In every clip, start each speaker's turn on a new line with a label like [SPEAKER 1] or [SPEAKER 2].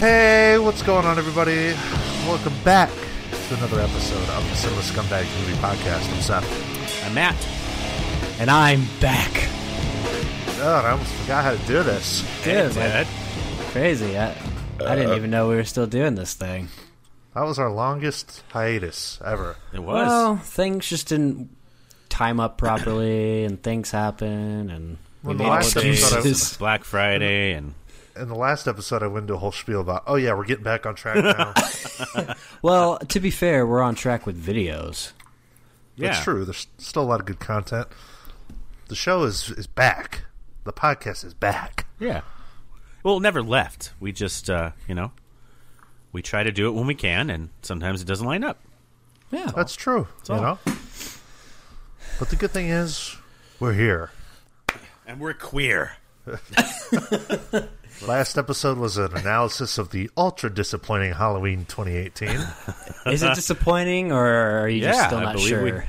[SPEAKER 1] Hey, what's going on, everybody? Welcome back to another episode of the Cinema Scumbag Movie Podcast. I'm Seth.
[SPEAKER 2] I'm Matt. And I'm back.
[SPEAKER 1] God, I almost forgot how to do this.
[SPEAKER 2] Dude, like, crazy. I, I didn't even know we were still doing this thing.
[SPEAKER 1] That was our longest hiatus ever.
[SPEAKER 3] It was.
[SPEAKER 2] Well, things just didn't time up properly, and things happen, and
[SPEAKER 1] Well,
[SPEAKER 2] we
[SPEAKER 1] the
[SPEAKER 2] made
[SPEAKER 1] last
[SPEAKER 2] excuses.
[SPEAKER 1] episode I
[SPEAKER 3] It's Black Friday and
[SPEAKER 1] In the last episode, I went into a whole spiel about, oh yeah, we're getting back on track now.
[SPEAKER 2] Well, to be fair, we're on track with videos.
[SPEAKER 3] yeah,
[SPEAKER 1] It's true. There's still a lot of good content. The show is is back. The podcast is back.
[SPEAKER 3] Yeah. Well, it never left. We just, uh, you know, we try to do it when we can, and sometimes it doesn't line up.
[SPEAKER 2] Yeah.
[SPEAKER 1] That's true. you
[SPEAKER 3] all.
[SPEAKER 1] know. But the good thing is, we're here.
[SPEAKER 3] And we're queer.
[SPEAKER 1] Last episode was an analysis of the ultra disappointing Halloween 2018.
[SPEAKER 2] Is it disappointing, or are you
[SPEAKER 3] Yeah,
[SPEAKER 2] just still
[SPEAKER 3] I
[SPEAKER 2] not
[SPEAKER 3] believe
[SPEAKER 2] sure?
[SPEAKER 3] we-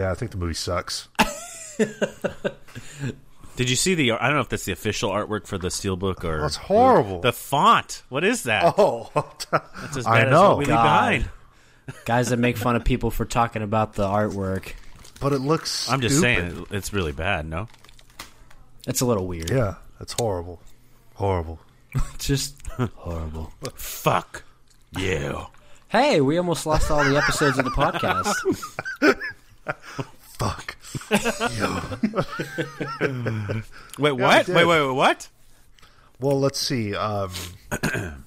[SPEAKER 1] yeah, I think the movie sucks.
[SPEAKER 3] Did you see the? I don't know if that's the official artwork for the steelbook or
[SPEAKER 1] That's horrible.
[SPEAKER 3] the font. What is that?
[SPEAKER 1] Oh,
[SPEAKER 3] It's as
[SPEAKER 1] I
[SPEAKER 3] bad
[SPEAKER 1] know.
[SPEAKER 3] as what we
[SPEAKER 2] God.
[SPEAKER 3] leave behind.
[SPEAKER 2] Guys that make fun of people for talking about the artwork.
[SPEAKER 1] but it looks.
[SPEAKER 3] I'm just
[SPEAKER 1] stupid.
[SPEAKER 3] saying, it- it's really bad. No,
[SPEAKER 2] It's a little weird.
[SPEAKER 1] Yeah, it's horrible. Horrible.
[SPEAKER 2] It's just horrible.
[SPEAKER 3] fuck you.
[SPEAKER 2] Hey, we almost lost all the episodes of the podcast.
[SPEAKER 1] Fuck.
[SPEAKER 3] Wait,
[SPEAKER 1] I
[SPEAKER 3] what?
[SPEAKER 1] did.
[SPEAKER 3] wait, wait, wait, what?
[SPEAKER 1] Well, let's see. Um,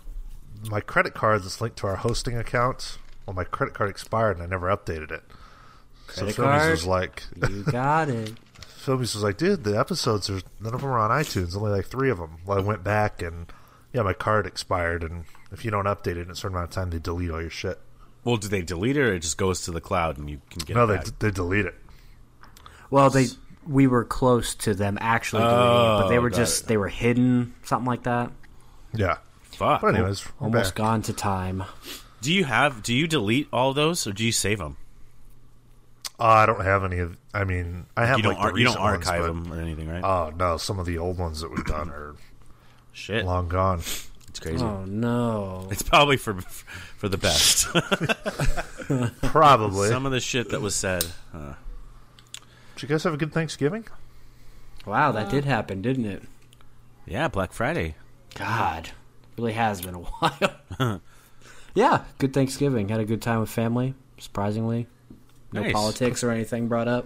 [SPEAKER 1] my credit card that's linked to our hosting account. Well, my credit card expired and I never updated it.
[SPEAKER 2] Credit
[SPEAKER 1] so Filmies
[SPEAKER 2] card?
[SPEAKER 1] was like,
[SPEAKER 2] you got it.
[SPEAKER 1] Filmies was like, dude, the episodes are none of them are on iTunes. Only like three of them. Well, I went back and yeah, my card expired, and if you don't update it in a certain amount of time, they delete all your shit.
[SPEAKER 3] Well, do they delete it, or it just goes to the cloud and you can get?
[SPEAKER 1] No,
[SPEAKER 3] it
[SPEAKER 1] they
[SPEAKER 3] back?
[SPEAKER 1] they delete it.
[SPEAKER 2] Well, they we were close to them actually, deleting it, but they
[SPEAKER 3] Oh,
[SPEAKER 2] were
[SPEAKER 3] got
[SPEAKER 2] just they were hidden, something like that.
[SPEAKER 1] Yeah.
[SPEAKER 3] Fuck.
[SPEAKER 1] But anyways, we're
[SPEAKER 2] Almost
[SPEAKER 1] back.
[SPEAKER 2] gone to time.
[SPEAKER 3] Do you have? Do you delete all those, or do you save them?
[SPEAKER 1] Uh, I don't have any of. I mean, I have
[SPEAKER 3] You don't.
[SPEAKER 1] like the
[SPEAKER 3] ar- you don't
[SPEAKER 1] recent ones,
[SPEAKER 3] archive
[SPEAKER 1] but-
[SPEAKER 3] them or anything, right?
[SPEAKER 1] Oh no, some of the old ones that we've done are
[SPEAKER 3] Shit,
[SPEAKER 1] long gone.
[SPEAKER 3] it's crazy.
[SPEAKER 2] Oh no!
[SPEAKER 3] It's probably for for the best.
[SPEAKER 1] Probably.
[SPEAKER 3] Some of the shit that was said. Uh,
[SPEAKER 1] Did you guys have a good Thanksgiving?
[SPEAKER 2] Wow, that did happen, didn't it?
[SPEAKER 3] yeah, Black Friday.
[SPEAKER 2] God, really has been a while. yeah, good Thanksgiving. Had a good time with family. Surprisingly, no
[SPEAKER 3] Nice.
[SPEAKER 2] politics or anything brought up.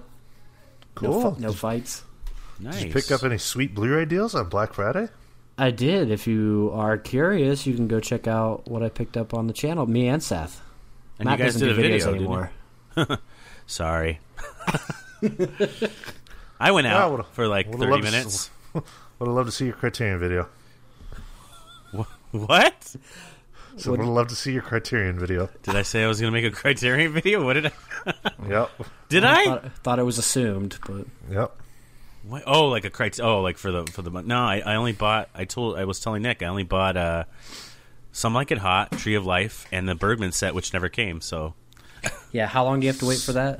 [SPEAKER 2] No,
[SPEAKER 1] Cool.
[SPEAKER 2] fi- no fights.
[SPEAKER 3] Nice.
[SPEAKER 1] Did you pick up any sweet Blu-ray deals on Black Friday?
[SPEAKER 2] I did. If you are curious, you can go check out what I picked up on the channel. Me and Seth.
[SPEAKER 3] And
[SPEAKER 2] Matt
[SPEAKER 3] you guys
[SPEAKER 2] doesn't
[SPEAKER 3] did
[SPEAKER 2] do
[SPEAKER 3] a
[SPEAKER 2] videos
[SPEAKER 3] video, didn't
[SPEAKER 2] anymore.
[SPEAKER 3] you? Sorry. I went
[SPEAKER 1] Yeah, I
[SPEAKER 3] out
[SPEAKER 1] would've-
[SPEAKER 3] for like
[SPEAKER 1] would've
[SPEAKER 3] thirty
[SPEAKER 1] loved to-
[SPEAKER 3] minutes.
[SPEAKER 1] Would have loved to see your Criterion video.
[SPEAKER 3] What?
[SPEAKER 1] So
[SPEAKER 2] Would-
[SPEAKER 1] would have loved to see your Criterion video.
[SPEAKER 3] Did I say I was going to make a Criterion video? What did I?
[SPEAKER 1] Yep.
[SPEAKER 3] Did I?
[SPEAKER 2] Thought, thought it was assumed, but
[SPEAKER 1] Yep.
[SPEAKER 3] What? Oh, like a crit. Oh, like for the for the. mon- No, I, I only bought. I told. I was telling Nick. I only bought. uh Some like it hot, Tree of Life, and the Birdman set, which never came. So
[SPEAKER 2] yeah. How long do you have to wait for that?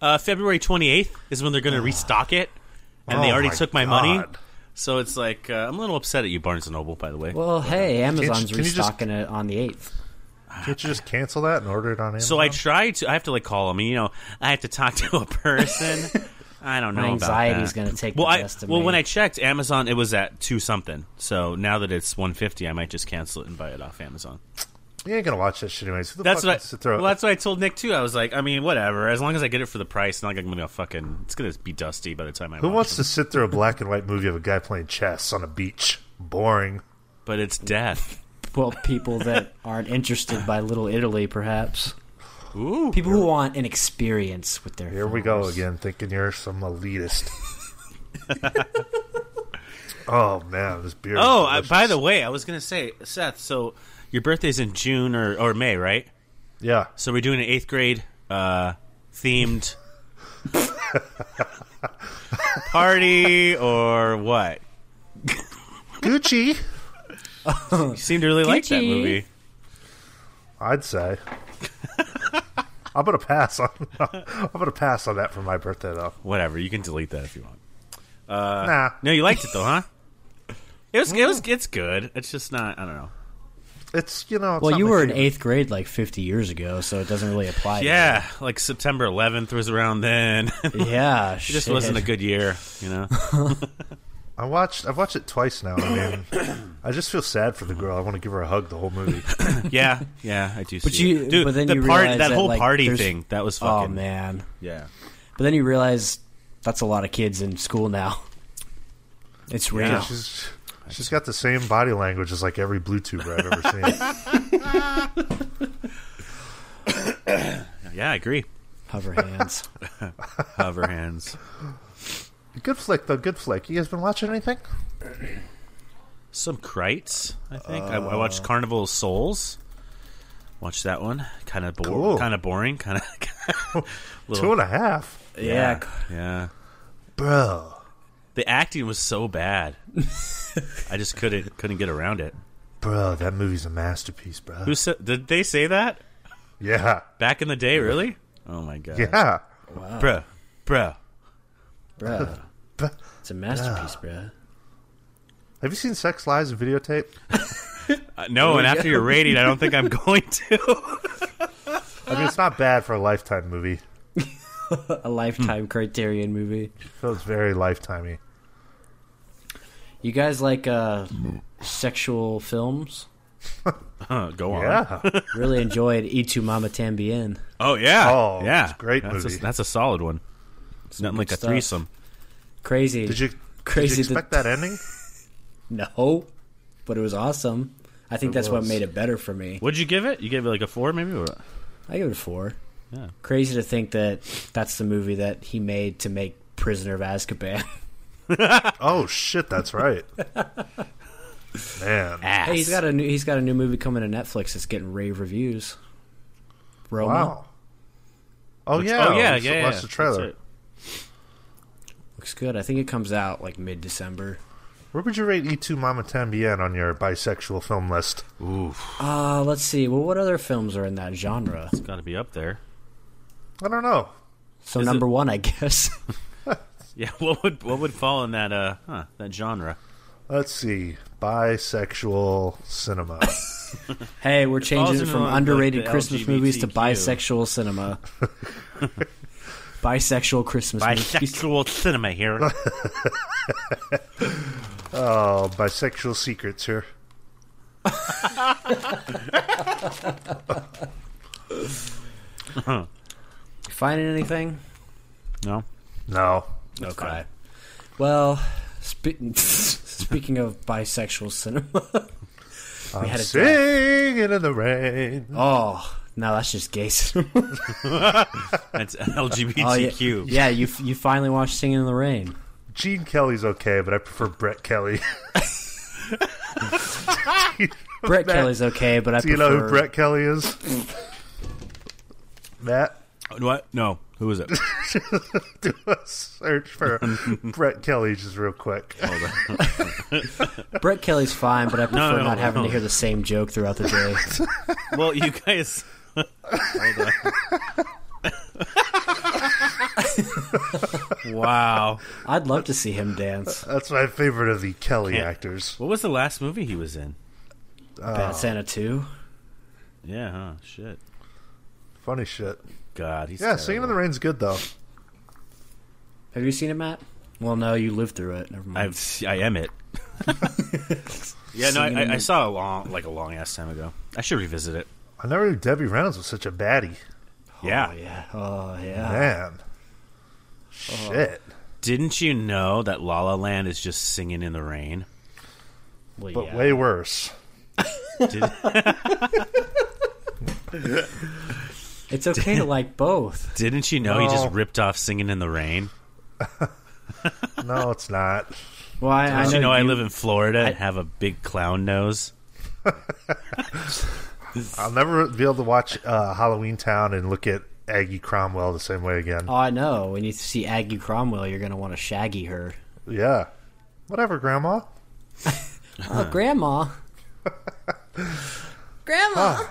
[SPEAKER 3] Uh, February 28th is when they're
[SPEAKER 2] Ah.
[SPEAKER 3] going to restock it, and they
[SPEAKER 1] Oh
[SPEAKER 3] already
[SPEAKER 1] my
[SPEAKER 3] took my
[SPEAKER 1] God.
[SPEAKER 3] money. So it's like uh, I'm a little upset at you, Barnes and Noble. By the way,
[SPEAKER 2] Well, hey, Amazon's
[SPEAKER 1] can you just-
[SPEAKER 2] restocking it on the eighth.
[SPEAKER 1] Can't you just cancel that and order it on Amazon?
[SPEAKER 3] so I try to. I have to like call them. You know, I have to talk to a person. I don't know.
[SPEAKER 2] My
[SPEAKER 3] about
[SPEAKER 2] anxiety's
[SPEAKER 3] that.
[SPEAKER 2] gonna take
[SPEAKER 3] Well,
[SPEAKER 2] the
[SPEAKER 3] I,
[SPEAKER 2] best of
[SPEAKER 3] well,
[SPEAKER 2] me.
[SPEAKER 3] when I checked Amazon, it was at two something. So now that it's 150, I might just cancel it and buy it off Amazon.
[SPEAKER 1] you ain't gonna watch that shit anyways. Who the
[SPEAKER 3] That's
[SPEAKER 1] fuck
[SPEAKER 3] what.
[SPEAKER 1] wants to
[SPEAKER 3] I,
[SPEAKER 1] throw it?
[SPEAKER 3] well, that's what I told Nick too. I was like, I mean, whatever. As long as I get it for the price, not like I'm gonna fucking. It's gonna be dusty by the time I.
[SPEAKER 1] Who
[SPEAKER 3] watch
[SPEAKER 1] wants
[SPEAKER 3] it.
[SPEAKER 1] to sit through a black and white movie of a guy playing chess on a beach? Boring.
[SPEAKER 3] But it's death.
[SPEAKER 2] Well, people that aren't interested by Little Italy, perhaps.
[SPEAKER 3] Ooh.
[SPEAKER 2] People who want an experience with their.
[SPEAKER 1] Here we go again, thinking you're some elitist. oh man, this beer. is
[SPEAKER 3] Oh, I,
[SPEAKER 1] delicious.
[SPEAKER 3] by the way, I was gonna say, Seth. So your birthday's in June or, or May, right?
[SPEAKER 1] yeah,
[SPEAKER 3] So we're doing an eighth grade uh, themed party or what?
[SPEAKER 1] Gucci.
[SPEAKER 3] You seemed to really like that
[SPEAKER 2] Gucci.
[SPEAKER 3] movie.
[SPEAKER 1] I'd say. I'm gonna pass on. I'm gonna pass on that for my birthday though.
[SPEAKER 3] Whatever, you can delete that if you want.
[SPEAKER 1] nah,
[SPEAKER 3] No, you liked it though, huh? It was, it was, it's good. It's just not. I don't know.
[SPEAKER 1] It's you know. It's
[SPEAKER 2] Well,
[SPEAKER 1] not
[SPEAKER 2] you
[SPEAKER 1] my
[SPEAKER 2] were in
[SPEAKER 1] favorite.
[SPEAKER 2] eighth grade like 50 years ago, so it doesn't really apply. to
[SPEAKER 3] Yeah, like September 11th was around then. it
[SPEAKER 2] you. Yeah. It
[SPEAKER 3] just wasn't a good year, you know.
[SPEAKER 1] I watched. I've watched it twice now. I mean, I just feel sad for the girl. I want to give her a hug the whole movie.
[SPEAKER 3] yeah, yeah, I do.
[SPEAKER 2] But
[SPEAKER 3] see
[SPEAKER 2] you-
[SPEAKER 3] it. dude,
[SPEAKER 2] but then
[SPEAKER 3] the
[SPEAKER 2] you
[SPEAKER 3] part-
[SPEAKER 2] realize
[SPEAKER 3] that,
[SPEAKER 2] that,
[SPEAKER 3] whole
[SPEAKER 2] like,
[SPEAKER 3] party
[SPEAKER 2] there's-
[SPEAKER 3] thing that was
[SPEAKER 2] Oh
[SPEAKER 3] fucking
[SPEAKER 2] man.
[SPEAKER 3] yeah.
[SPEAKER 2] But then you realize that's a lot of kids in school now. It's real.
[SPEAKER 1] Yeah, she's she's got the same body language as like every blue tuber I've ever seen.
[SPEAKER 3] Yeah, I agree.
[SPEAKER 2] Hover hands.
[SPEAKER 3] Hover hands.
[SPEAKER 1] Good flick though. Good flick. You guys been watching anything?
[SPEAKER 3] Some Kreitz, I think. I, I watched
[SPEAKER 2] Uh.
[SPEAKER 3] Carnival of Souls. Watched that one. Kind of boring.
[SPEAKER 1] Cool.
[SPEAKER 3] Kind of boring. Kind of.
[SPEAKER 1] Two and a half,
[SPEAKER 2] yeah.
[SPEAKER 3] yeah.
[SPEAKER 1] bro.
[SPEAKER 3] The acting was so bad. I just couldn't couldn't get around it.
[SPEAKER 1] Bro, that movie's a masterpiece, bro.
[SPEAKER 3] Who said? Did they say that
[SPEAKER 1] yeah,
[SPEAKER 3] back in the day? Really? Oh my god.
[SPEAKER 1] yeah.
[SPEAKER 3] Bruh. Bruh.
[SPEAKER 2] Bruh.
[SPEAKER 1] Bro.
[SPEAKER 2] It's a masterpiece, bruh.
[SPEAKER 1] Have you seen Sex Lies and videotape?
[SPEAKER 3] Uh, no, and after your rating, I don't think I'm going to.
[SPEAKER 1] I mean, it's not bad for a lifetime movie.
[SPEAKER 2] A lifetime criterion movie.
[SPEAKER 1] Feels very lifetimey.
[SPEAKER 2] You guys like uh sexual films?
[SPEAKER 3] Huh, go on.
[SPEAKER 1] Yeah,
[SPEAKER 2] Really enjoyed E tu Mama Tambien.
[SPEAKER 3] Oh yeah.
[SPEAKER 1] Oh,
[SPEAKER 3] yeah.
[SPEAKER 1] it's a great
[SPEAKER 3] that's
[SPEAKER 1] movie.
[SPEAKER 3] A, that's a solid one. It's nothing like
[SPEAKER 2] good
[SPEAKER 3] a
[SPEAKER 2] stuff.
[SPEAKER 3] threesome.
[SPEAKER 2] Crazy.
[SPEAKER 1] did you
[SPEAKER 2] Crazy
[SPEAKER 1] Did you expect
[SPEAKER 2] that-
[SPEAKER 1] that ending?
[SPEAKER 2] No. But it was awesome. I think that's what
[SPEAKER 1] was.
[SPEAKER 2] made it better for me.
[SPEAKER 3] What'd you give it? You gave it like a four, maybe. Or-
[SPEAKER 2] I give it a four.
[SPEAKER 3] Yeah.
[SPEAKER 2] Crazy to think that that's the movie that he made to make Prisoner of Azkaban.
[SPEAKER 1] Oh shit, that's right. Man,
[SPEAKER 3] Ass.
[SPEAKER 2] hey, he's got a new he's got a new movie coming to Netflix that's getting rave reviews. Roma.
[SPEAKER 1] wow. Oh
[SPEAKER 3] Which-
[SPEAKER 1] yeah,
[SPEAKER 3] Oh yeah.
[SPEAKER 1] we
[SPEAKER 3] Yeah.
[SPEAKER 1] Watch
[SPEAKER 3] yeah.
[SPEAKER 1] the trailer.
[SPEAKER 3] That's it.
[SPEAKER 2] Looks good. I think it comes out like mid December.
[SPEAKER 1] Where would you rate E2 Mama Tambien on your bisexual film list?
[SPEAKER 2] Uh let's see. Well what other films are in that genre?
[SPEAKER 3] It's got to be up there.
[SPEAKER 1] I don't know.
[SPEAKER 2] So
[SPEAKER 3] Is it-
[SPEAKER 2] number one, I guess.
[SPEAKER 3] Yeah. What would what would fall in that uh huh, that genre?
[SPEAKER 1] Let's see. Bisexual cinema.
[SPEAKER 2] hey, we're changing
[SPEAKER 3] falls
[SPEAKER 2] it
[SPEAKER 3] in
[SPEAKER 2] from
[SPEAKER 3] line with,
[SPEAKER 2] underrated
[SPEAKER 3] like, the
[SPEAKER 2] Christmas movies to
[SPEAKER 3] LGBTQ.
[SPEAKER 2] bisexual cinema. bisexual Christmas movies.
[SPEAKER 3] Bisexual cinema here.
[SPEAKER 1] oh, bisexual secrets here.
[SPEAKER 2] You finding anything?
[SPEAKER 3] No.
[SPEAKER 1] No.
[SPEAKER 2] okay. Well, spe- speaking of bisexual cinema, we had a
[SPEAKER 1] Singing in the rain.
[SPEAKER 2] oh no, that's just gay cinema.
[SPEAKER 3] That's
[SPEAKER 2] Oh, yeah.
[SPEAKER 3] LGBTQ.
[SPEAKER 2] yeah, you you finally watched Singing in the Rain.
[SPEAKER 1] Gene Kelly's okay, but I prefer Brett Kelly.
[SPEAKER 2] Brett
[SPEAKER 1] Matt,
[SPEAKER 2] Kelly's okay, but I
[SPEAKER 1] Do
[SPEAKER 2] prefer
[SPEAKER 1] you know who Brett Kelly is? Matt,
[SPEAKER 3] What? No. Who is it?
[SPEAKER 1] do a search for Brett Kelly just real quick.
[SPEAKER 3] Oh.
[SPEAKER 2] Brett Kelly's fine, but I prefer
[SPEAKER 3] no,
[SPEAKER 2] not having
[SPEAKER 3] no.
[SPEAKER 2] to hear the same joke throughout the day.
[SPEAKER 3] well, you guys. Hold on. wow.
[SPEAKER 2] I'd love to see him dance.
[SPEAKER 1] That's my favorite of the Kelly
[SPEAKER 3] Can't-
[SPEAKER 1] actors.
[SPEAKER 3] What was the last movie he was in? Ah.
[SPEAKER 2] Bad Santa 2.
[SPEAKER 3] Yeah, huh? Shit.
[SPEAKER 1] Funny shit.
[SPEAKER 3] God, he's
[SPEAKER 1] Yeah, Singing in the Rain's good though.
[SPEAKER 2] Have you seen it, Matt? Well, no, you lived through it. Never mind.
[SPEAKER 3] I've, I am it. yeah, no,
[SPEAKER 2] Singing in
[SPEAKER 3] I, I
[SPEAKER 2] the-
[SPEAKER 3] saw a long, like a long ass time ago. I should revisit it.
[SPEAKER 1] I never knew Debbie Reynolds was such a baddie.
[SPEAKER 3] yeah.
[SPEAKER 2] Oh, yeah. Oh, yeah.
[SPEAKER 1] Man. Shit.
[SPEAKER 2] Oh.
[SPEAKER 3] Didn't you know that La La Land is just singing in the rain?
[SPEAKER 2] Well,
[SPEAKER 1] But
[SPEAKER 2] yeah.
[SPEAKER 1] way worse.
[SPEAKER 3] Did,
[SPEAKER 2] It's okay to like both.
[SPEAKER 3] didn't you know he
[SPEAKER 1] No.
[SPEAKER 3] just ripped off singing in the rain?
[SPEAKER 1] No, it's not.
[SPEAKER 2] Well, I, I
[SPEAKER 3] Did you know I
[SPEAKER 2] you-
[SPEAKER 3] live in Florida and have a big clown nose?
[SPEAKER 1] I'll never be able to watch uh, Halloween Town and look at Aggie Cromwell the same way again.
[SPEAKER 2] Oh, I know. When you see Aggie Cromwell, you're going to want to shaggy her.
[SPEAKER 1] Yeah. Whatever, Grandma.
[SPEAKER 2] Oh, Grandma. Grandma.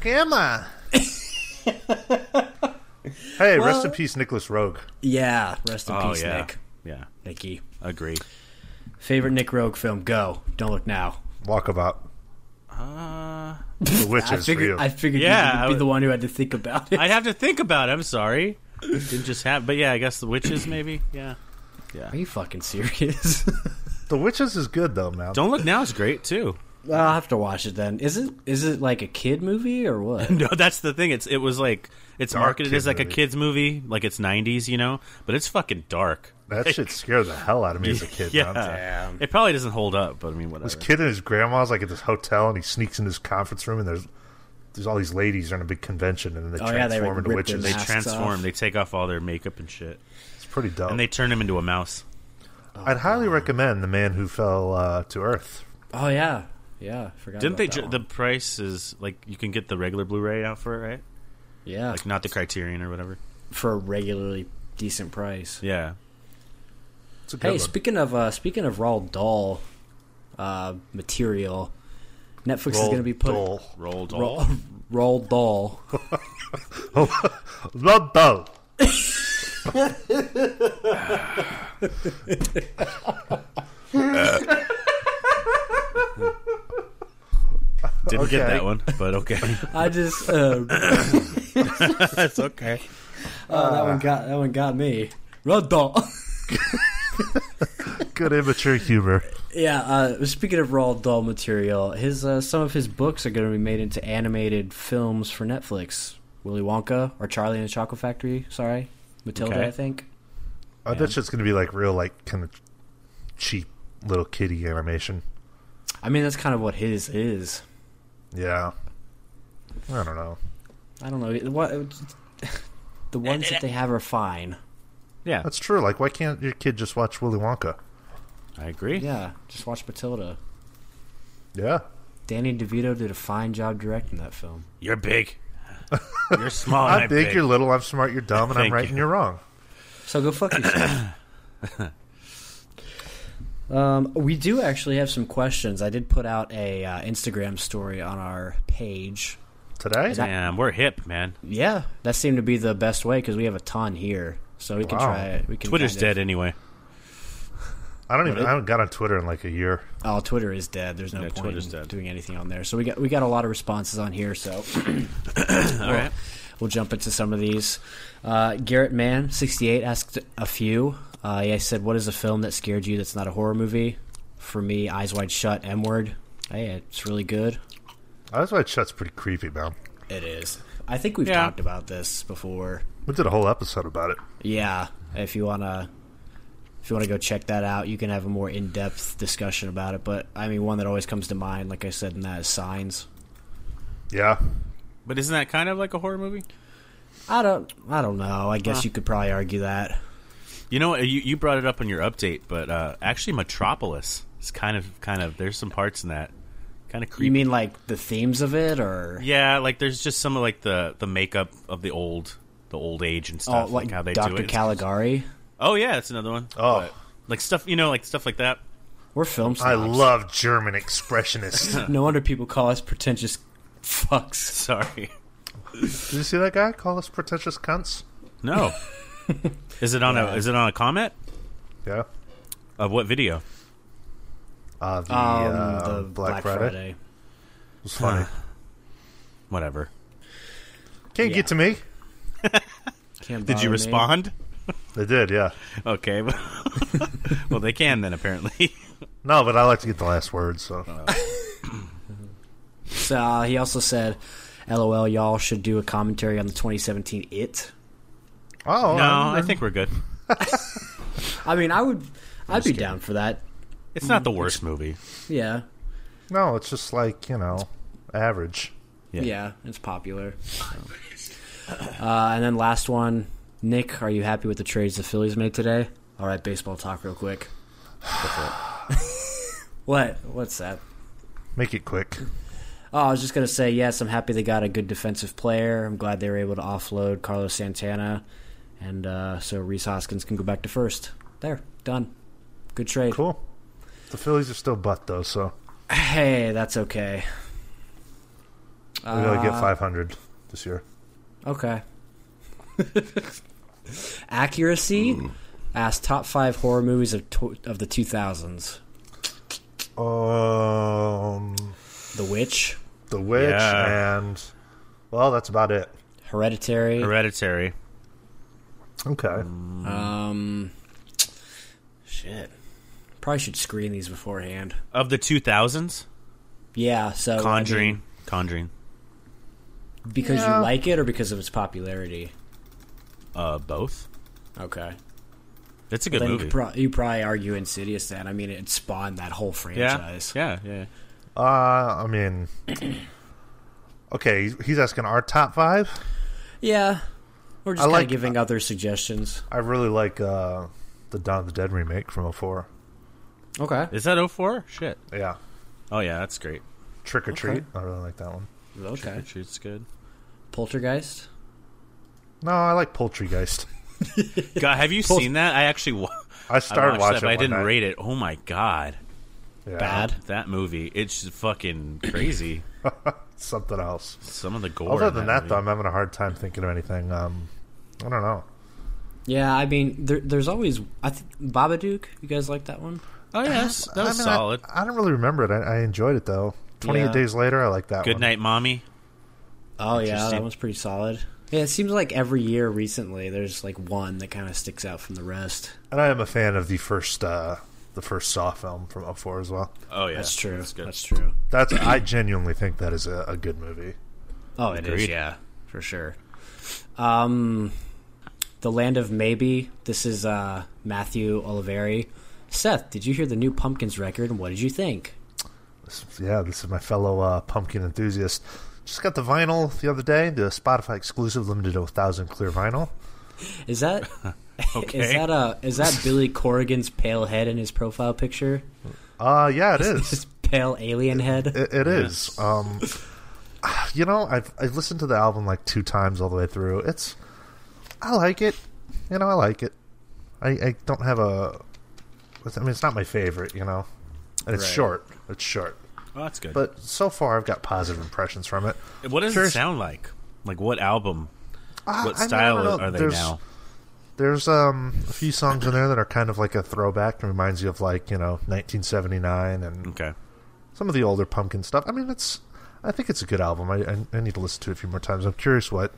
[SPEAKER 1] Grandma. hey,
[SPEAKER 2] Well-
[SPEAKER 1] rest in peace, Nicholas Rogue.
[SPEAKER 2] Yeah. Rest in
[SPEAKER 3] Oh
[SPEAKER 2] peace,
[SPEAKER 3] yeah,
[SPEAKER 2] Nick.
[SPEAKER 3] yeah.
[SPEAKER 2] Nicky.
[SPEAKER 3] Agree.
[SPEAKER 2] Favorite Nick Rogue film? Go. Don't look now.
[SPEAKER 1] Walkabout.
[SPEAKER 3] Uh,
[SPEAKER 1] The witch
[SPEAKER 2] I
[SPEAKER 1] is
[SPEAKER 2] figured.
[SPEAKER 1] real.
[SPEAKER 2] I figured
[SPEAKER 3] Yeah,
[SPEAKER 2] you
[SPEAKER 3] I
[SPEAKER 2] would be
[SPEAKER 3] would-
[SPEAKER 2] the one who had to think about it.
[SPEAKER 3] I'd have to think about it. I'm sorry. Didn't just happen. But yeah, I guess the witches maybe. Yeah.
[SPEAKER 2] Are you fucking serious?
[SPEAKER 1] the witches is good though, man.
[SPEAKER 3] Don't look now is great too.
[SPEAKER 2] I'll have to watch it then. Is it is it like a kid movie or what?
[SPEAKER 3] No, that's the thing. It's it was like it's
[SPEAKER 1] Dark
[SPEAKER 3] marketed
[SPEAKER 1] kid
[SPEAKER 3] as like
[SPEAKER 1] movie.
[SPEAKER 3] a kids movie, like it's 90s, you know, but it's fucking dark.
[SPEAKER 1] that shit scared the hell out of me as a kid.
[SPEAKER 3] Yeah.
[SPEAKER 1] man. I
[SPEAKER 3] It probably doesn't hold up, but I mean whatever.
[SPEAKER 1] was This kid and his grandma's like at this hotel, and he sneaks in his conference room, and there's there's all these ladies are in a big convention, and then they
[SPEAKER 2] Oh, yeah, they,
[SPEAKER 1] transform
[SPEAKER 2] like,
[SPEAKER 1] into
[SPEAKER 2] rip their
[SPEAKER 1] witches.
[SPEAKER 3] They
[SPEAKER 2] masks
[SPEAKER 3] transform.
[SPEAKER 2] off.
[SPEAKER 3] They take off all their makeup and shit.
[SPEAKER 1] It's pretty dope.
[SPEAKER 3] And they turn him into a mouse.
[SPEAKER 1] I'd highly recommend The Man Who Fell uh, to Earth.
[SPEAKER 2] Oh yeah, yeah. I Forgot.
[SPEAKER 3] Didn't
[SPEAKER 2] about
[SPEAKER 3] they?
[SPEAKER 2] that
[SPEAKER 3] Ju-
[SPEAKER 2] one.
[SPEAKER 3] the price is like you can get the regular Blu-ray out for it, right?
[SPEAKER 2] yeah
[SPEAKER 3] Like not the Criterion or whatever.
[SPEAKER 2] for a regularly decent price.
[SPEAKER 3] Yeah.
[SPEAKER 1] It's a good
[SPEAKER 2] Hey,
[SPEAKER 1] one.
[SPEAKER 2] speaking of uh, speaking of Raw Doll uh, material, Netflix is
[SPEAKER 1] Roll
[SPEAKER 2] going to be put
[SPEAKER 1] Dole.
[SPEAKER 3] Roll doll.
[SPEAKER 2] Raw Raw Doll.
[SPEAKER 1] Love Doll.
[SPEAKER 3] Didn't get
[SPEAKER 1] Okay.
[SPEAKER 3] that one, but okay.
[SPEAKER 2] I just uh, oh,
[SPEAKER 3] That's okay.
[SPEAKER 2] that one got that one got me. Raw Doll.
[SPEAKER 1] Good immature humor.
[SPEAKER 2] Yeah, uh, speaking of raw doll material, his uh, some of his books are going to be made into animated films for Netflix. Willy Wonka or Charlie and the Chocolate Factory. Sorry, Matilda,
[SPEAKER 3] Okay.
[SPEAKER 2] I think.
[SPEAKER 1] I bet Oh, shit's gonna be like real, like kind of cheap little kitty animation.
[SPEAKER 2] I mean, that's kind of what his is.
[SPEAKER 1] Yeah, I don't know.
[SPEAKER 2] I don't know what the ones that they have are fine.
[SPEAKER 3] Yeah,
[SPEAKER 1] That's true. Like, why can't your kid just watch Willy Wonka?
[SPEAKER 3] I agree.
[SPEAKER 2] Yeah, just watch Matilda.
[SPEAKER 1] Yeah,
[SPEAKER 2] Danny DeVito did a fine job directing that film.
[SPEAKER 3] You're big. You're small. and
[SPEAKER 1] I'm big, You're little. I'm smart. You're dumb. And I'm
[SPEAKER 3] Thank
[SPEAKER 1] right.
[SPEAKER 3] you.
[SPEAKER 1] And you're wrong.
[SPEAKER 2] So go fuck yourself. um, we do actually have some questions. I did put out a uh, Instagram story on our page.
[SPEAKER 1] Today,
[SPEAKER 2] that-
[SPEAKER 3] Damn, we're hip, man.
[SPEAKER 2] Yeah, that seemed to be the best way because we have a ton here, so we can
[SPEAKER 1] Wow.
[SPEAKER 2] try it. We can
[SPEAKER 3] Twitter's
[SPEAKER 2] kind
[SPEAKER 3] dead
[SPEAKER 2] of-
[SPEAKER 3] anyway.
[SPEAKER 1] I don't even. I haven't got on Twitter in like a year.
[SPEAKER 2] Oh, Twitter is dead. There's no
[SPEAKER 3] Yeah,
[SPEAKER 2] point
[SPEAKER 3] Twitter's
[SPEAKER 2] in
[SPEAKER 3] dead.
[SPEAKER 2] doing anything on there. So we got we got a lot of responses on here. So
[SPEAKER 3] All right.
[SPEAKER 2] we'll jump into some of these. Uh, Garrett Mann, 68, asked a few. Uh, he said, "What is a film that scared you that's not a horror movie?" For me, Eyes Wide Shut, M Word. Hey, it's really good.
[SPEAKER 1] That's why it shuts pretty creepy, man.
[SPEAKER 2] It is. I think we've
[SPEAKER 3] Yeah.
[SPEAKER 2] talked about this before.
[SPEAKER 1] We did a whole episode about it.
[SPEAKER 2] Yeah, if you wanna, if you wanna go check that out, you can have a more in depth discussion about it. But I mean, one that always comes to mind, like I said, and that is Signs.
[SPEAKER 1] Yeah,
[SPEAKER 3] But isn't that kind of like a horror movie?
[SPEAKER 2] I don't, I don't know. I guess you could probably argue that.
[SPEAKER 3] You know, you, you brought it up in your update, but uh, actually, Metropolis is kind of kind of. There's some parts in that kind of creepy.
[SPEAKER 2] You mean like the themes of it, or
[SPEAKER 3] yeah, like there's just some of like the the makeup of the old the old age and
[SPEAKER 2] oh,
[SPEAKER 3] stuff,
[SPEAKER 2] like
[SPEAKER 3] like how they do
[SPEAKER 2] Doctor
[SPEAKER 3] it.
[SPEAKER 2] Caligari?
[SPEAKER 3] oh yeah, that's another one.
[SPEAKER 1] Oh.
[SPEAKER 3] like stuff you know, like stuff like that.
[SPEAKER 2] We're film
[SPEAKER 1] I
[SPEAKER 2] snobs.
[SPEAKER 1] love German expressionists.
[SPEAKER 2] No wonder people call us pretentious fucks.
[SPEAKER 3] Sorry,
[SPEAKER 1] Did you see that guy call us pretentious cunts?
[SPEAKER 3] no. is it on a is it on a comment
[SPEAKER 1] Yeah.
[SPEAKER 3] of what video?
[SPEAKER 1] Uh, the,
[SPEAKER 2] Um,
[SPEAKER 1] uh,
[SPEAKER 2] the
[SPEAKER 1] Black, Friday. It was funny.
[SPEAKER 3] Whatever.
[SPEAKER 1] Can't
[SPEAKER 2] Yeah.
[SPEAKER 1] get to me.
[SPEAKER 3] Did
[SPEAKER 2] Can't bother
[SPEAKER 3] you
[SPEAKER 2] me.
[SPEAKER 3] respond?
[SPEAKER 1] They did, yeah.
[SPEAKER 3] Okay. well, they can then apparently.
[SPEAKER 1] No, but I like to get the last word, so
[SPEAKER 2] So uh, he also said, "LOL, y'all should do a commentary on the 2017 It."
[SPEAKER 1] Oh
[SPEAKER 3] no,
[SPEAKER 1] I'm-
[SPEAKER 3] I think we're good.
[SPEAKER 2] I mean, I would, I'd be down for that.
[SPEAKER 3] It's not the worst movie.
[SPEAKER 2] Yeah,
[SPEAKER 1] No, it's just like, you know, average.
[SPEAKER 2] yeah, it's popular. uh, and then last one, Nick, are you happy with the trades the Phillies made today? All right, baseball talk real quick. what? What's that?
[SPEAKER 1] Make it quick.
[SPEAKER 2] Oh, I was just gonna say yes. I'm happy they got a good defensive player. I'm glad they were able to offload Carlos Santana, and uh, so Reese Hoskins can go back to first. There, done. Good trade.
[SPEAKER 1] Cool. The Phillies are still butt though, so
[SPEAKER 2] Hey, that's okay. Uh,
[SPEAKER 1] we gotta get five hundred this year.
[SPEAKER 2] Okay.
[SPEAKER 1] Hmm.
[SPEAKER 2] Accuracy. Asked top five horror movies of tw- of the two thousands.
[SPEAKER 1] Um,
[SPEAKER 2] The Witch,
[SPEAKER 1] The Witch
[SPEAKER 3] Yeah.
[SPEAKER 1] and well, that's about it.
[SPEAKER 2] Hereditary.
[SPEAKER 3] Hereditary.
[SPEAKER 1] Okay.
[SPEAKER 2] Um, shit. Probably should screen these beforehand.
[SPEAKER 3] Of the 2000s?
[SPEAKER 2] Yeah. So I mean,
[SPEAKER 3] Conjuring. Conjuring.
[SPEAKER 2] because
[SPEAKER 1] Yeah.
[SPEAKER 2] you like it or because of its popularity.
[SPEAKER 3] Uh, both.
[SPEAKER 2] Okay.
[SPEAKER 3] That's a good
[SPEAKER 2] then you,
[SPEAKER 3] movie.
[SPEAKER 2] could pro- you probably argue Insidious. Then I mean, it spawned that whole
[SPEAKER 3] yeah.
[SPEAKER 2] franchise.
[SPEAKER 3] yeah. Yeah.
[SPEAKER 1] Uh, I mean, okay, he's asking our top five.
[SPEAKER 2] Yeah. We're just
[SPEAKER 1] I
[SPEAKER 2] kind
[SPEAKER 1] like-
[SPEAKER 2] of giving other suggestions.
[SPEAKER 1] I really like uh, the Dawn of the Dead remake from 04.
[SPEAKER 2] Okay.
[SPEAKER 3] Is that 04? Shit.
[SPEAKER 1] Yeah,
[SPEAKER 3] Oh, yeah. That's great.
[SPEAKER 1] Trick or Treat. I really like that one.
[SPEAKER 2] Okay.
[SPEAKER 3] It's good.
[SPEAKER 2] Poltergeist.
[SPEAKER 1] No, I like Poultrygeist.
[SPEAKER 3] God, have you seen that? I actually wa-
[SPEAKER 1] I
[SPEAKER 3] I
[SPEAKER 1] started
[SPEAKER 3] watched
[SPEAKER 1] watching.
[SPEAKER 3] that, but I
[SPEAKER 1] one
[SPEAKER 3] didn't
[SPEAKER 1] night.
[SPEAKER 3] rate it. Oh, my God.
[SPEAKER 1] Yeah,
[SPEAKER 2] Bad.
[SPEAKER 3] That movie. It's just fucking crazy.
[SPEAKER 1] Something else.
[SPEAKER 3] Some of the gore.
[SPEAKER 1] Other
[SPEAKER 3] in
[SPEAKER 1] than that,
[SPEAKER 3] movie.
[SPEAKER 1] though, I'm having a hard time thinking of anything. Um, I don't know.
[SPEAKER 2] Yeah, I mean, there, there's always I think Babadook. You guys like that one?
[SPEAKER 3] Oh, yes. That was
[SPEAKER 1] I mean, I-
[SPEAKER 3] solid.
[SPEAKER 1] I, don't really remember it. I, I enjoyed it though. Twenty eight
[SPEAKER 2] Yeah.
[SPEAKER 1] days later, I like that.
[SPEAKER 3] Good
[SPEAKER 1] one.
[SPEAKER 3] night, mommy.
[SPEAKER 2] Oh yeah,
[SPEAKER 3] Interesting.
[SPEAKER 2] that one's pretty solid. Yeah, it seems like every year recently, there's like one that kind of sticks out from the rest.
[SPEAKER 1] And I am a fan of the first, uh, the first Saw film from 04 as well.
[SPEAKER 3] Oh yeah,
[SPEAKER 2] That's true.
[SPEAKER 3] That's
[SPEAKER 2] That's,
[SPEAKER 3] good.
[SPEAKER 2] true.
[SPEAKER 1] That's I genuinely think that is a, a good movie.
[SPEAKER 2] Oh, it is.
[SPEAKER 3] Agreed.
[SPEAKER 2] Yeah, for sure. Um, the land of maybe. This is uh Matthew Oliveri. Seth, did you hear the new Pumpkins record? and What did you think?
[SPEAKER 1] This, yeah, this is my fellow uh, pumpkin enthusiast. Just got the vinyl the other day, the Spotify exclusive limited to a thousand clear vinyl.
[SPEAKER 2] Is that is
[SPEAKER 3] Okay.
[SPEAKER 2] that uh is that Billy Corrigan's pale head in his profile picture?
[SPEAKER 1] Uh yeah, it is.
[SPEAKER 2] His pale alien head.
[SPEAKER 1] It, it is. Um, you know, I've I've listened to the album like two times all the way through. It's, I like it. You know, I like it. I, I don't have a. I mean, it's not my favorite. You know, and it's
[SPEAKER 2] Right.
[SPEAKER 1] short. It's short.
[SPEAKER 3] Well, that's good. But
[SPEAKER 1] But so far, I've got positive impressions from it.
[SPEAKER 3] what does
[SPEAKER 1] Sure.
[SPEAKER 3] it sound like? Like what album?
[SPEAKER 1] Uh,
[SPEAKER 3] What
[SPEAKER 1] I mean, I
[SPEAKER 3] style
[SPEAKER 1] don't know.
[SPEAKER 3] are they
[SPEAKER 1] There's-
[SPEAKER 3] now?
[SPEAKER 1] There's um, a few songs in there that are kind of like a throwback and reminds you of like you know 1979 and
[SPEAKER 3] Okay.
[SPEAKER 1] some of the older pumpkin stuff. I mean, it's I think it's a good album. I, I, I need to listen to it a few more times. I'm curious what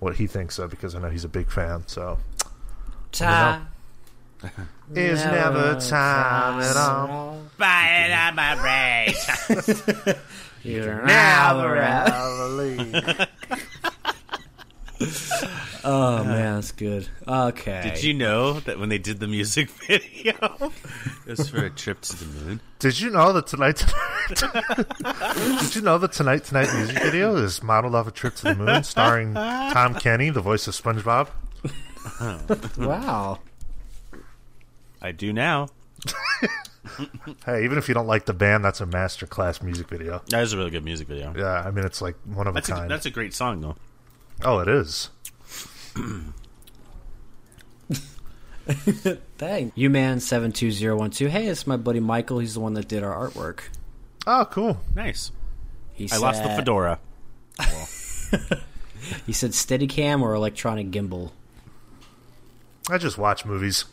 [SPEAKER 1] what he thinks of because I know he's a big fan. So
[SPEAKER 2] Ta-
[SPEAKER 1] it's never time at all.
[SPEAKER 3] Buy it on my brain.
[SPEAKER 2] You're
[SPEAKER 1] Never
[SPEAKER 2] Oh man, that's good. Okay.
[SPEAKER 3] Did you know that when they did the music video, it was for a trip to the moon?
[SPEAKER 1] Did you know that tonight? Tonight- Did you know that tonight tonight music video is modeled off a trip to the moon, starring Tom Kenny, the voice of SpongeBob.
[SPEAKER 2] Wow.
[SPEAKER 3] I do now.
[SPEAKER 1] Hey, even if you don't like the band, that's a masterclass music video.
[SPEAKER 3] That is a really good music video.
[SPEAKER 1] Yeah, I mean it's like one of
[SPEAKER 3] That's
[SPEAKER 1] a
[SPEAKER 3] a,
[SPEAKER 1] kind.
[SPEAKER 3] that's a great song though.
[SPEAKER 1] oh, it is.
[SPEAKER 2] Dang. You man seven two zero one two. Hey, it's my buddy Michael. He's the one that did our artwork.
[SPEAKER 1] Oh, cool.
[SPEAKER 3] Nice.
[SPEAKER 2] He
[SPEAKER 3] I lost the
[SPEAKER 2] said-
[SPEAKER 3] fedora.
[SPEAKER 2] He said Steadicam or electronic gimbal.
[SPEAKER 1] I just watch movies.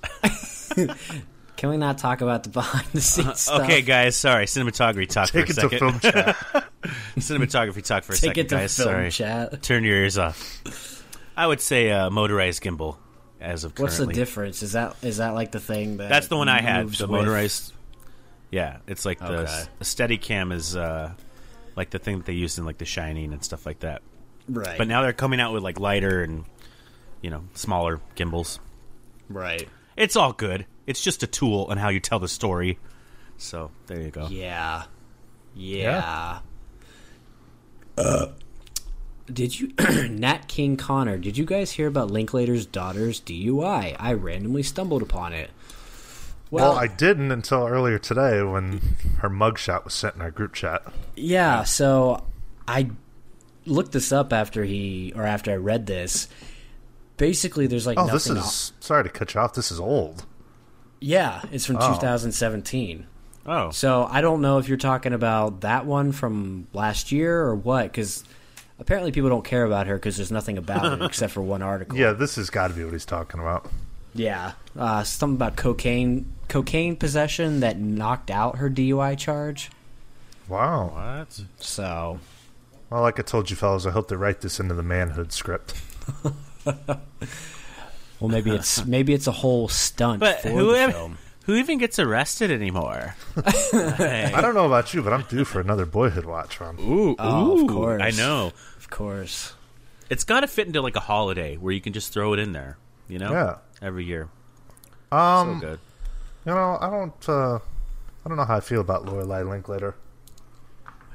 [SPEAKER 2] Can we not talk about the behind the scenes stuff?
[SPEAKER 3] Uh, Okay, guys. Sorry, cinematography talk
[SPEAKER 1] Take
[SPEAKER 3] for a
[SPEAKER 1] it to
[SPEAKER 3] second.
[SPEAKER 1] film chat.
[SPEAKER 3] cinematography talk for a
[SPEAKER 2] Take
[SPEAKER 3] second,
[SPEAKER 2] it to
[SPEAKER 3] guys.
[SPEAKER 2] film
[SPEAKER 3] sorry.
[SPEAKER 2] chat.
[SPEAKER 3] Turn your ears off. I would say uh, motorized gimbal as of
[SPEAKER 2] What's
[SPEAKER 3] currently.
[SPEAKER 2] the difference? Is that is that like the thing that
[SPEAKER 3] That's the one I had.
[SPEAKER 2] moves
[SPEAKER 3] The
[SPEAKER 2] with-
[SPEAKER 3] motorized. Yeah, it's like the
[SPEAKER 2] Okay.
[SPEAKER 3] s- steady cam is uh, like the thing that they used in like The Shining and stuff like that.
[SPEAKER 2] Right.
[SPEAKER 3] But now they're coming out with like lighter and you know smaller gimbals.
[SPEAKER 2] right.
[SPEAKER 3] It's all good. It's just a tool on how you tell the story. So there you go.
[SPEAKER 2] Yeah. Yeah. Uh, Did you Nat King Connor, did you guys hear about Linklater's daughter's DUI? I randomly stumbled upon it.
[SPEAKER 1] Well, I didn't until earlier today when her mugshot was sent in our group chat.
[SPEAKER 2] Yeah, so I looked this up after he or after I read this. Basically, there's like
[SPEAKER 1] Oh,
[SPEAKER 2] nothing.
[SPEAKER 1] this is
[SPEAKER 2] o-
[SPEAKER 1] sorry to cut you off. This is old.
[SPEAKER 2] yeah, it's from
[SPEAKER 1] Oh.
[SPEAKER 2] 2017.
[SPEAKER 3] Oh,
[SPEAKER 2] So I don't know if you're talking about that one from last year or what, because apparently people don't care about her because there's nothing about it except for one article.
[SPEAKER 1] Yeah, this has got to be what he's talking about.
[SPEAKER 2] Yeah, uh, something about cocaine cocaine possession that knocked out her DUI charge.
[SPEAKER 1] Wow.
[SPEAKER 3] What?
[SPEAKER 2] So
[SPEAKER 1] Well, like I told you, fellas, I hope they write this into the manhood script.
[SPEAKER 2] Well, maybe it's maybe it's a whole stunt
[SPEAKER 3] But
[SPEAKER 2] for
[SPEAKER 3] who
[SPEAKER 2] the
[SPEAKER 3] ev-
[SPEAKER 2] film.
[SPEAKER 3] who even gets arrested anymore?
[SPEAKER 1] I don't know about you, but I'm due for another boyhood watch, Ron.
[SPEAKER 3] Ooh,
[SPEAKER 2] Oh, of
[SPEAKER 3] ooh,
[SPEAKER 2] course.
[SPEAKER 3] I know.
[SPEAKER 2] Of course,
[SPEAKER 3] It's got to fit into like a holiday where you can just throw it in there. You know,
[SPEAKER 1] Yeah.
[SPEAKER 3] every year.
[SPEAKER 1] Um,
[SPEAKER 3] so good.
[SPEAKER 1] you know, I don't, uh, I don't know how I feel about Lorelai Linklater.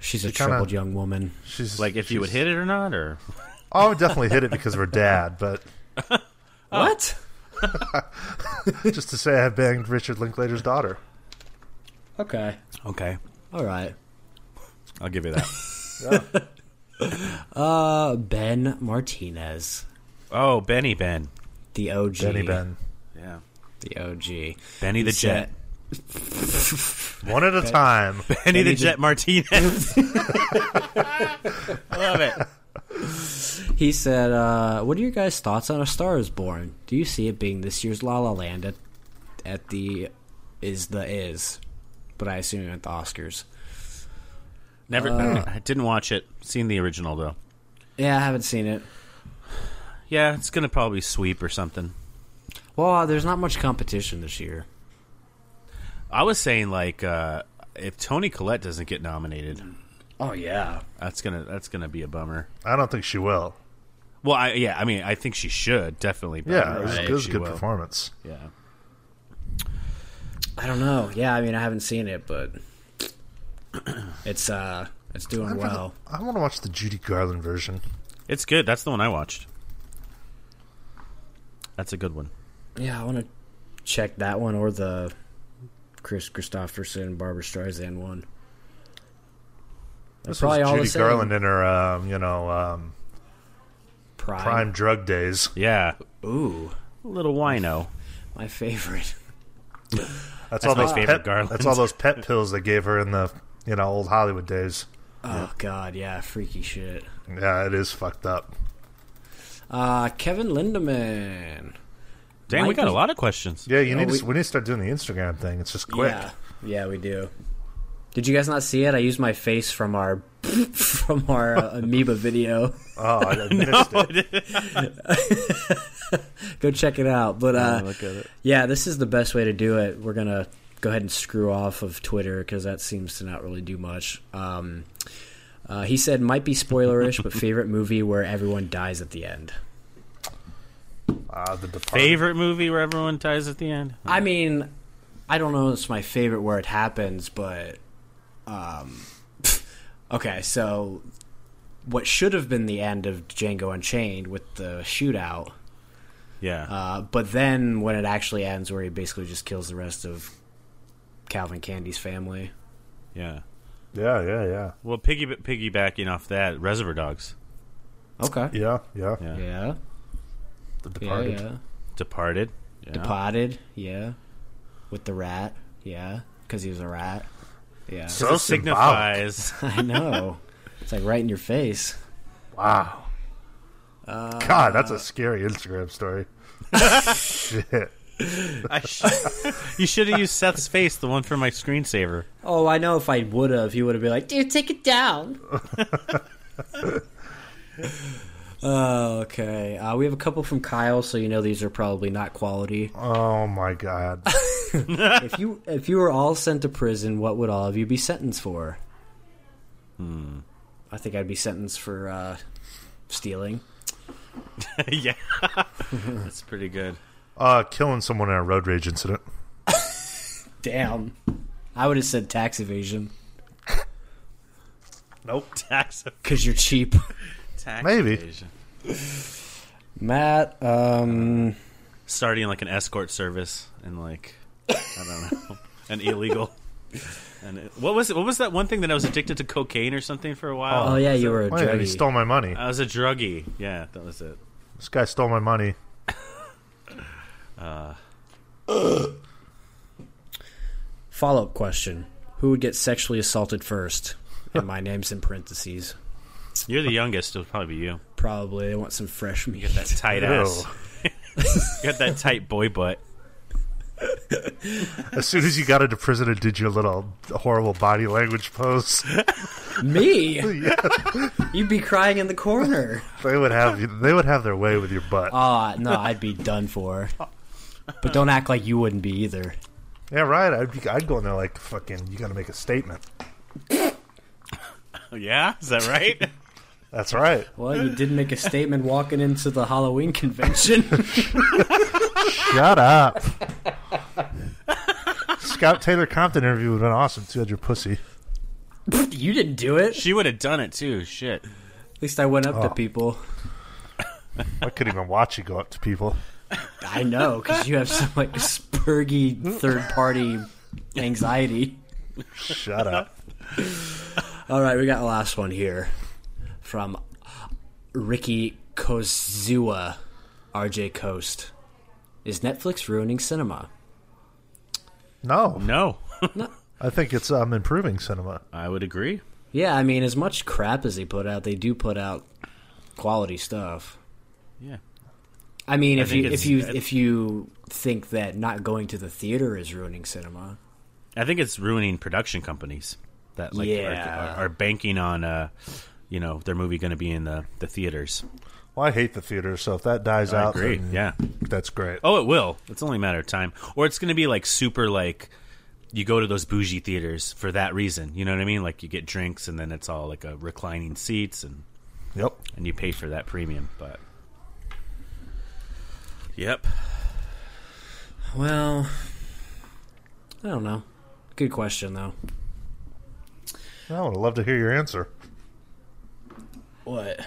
[SPEAKER 2] she's a
[SPEAKER 1] She kinda-
[SPEAKER 2] troubled young woman.
[SPEAKER 1] She's
[SPEAKER 3] Like if you would
[SPEAKER 1] she's-
[SPEAKER 3] hit it or not, or
[SPEAKER 1] Oh, I would definitely hit it because of her dad, but
[SPEAKER 2] What?
[SPEAKER 1] just to say I banged Richard Linklater's daughter.
[SPEAKER 2] Okay.
[SPEAKER 3] okay,
[SPEAKER 2] All right.
[SPEAKER 3] I'll give you that.
[SPEAKER 2] Uh, Ben Martinez,
[SPEAKER 3] oh, Benny Ben.
[SPEAKER 2] the OG.
[SPEAKER 1] Jenny Ben.
[SPEAKER 3] Yeah,
[SPEAKER 2] The OG.
[SPEAKER 3] Benny the Jet.
[SPEAKER 1] One at a time.
[SPEAKER 3] Benny the
[SPEAKER 2] the-
[SPEAKER 3] Jet Martinez. I love it.
[SPEAKER 2] He said, uh, "What are your guys' thoughts on A Star Is Born? Do you see it being this year's La La Land at, at the is the is, but I assume at the Oscars?
[SPEAKER 3] Never. I didn't watch it. Seen the original though.
[SPEAKER 2] Yeah, I haven't seen it.
[SPEAKER 3] Yeah, it's gonna probably sweep or something.
[SPEAKER 2] Well, uh, there's not much competition this year.
[SPEAKER 3] I was saying like uh, if Tony Collette doesn't get nominated,
[SPEAKER 2] Oh yeah,
[SPEAKER 3] that's gonna that's gonna be a bummer.
[SPEAKER 1] I don't think she will.
[SPEAKER 3] Well, I, yeah, I mean, I think she should definitely. But
[SPEAKER 1] Yeah,
[SPEAKER 3] I
[SPEAKER 1] it was,
[SPEAKER 3] don't
[SPEAKER 1] it was a good
[SPEAKER 3] think she will.
[SPEAKER 1] performance.
[SPEAKER 3] Yeah,
[SPEAKER 2] I don't know. Yeah, I mean, I haven't seen it, but it's uh, it's doing well.
[SPEAKER 1] I want to watch the Judy Garland version.
[SPEAKER 3] it's good. That's the one I watched. That's a good one.
[SPEAKER 2] Yeah, I want to check that one or the Chris Christopherson, Barbara Streisand one.
[SPEAKER 1] This
[SPEAKER 2] probably
[SPEAKER 1] was
[SPEAKER 2] all the
[SPEAKER 1] Judy
[SPEAKER 2] same.
[SPEAKER 1] Garland in her, um, you know, um,
[SPEAKER 2] Prime.
[SPEAKER 1] prime drug days.
[SPEAKER 3] Yeah,
[SPEAKER 2] Ooh,
[SPEAKER 3] little wino.
[SPEAKER 2] my favorite.
[SPEAKER 1] That's,
[SPEAKER 3] That's
[SPEAKER 1] all
[SPEAKER 3] my
[SPEAKER 1] those
[SPEAKER 3] favorite
[SPEAKER 1] pet,
[SPEAKER 3] Garland.
[SPEAKER 1] That's all those pet pills they gave her in the, you know, old Hollywood days.
[SPEAKER 2] Oh God, yeah, freaky shit.
[SPEAKER 1] Yeah, it is fucked up.
[SPEAKER 2] Uh, Kevin Lindemann.
[SPEAKER 3] Damn, we got a
[SPEAKER 2] Michael-
[SPEAKER 3] lot of questions.
[SPEAKER 1] Yeah, you
[SPEAKER 2] Oh,
[SPEAKER 1] need to,
[SPEAKER 2] we-
[SPEAKER 1] s- we need to start doing the Instagram thing. It's just quick.
[SPEAKER 2] Yeah, yeah, we do. Did you guys not see it? I used my face from our from our uh, amoeba video.
[SPEAKER 1] Oh, I I missed it.
[SPEAKER 2] Go check it out. But
[SPEAKER 1] Oh,
[SPEAKER 2] uh,
[SPEAKER 3] look at it.
[SPEAKER 2] yeah, this is the best way to do it. We're gonna go ahead and screw off of Twitter because that seems to not really do much. Um, uh, he said might be spoilerish, but favorite movie where everyone dies at the end.
[SPEAKER 1] Ah, the Departed.
[SPEAKER 3] Favorite movie where everyone ties at the end?
[SPEAKER 2] I mean, I don't know. if It's my favorite where it happens, but um, okay. So, what should have been the end of Django Unchained with the shootout,
[SPEAKER 3] Yeah.
[SPEAKER 2] uh, but then when it actually ends, where he basically just kills the rest of Calvin Candy's family.
[SPEAKER 3] yeah.
[SPEAKER 1] Yeah, yeah, yeah,
[SPEAKER 3] Well, piggy piggybacking off that, Reservoir Dogs,
[SPEAKER 2] Okay.
[SPEAKER 1] yeah, yeah.
[SPEAKER 3] Yeah.
[SPEAKER 2] Yeah.
[SPEAKER 1] The
[SPEAKER 2] Yeah.
[SPEAKER 1] Departed.
[SPEAKER 2] yeah.
[SPEAKER 3] Departed. Yeah.
[SPEAKER 2] Potted. Yeah. With the rat. Yeah. Because he was a rat. Yeah.
[SPEAKER 1] So symbolic.
[SPEAKER 3] It signifies.
[SPEAKER 2] I know. It's like right in your face.
[SPEAKER 1] Wow. God, that's a scary Instagram story. Shit.
[SPEAKER 3] I sh- you should have used Seth's face, the one for my screensaver.
[SPEAKER 2] Oh, I know if I would have, he would have been like, dude, take it down. Oh, okay. Uh, we have a couple from Kyle, so you know these are probably not quality.
[SPEAKER 1] Oh my god.
[SPEAKER 2] if you if you were all sent to prison, what would all of you be sentenced for? Hmm. I think I'd be sentenced for uh, stealing.
[SPEAKER 3] yeah, that's pretty good.
[SPEAKER 1] Uh, killing someone in a road rage incident.
[SPEAKER 2] Damn. I would have said tax evasion
[SPEAKER 1] Nope.
[SPEAKER 3] Tax,
[SPEAKER 2] because you're cheap.
[SPEAKER 3] tax
[SPEAKER 1] Maybe.
[SPEAKER 3] evasion.
[SPEAKER 2] Matt, um,
[SPEAKER 3] starting like an escort service and like I don't know, an illegal. And it- what was it? What was that one thing that I was addicted to cocaine or something for a Uh, while?
[SPEAKER 2] oh yeah, you were a
[SPEAKER 1] Wait, he
[SPEAKER 2] druggie.
[SPEAKER 1] stole my money.
[SPEAKER 3] I was a druggie. Yeah, that was it.
[SPEAKER 1] This guy stole my money.
[SPEAKER 2] Follow up question: Who would get sexually assaulted first? And my name's in parentheses.
[SPEAKER 3] You're the youngest. It'll probably be you.
[SPEAKER 2] Probably. I want some fresh meat.
[SPEAKER 3] That tight
[SPEAKER 1] Ew.
[SPEAKER 3] ass. got that tight boy butt.
[SPEAKER 1] As soon as you got into prison and did your little horrible body language pose,
[SPEAKER 2] Me?
[SPEAKER 1] yeah,
[SPEAKER 2] You'd be crying in the corner.
[SPEAKER 1] they would have you- they would have their way with your butt.
[SPEAKER 3] Uh,
[SPEAKER 2] Ah, no, I'd be done for. But don't act like you wouldn't be either.
[SPEAKER 1] yeah, right. I'd, be, I'd go in there like fucking. You got to make a statement.
[SPEAKER 3] Oh, yeah, is that right?
[SPEAKER 1] That's right.
[SPEAKER 2] Well, you did make a statement walking into the Halloween convention.
[SPEAKER 1] Shut up. Scout Taylor Compton interview would have been awesome too. Had your pussy.
[SPEAKER 2] you didn't do it.
[SPEAKER 3] she would have done it too. Shit.
[SPEAKER 2] At least I went up
[SPEAKER 1] Oh.
[SPEAKER 2] to people.
[SPEAKER 1] I could even watch you go up to people.
[SPEAKER 2] I know, because you have some like spurgy third party anxiety.
[SPEAKER 1] Shut up.
[SPEAKER 2] All right, we got the last one here from Ricky Kozua, RJ Coast. Is Netflix ruining cinema?
[SPEAKER 1] No,
[SPEAKER 3] No,
[SPEAKER 1] I think it's um, improving cinema.
[SPEAKER 3] I would agree.
[SPEAKER 2] Yeah, I mean, as much crap as they put out, they do put out quality stuff.
[SPEAKER 3] Yeah.
[SPEAKER 2] I mean, if
[SPEAKER 3] think
[SPEAKER 2] you if
[SPEAKER 3] it's-
[SPEAKER 2] you
[SPEAKER 3] I-
[SPEAKER 2] if you think that not going to the theater is ruining cinema,
[SPEAKER 3] I think it's ruining production companies that like are,
[SPEAKER 2] Yeah.
[SPEAKER 3] are, are banking on uh, you know their movie going to be in the, the theaters.
[SPEAKER 1] Well, I hate the theater, so if that dies
[SPEAKER 3] I
[SPEAKER 1] out,
[SPEAKER 3] agree.
[SPEAKER 1] then
[SPEAKER 3] Yeah.
[SPEAKER 1] that's great.
[SPEAKER 3] Oh, it will. It's only a matter of time. Or it's going to be like super like you go to those bougie theaters for that reason. You know what I mean? Like you get drinks and then it's all like a reclining seats and
[SPEAKER 1] Yep.
[SPEAKER 3] and you pay for that premium, but Yep.
[SPEAKER 2] well, I don't know. Good question though.
[SPEAKER 1] I would love to hear your answer.
[SPEAKER 2] What?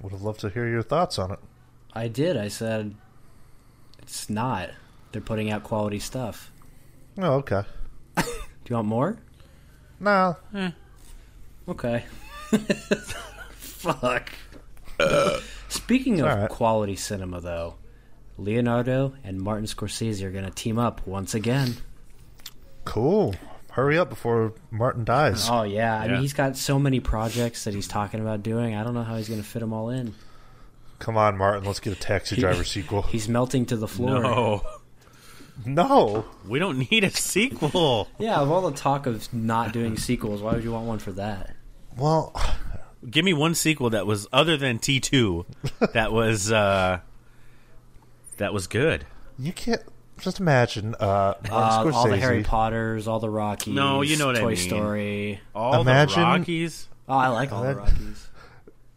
[SPEAKER 1] Would have loved to hear your thoughts on it.
[SPEAKER 2] I did. I said it's not. They're putting out quality stuff.
[SPEAKER 1] Oh, okay.
[SPEAKER 2] Do you want more?
[SPEAKER 1] No,
[SPEAKER 2] Okay. Fuck. Speaking of
[SPEAKER 1] all right.
[SPEAKER 2] quality cinema, though, Leonardo and Martin Scorsese are going to team up once again.
[SPEAKER 1] cool. Hurry up before Martin dies.
[SPEAKER 2] Oh yeah, I
[SPEAKER 3] Yeah.
[SPEAKER 2] mean he's got so many projects that he's talking about doing. I don't know how he's going to fit them all in.
[SPEAKER 1] Come on, Martin. Let's get a Taxi Driver sequel.
[SPEAKER 2] He's melting to the floor.
[SPEAKER 3] No.
[SPEAKER 1] No,
[SPEAKER 3] We don't need a sequel.
[SPEAKER 2] Yeah, of all the talk of not doing sequels, why would you want one for that?
[SPEAKER 1] Well,
[SPEAKER 3] Give me one sequel that was other than T2 that was uh that was good.
[SPEAKER 1] you can't. Just imagine uh, Martin
[SPEAKER 2] Uh,
[SPEAKER 1] Scorsese.
[SPEAKER 2] all the Harry Potters, all the Rockies.
[SPEAKER 3] No, you know what I
[SPEAKER 2] Toy
[SPEAKER 3] mean.
[SPEAKER 2] Story.
[SPEAKER 3] All
[SPEAKER 1] Imagine-
[SPEAKER 3] the Rockies.
[SPEAKER 2] Oh, I like all the
[SPEAKER 1] that-
[SPEAKER 2] Rockies.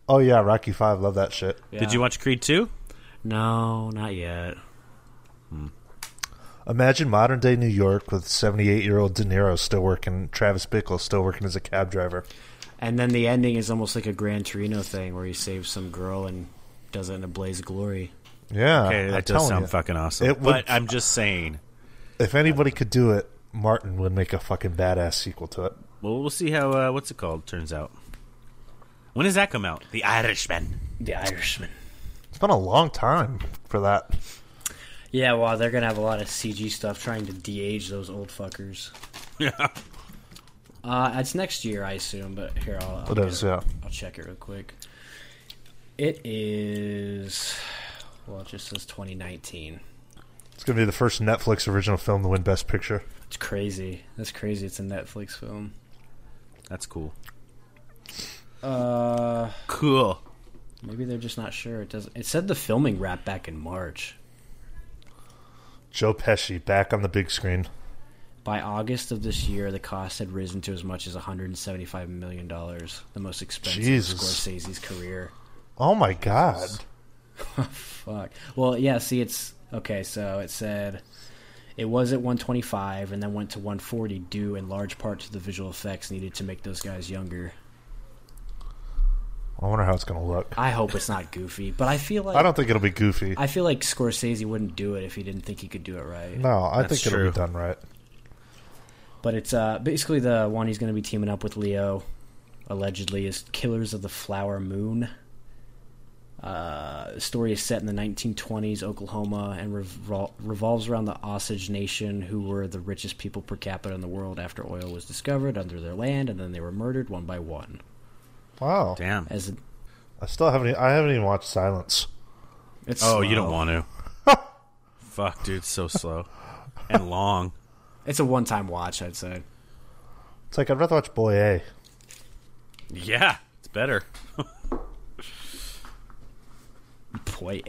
[SPEAKER 1] oh yeah, Rocky Five. Love that shit.
[SPEAKER 2] Yeah.
[SPEAKER 3] Did you watch Creed 2?
[SPEAKER 2] No, not yet.
[SPEAKER 1] Imagine modern day New York with seventy-eight year old De Niro still working, Travis Bickle still working as a cab driver.
[SPEAKER 2] And then the ending is almost like a Gran Torino thing where he saves some girl and does it in a blaze of glory.
[SPEAKER 1] Yeah,
[SPEAKER 3] Okay,
[SPEAKER 1] Uh, I'm
[SPEAKER 3] that does
[SPEAKER 1] telling
[SPEAKER 3] sound
[SPEAKER 1] you.
[SPEAKER 3] fucking awesome.
[SPEAKER 1] It would-
[SPEAKER 3] but I'm just saying.
[SPEAKER 1] If anybody could do it, Martin would make a fucking badass sequel to it.
[SPEAKER 3] Well, we'll see how uh, what's it called turns out. When does that come out? The Irishman.
[SPEAKER 2] The Irishman.
[SPEAKER 1] It's been a long time for that.
[SPEAKER 2] Yeah, well, they're gonna have a lot of CG stuff trying to de-age those old fuckers.
[SPEAKER 3] Yeah.
[SPEAKER 2] Uh, it's next year, I assume. But here, I'll I'll,
[SPEAKER 1] It
[SPEAKER 2] get
[SPEAKER 1] is, yeah.
[SPEAKER 2] I'll check it real quick. It is. Well, it just says 2019.
[SPEAKER 1] It's going to be the first Netflix original film to win Best Picture.
[SPEAKER 2] It's crazy. That's crazy. It's a Netflix film.
[SPEAKER 3] That's cool.
[SPEAKER 2] Uh,
[SPEAKER 3] Cool.
[SPEAKER 2] maybe they're just not sure. It doesn't. It said the filming wrapped back in March.
[SPEAKER 1] Joe Pesci back on the big screen.
[SPEAKER 2] By August of this year, the cost had risen to as much as 175 million dollars, the most expensive of
[SPEAKER 1] Jesus.
[SPEAKER 2] Scorsese's career. Oh,
[SPEAKER 1] Oh my god!
[SPEAKER 2] Fuck. Well, yeah. See, it's okay. So it said it was at 125 and then went to 140 due in large part to the visual effects needed to make those guys younger.
[SPEAKER 1] I wonder how it's going to look.
[SPEAKER 2] I hope it's not goofy, but I feel like
[SPEAKER 1] I don't think it'll be goofy.
[SPEAKER 2] I feel like Scorsese wouldn't do it if he didn't think he could do it right.
[SPEAKER 1] No, I
[SPEAKER 3] That's
[SPEAKER 1] think it'll
[SPEAKER 3] true.
[SPEAKER 1] be done right.
[SPEAKER 2] But it's uh, basically the one he's going to be teaming up with Leo, allegedly, is Killers of the Flower Moon. Uh, the story is set in the 1920s, Oklahoma, and revol- revolves around the Osage Nation, who were the richest people per capita in the world after oil was discovered under their land, and then they were murdered one by one.
[SPEAKER 1] Wow!
[SPEAKER 3] Damn.
[SPEAKER 2] As
[SPEAKER 1] I still haven't. e- I haven't even watched Silence.
[SPEAKER 2] It's
[SPEAKER 3] Oh, you don't
[SPEAKER 2] slow.
[SPEAKER 3] want to. Fuck, dude, so slow and long.
[SPEAKER 2] It's a one-time watch, I'd say.
[SPEAKER 1] It's like I'd rather watch Boy A.
[SPEAKER 3] Yeah, it's better.
[SPEAKER 2] Boy,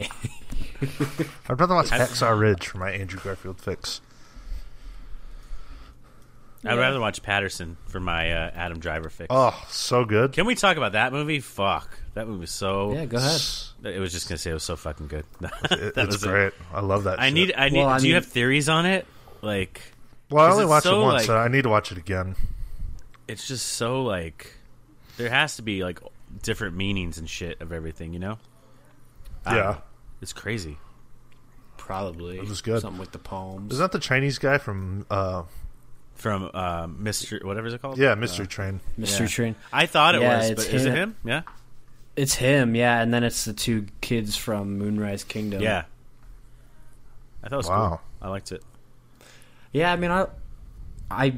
[SPEAKER 1] I'd rather watch Hacksaw Ridge for my Andrew Garfield fix.
[SPEAKER 3] I'd rather watch Patterson for my uh, Adam Driver fix.
[SPEAKER 1] Oh, so good.
[SPEAKER 3] Can we talk about that movie? Fuck, that movie was so.
[SPEAKER 2] yeah, go ahead.
[SPEAKER 3] It was just gonna say it was so fucking good.
[SPEAKER 1] It-
[SPEAKER 3] That
[SPEAKER 1] it's
[SPEAKER 3] was it.
[SPEAKER 1] great. I love that.
[SPEAKER 3] I
[SPEAKER 1] shit.
[SPEAKER 3] need. I need.
[SPEAKER 2] Well, I
[SPEAKER 3] do you
[SPEAKER 2] mean-
[SPEAKER 3] have theories on it? Like,
[SPEAKER 1] Well, I
[SPEAKER 3] is
[SPEAKER 1] only
[SPEAKER 3] it
[SPEAKER 1] watched
[SPEAKER 3] so,
[SPEAKER 1] it once,
[SPEAKER 3] like-
[SPEAKER 1] so I need to watch it again.
[SPEAKER 3] it's just so like. There has to be like different meanings and shit of everything, you know? I don't
[SPEAKER 1] Yeah.
[SPEAKER 3] know. it's crazy.
[SPEAKER 2] Probably. It
[SPEAKER 1] was good.
[SPEAKER 2] Something with the poems.
[SPEAKER 1] Is that the Chinese guy from? uh
[SPEAKER 3] From uh, Mr. Whatever is it called?
[SPEAKER 1] Yeah, Mystery Train.
[SPEAKER 2] Mystery
[SPEAKER 3] Yeah.
[SPEAKER 2] Train.
[SPEAKER 3] I thought it
[SPEAKER 2] Yeah,
[SPEAKER 3] was,
[SPEAKER 2] it's
[SPEAKER 3] but is it
[SPEAKER 2] him.
[SPEAKER 3] him? Yeah,
[SPEAKER 2] It's him, yeah, and then it's the two kids from Moonrise Kingdom.
[SPEAKER 3] yeah. I thought it was
[SPEAKER 1] Wow.
[SPEAKER 3] cool. I liked it.
[SPEAKER 2] Yeah, I mean, I I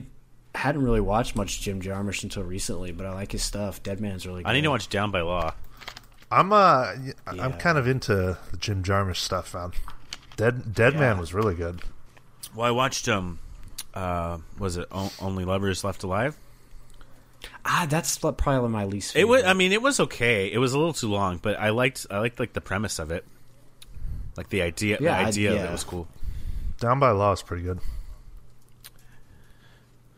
[SPEAKER 2] hadn't really watched much Jim Jarmusch until recently, but I like his stuff. Dead Man's really good.
[SPEAKER 3] I need to watch Down by Law.
[SPEAKER 1] I'm uh, y- I'm
[SPEAKER 2] Yeah.
[SPEAKER 1] kind of into the Jim Jarmusch stuff. Man, Dead Dead Man
[SPEAKER 3] Yeah.
[SPEAKER 1] was really good.
[SPEAKER 3] Well, I watched um, uh, was it o- Only Lovers Left Alive?
[SPEAKER 2] Ah, that's lo- probably my least
[SPEAKER 3] It
[SPEAKER 2] favorite.
[SPEAKER 3] was. um, I mean, it was okay. It was a little too long, but I liked. I liked like the premise of it, like the idea.
[SPEAKER 2] Yeah, I-
[SPEAKER 3] the idea of
[SPEAKER 2] yeah.
[SPEAKER 3] it was cool.
[SPEAKER 1] Down by Law is pretty good.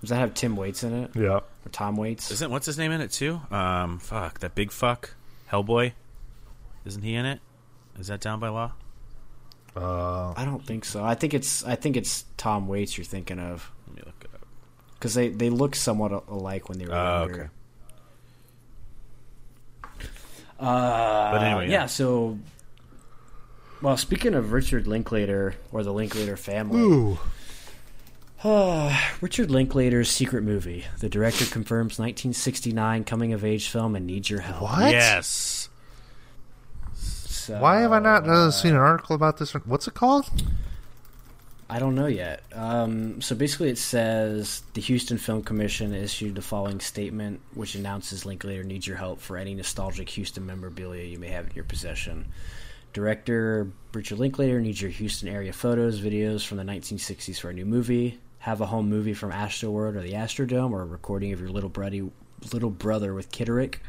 [SPEAKER 2] Does that have Tim Waits in it?
[SPEAKER 1] Yeah,
[SPEAKER 2] Or Tom Waits?
[SPEAKER 3] Isn't what's his name in it too? Um, fuck that big fuck Hellboy. Isn't he in it? Is that Down by Law?
[SPEAKER 2] I don't think so. I think it's I think it's Tom Waits you're thinking of
[SPEAKER 3] Let me look it up.
[SPEAKER 2] because they they look somewhat a- alike when they were
[SPEAKER 3] Oh,
[SPEAKER 2] younger.
[SPEAKER 3] okay.
[SPEAKER 2] Uh,
[SPEAKER 3] But anyway, yeah.
[SPEAKER 2] yeah. So, well, speaking of Richard Linklater or the Linklater family,
[SPEAKER 1] ooh,
[SPEAKER 2] Richard Linklater's secret movie. The director confirms 1969 coming of age film and needs your help.
[SPEAKER 1] what?
[SPEAKER 3] Yes.
[SPEAKER 2] So,
[SPEAKER 1] Why have I not uh, seen an article about this? What's it called?
[SPEAKER 2] I don't know yet. Um, so basically, it says the Houston Film Commission issued the following statement, which announces Linklater needs your help for any nostalgic Houston memorabilia you may have in your possession. Director Richard Linklater needs your Houston area photos, videos from the 1960s for a new movie. Have a home movie from Astroworld or the Astrodome, or a recording of your little bruddy, little brother with Kitterick.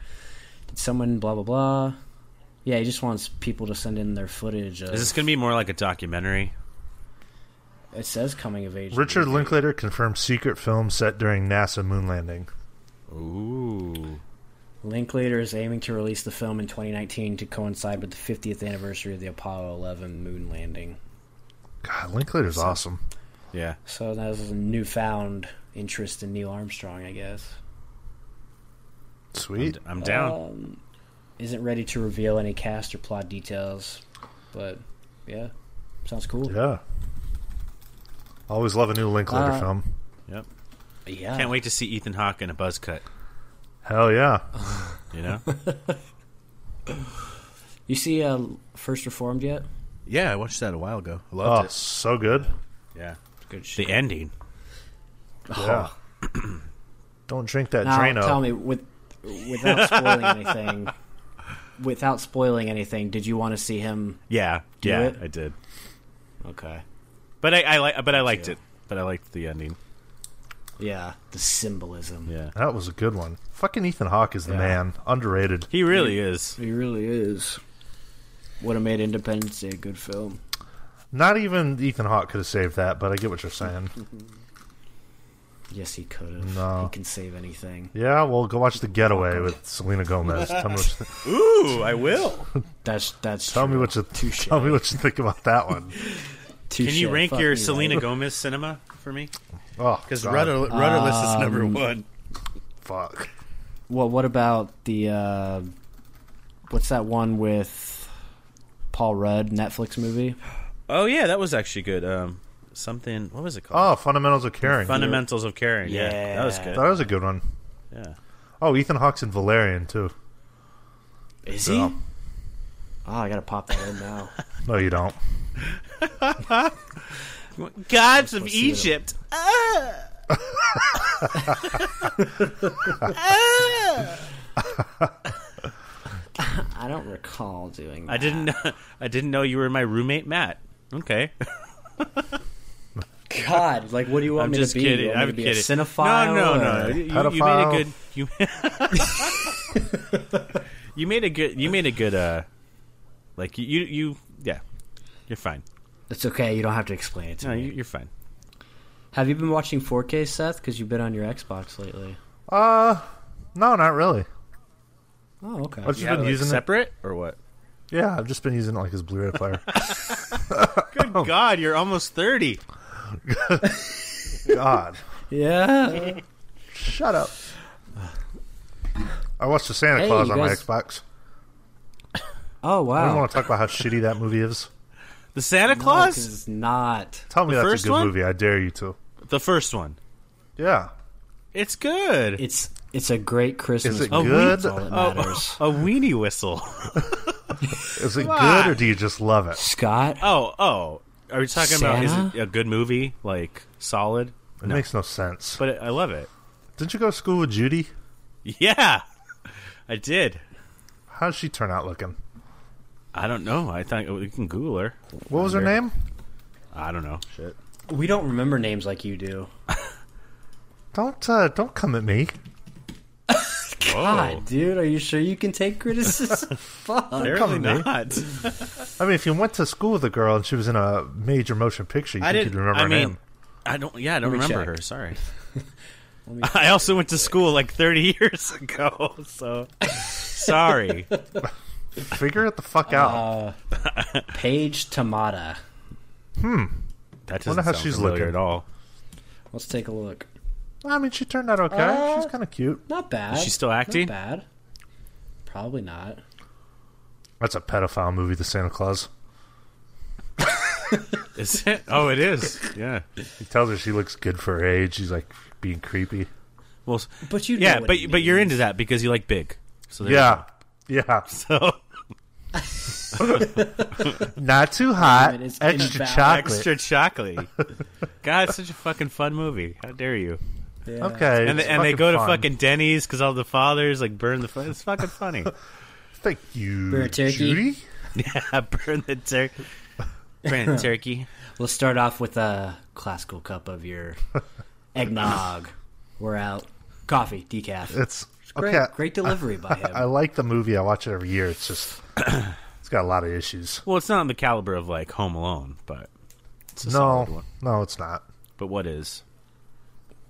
[SPEAKER 2] Did someone blah blah blah? Yeah, he just wants people to send in their footage. Of,
[SPEAKER 3] Is this gonna be more like a documentary?
[SPEAKER 2] it says coming of age.
[SPEAKER 1] Richard Linklater confirmed secret film set during NASA moon landing.
[SPEAKER 3] Ooh.
[SPEAKER 2] Linklater is aiming to release the film in 2019 to coincide with the 50th anniversary of the Apollo 11 moon landing.
[SPEAKER 1] God, Linklater's awesome.
[SPEAKER 3] Yeah.
[SPEAKER 2] So that was a newfound interest in Neil Armstrong, I guess.
[SPEAKER 3] I'm,
[SPEAKER 1] Sweet.
[SPEAKER 3] I'm down.
[SPEAKER 2] Um, isn't ready to reveal any cast or plot details, but yeah, sounds cool.
[SPEAKER 1] Yeah. Always love a new Linklater
[SPEAKER 2] Uh,
[SPEAKER 1] film.
[SPEAKER 3] yep.
[SPEAKER 2] Yeah.
[SPEAKER 3] Can't wait to see Ethan Hawke in a buzz cut.
[SPEAKER 1] Hell yeah.
[SPEAKER 3] You know?
[SPEAKER 2] You see uh, First Reformed yet?
[SPEAKER 3] yeah, I watched that a while ago.
[SPEAKER 1] Oh,
[SPEAKER 3] Loved
[SPEAKER 1] so good.
[SPEAKER 3] it. Yeah.
[SPEAKER 2] Good shit.
[SPEAKER 3] The ending.
[SPEAKER 1] Yeah. Don't drink that
[SPEAKER 2] Now
[SPEAKER 1] Drano.
[SPEAKER 2] Oh. tell me, with without spoiling anything, without spoiling anything, did you want to see him?
[SPEAKER 3] Yeah.
[SPEAKER 2] Do
[SPEAKER 3] yeah,
[SPEAKER 2] it?
[SPEAKER 3] I did.
[SPEAKER 2] Okay.
[SPEAKER 3] But I, I like but I liked it. But I liked the ending.
[SPEAKER 2] Yeah, the symbolism.
[SPEAKER 3] Yeah.
[SPEAKER 1] That was a good one. Fucking Ethan Hawke is the
[SPEAKER 2] Yeah.
[SPEAKER 1] man. Underrated.
[SPEAKER 3] He really is.
[SPEAKER 2] He really is. Would have made Independence Day a good film.
[SPEAKER 1] Not even Ethan Hawke could have saved that, but I get what you're saying.
[SPEAKER 2] Yes, he could have.
[SPEAKER 1] No.
[SPEAKER 2] He can save anything.
[SPEAKER 1] yeah, well, go watch The Getaway with Selena Gomez. Tell me what you,
[SPEAKER 3] Ooh, I will.
[SPEAKER 2] That's that's.
[SPEAKER 1] tell me
[SPEAKER 2] true.
[SPEAKER 1] what you
[SPEAKER 2] Touche.
[SPEAKER 1] tell me what you think about that one.
[SPEAKER 2] Touche.
[SPEAKER 3] Can you rank
[SPEAKER 2] Fuck
[SPEAKER 3] your
[SPEAKER 2] me,
[SPEAKER 3] Selena
[SPEAKER 2] right?
[SPEAKER 3] Gomez cinema for me?
[SPEAKER 1] Oh,
[SPEAKER 3] Because
[SPEAKER 1] God,
[SPEAKER 3] rudder, rudderless is number
[SPEAKER 2] Um,
[SPEAKER 3] one.
[SPEAKER 1] fuck.
[SPEAKER 2] Well, what about the? Uh, what's that one with Paul Rudd Netflix movie?
[SPEAKER 3] Oh yeah, that was actually good. Um, something. What was it called?
[SPEAKER 1] Oh, Fundamentals of Caring.
[SPEAKER 3] Fundamentals of Caring. Yeah, that was
[SPEAKER 2] Yeah.
[SPEAKER 3] good.
[SPEAKER 1] that was a good one.
[SPEAKER 3] Yeah.
[SPEAKER 1] Oh, Ethan Hawke's in Valerian too.
[SPEAKER 2] Is he?
[SPEAKER 1] Yeah.
[SPEAKER 2] Oh, Ah, I gotta pop that in now.
[SPEAKER 1] No, you don't.
[SPEAKER 3] Gods of
[SPEAKER 2] see what it-
[SPEAKER 3] Egypt.
[SPEAKER 2] I don't recall. recall doing. That.
[SPEAKER 3] I didn't. Know, I didn't know you were my roommate, Matt. Okay,
[SPEAKER 2] God, like, what do you want
[SPEAKER 3] I'm
[SPEAKER 2] me
[SPEAKER 3] just
[SPEAKER 2] to be?
[SPEAKER 3] kidding.
[SPEAKER 2] You want me
[SPEAKER 3] I'm
[SPEAKER 2] to be
[SPEAKER 3] kidding.
[SPEAKER 2] a cinephile?
[SPEAKER 3] No, no,
[SPEAKER 2] or-
[SPEAKER 3] no. You, you made a
[SPEAKER 1] Pedophile.
[SPEAKER 3] good. You, you made a good. You made a good. Uh, like you, you, you yeah. You're fine.
[SPEAKER 2] It's okay. You don't have to explain it to
[SPEAKER 3] No,
[SPEAKER 2] me.
[SPEAKER 3] you, you're fine.
[SPEAKER 2] Have you been watching 4K, Seth? Because you've been on your Xbox lately.
[SPEAKER 1] Uh, no, not really.
[SPEAKER 2] Oh, okay.
[SPEAKER 1] I've just
[SPEAKER 3] Yeah,
[SPEAKER 1] been
[SPEAKER 3] like,
[SPEAKER 1] using
[SPEAKER 3] separate or what?
[SPEAKER 1] it. Yeah, I've just been using it like as Blu-ray player.
[SPEAKER 3] Good God, you're almost thirty.
[SPEAKER 1] God,
[SPEAKER 2] Yeah.
[SPEAKER 1] shut up. I watched the Santa
[SPEAKER 2] Hey,
[SPEAKER 1] Claus
[SPEAKER 2] you
[SPEAKER 1] on my
[SPEAKER 2] guys-
[SPEAKER 1] Xbox.
[SPEAKER 2] Oh
[SPEAKER 1] I don't
[SPEAKER 2] wow.
[SPEAKER 1] want to talk about how shitty that movie is.
[SPEAKER 3] The Santa
[SPEAKER 2] No, Oh, 'cause
[SPEAKER 3] Claus,
[SPEAKER 2] it's not.
[SPEAKER 1] Tell me
[SPEAKER 3] The
[SPEAKER 1] that's
[SPEAKER 3] first
[SPEAKER 1] a good
[SPEAKER 3] one?
[SPEAKER 1] movie. I dare you to.
[SPEAKER 3] the first one.
[SPEAKER 1] Yeah,
[SPEAKER 3] It's good.
[SPEAKER 2] It's it's a great Christmas.
[SPEAKER 1] Is it
[SPEAKER 2] movie.
[SPEAKER 1] good?
[SPEAKER 2] That's all that
[SPEAKER 3] Oh,
[SPEAKER 2] matters.
[SPEAKER 3] a weenie whistle.
[SPEAKER 1] is it
[SPEAKER 3] Come
[SPEAKER 1] good
[SPEAKER 3] on.
[SPEAKER 1] or do you just love it?
[SPEAKER 2] Scott,
[SPEAKER 3] Oh, oh. Are we talking about is
[SPEAKER 2] Santa?
[SPEAKER 3] it a good movie? Like solid?
[SPEAKER 1] It makes no sense.
[SPEAKER 3] But I love it.
[SPEAKER 1] Didn't you go to school with Judy?
[SPEAKER 3] Yeah, I did.
[SPEAKER 1] How does she turn out looking?
[SPEAKER 3] I don't know. I think we can Google her.
[SPEAKER 1] What was her
[SPEAKER 3] Wonder.
[SPEAKER 1] name?
[SPEAKER 3] I don't know. Shit.
[SPEAKER 2] Uh, we don't remember names like you do.
[SPEAKER 1] Don't uh, don't come at me.
[SPEAKER 3] Whoa. Oh.
[SPEAKER 2] God, dude, are you sure you can take criticism? Fuck.
[SPEAKER 3] Apparently
[SPEAKER 1] Come on,
[SPEAKER 3] not.
[SPEAKER 1] I mean, if you went to school with a girl and she was in a major motion picture, you
[SPEAKER 3] I
[SPEAKER 1] think
[SPEAKER 3] didn't
[SPEAKER 1] you'd remember
[SPEAKER 3] I
[SPEAKER 1] her
[SPEAKER 3] mean,
[SPEAKER 1] name.
[SPEAKER 3] I don't. Yeah, I don't
[SPEAKER 2] Let me
[SPEAKER 3] remember
[SPEAKER 2] check.
[SPEAKER 3] her. Sorry. I also went to school like 30 years ago, so sorry.
[SPEAKER 1] Figure it the fuck out.
[SPEAKER 2] Uh, Paige Tamada.
[SPEAKER 3] That doesn't
[SPEAKER 1] Wonder how
[SPEAKER 3] sound
[SPEAKER 1] she's
[SPEAKER 3] familiar
[SPEAKER 1] looking.
[SPEAKER 3] at all.
[SPEAKER 2] Let's take a look.
[SPEAKER 3] Uh,
[SPEAKER 1] I mean, she turned out okay.
[SPEAKER 2] uh,
[SPEAKER 1] She's kind of cute.
[SPEAKER 2] Not bad.
[SPEAKER 3] Is she still acting?
[SPEAKER 2] Not bad. Probably not.
[SPEAKER 1] That's a pedophile movie, The Santa Claus.
[SPEAKER 3] Is it? Oh, it is. Yeah.
[SPEAKER 1] He tells her she looks good for her age. He's like being creepy.
[SPEAKER 3] Well, s-
[SPEAKER 2] But you know
[SPEAKER 3] yeah,
[SPEAKER 2] what
[SPEAKER 3] but
[SPEAKER 2] he
[SPEAKER 3] but you're
[SPEAKER 2] means.
[SPEAKER 3] into that because you like big. So there you
[SPEAKER 1] Yeah, yeah.
[SPEAKER 3] go. So
[SPEAKER 1] Not too hot.
[SPEAKER 2] Damn it, it's
[SPEAKER 1] Extra
[SPEAKER 2] imbalanced.
[SPEAKER 1] chocolate.
[SPEAKER 3] extra chocolate. God, it's such a fucking fun movie. How dare you?
[SPEAKER 2] Yeah.
[SPEAKER 1] Okay.
[SPEAKER 3] and
[SPEAKER 1] it's
[SPEAKER 3] they, and they
[SPEAKER 1] fucking
[SPEAKER 3] go to
[SPEAKER 1] fun.
[SPEAKER 3] fucking Denny's because all the fathers like burn the. fu- It's fucking funny.
[SPEAKER 1] Thank you,
[SPEAKER 2] Burnt turkey.
[SPEAKER 1] Judy.
[SPEAKER 3] yeah, burn the turkey. Burn the turkey.
[SPEAKER 2] We'll start off with a classical cup of your eggnog. We're out. Coffee, decaf.
[SPEAKER 1] It's
[SPEAKER 2] Great,
[SPEAKER 1] okay.
[SPEAKER 2] great delivery by him.
[SPEAKER 1] I like the movie. I watch it every year. It's just it's got a lot of issues.
[SPEAKER 3] Well, it's not on the caliber of like Home Alone, but it's a solid
[SPEAKER 1] No,
[SPEAKER 3] one.
[SPEAKER 1] no, it's not.
[SPEAKER 3] But what is?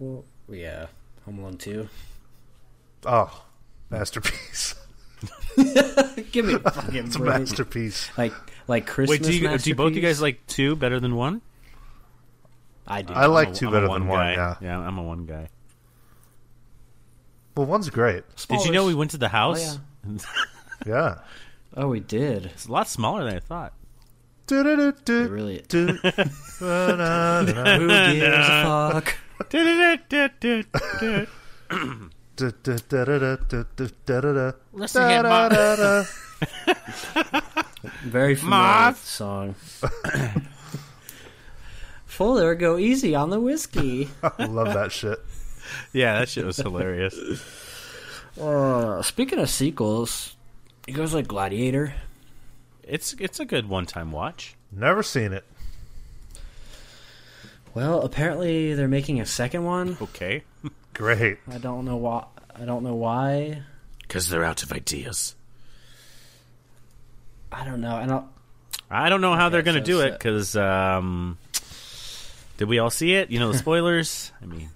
[SPEAKER 2] Well, yeah, Home Alone Two.
[SPEAKER 1] Oh, masterpiece.
[SPEAKER 2] Give me a fucking
[SPEAKER 1] It's a
[SPEAKER 2] break.
[SPEAKER 1] masterpiece.
[SPEAKER 2] Like, like Christmas.
[SPEAKER 3] Wait, do you do both you guys like two better than one?
[SPEAKER 2] I do.
[SPEAKER 1] I like
[SPEAKER 3] I'm a-
[SPEAKER 1] two
[SPEAKER 3] I'm a
[SPEAKER 1] better than one.
[SPEAKER 3] guy.
[SPEAKER 1] Yeah.
[SPEAKER 3] I'm a one guy.
[SPEAKER 1] Well, one's great.
[SPEAKER 3] Did you know we went to the house?
[SPEAKER 1] Yeah.
[SPEAKER 2] Oh, we did.
[SPEAKER 3] it's a lot smaller than I thought.
[SPEAKER 1] Do-do-do-do,
[SPEAKER 2] It really.
[SPEAKER 1] do. Da-da-da-da,
[SPEAKER 2] Who gives a fuck?
[SPEAKER 3] Listen,
[SPEAKER 1] da-da-da-da, da-da-da-da,
[SPEAKER 3] here, Ma.
[SPEAKER 1] da-da-da-da.
[SPEAKER 2] Very familiar
[SPEAKER 3] Moth.
[SPEAKER 2] song. Fuller, go easy on the whiskey.
[SPEAKER 1] I Love that shit.
[SPEAKER 3] Yeah, that shit was hilarious.
[SPEAKER 2] Uh, speaking of sequels, you guys like Gladiator?
[SPEAKER 3] It's it's a good one time watch.
[SPEAKER 1] Never seen it.
[SPEAKER 2] Well, apparently they're making a second one.
[SPEAKER 3] Okay,
[SPEAKER 1] Great.
[SPEAKER 2] I don't know why. I don't know why.
[SPEAKER 3] because they're out of ideas.
[SPEAKER 2] I don't know. And I'll,
[SPEAKER 3] I don't know how they're
[SPEAKER 2] Okay,
[SPEAKER 3] gonna
[SPEAKER 2] so
[SPEAKER 3] do it
[SPEAKER 2] set.
[SPEAKER 3] because um, did we all see it? You know the spoilers. I mean,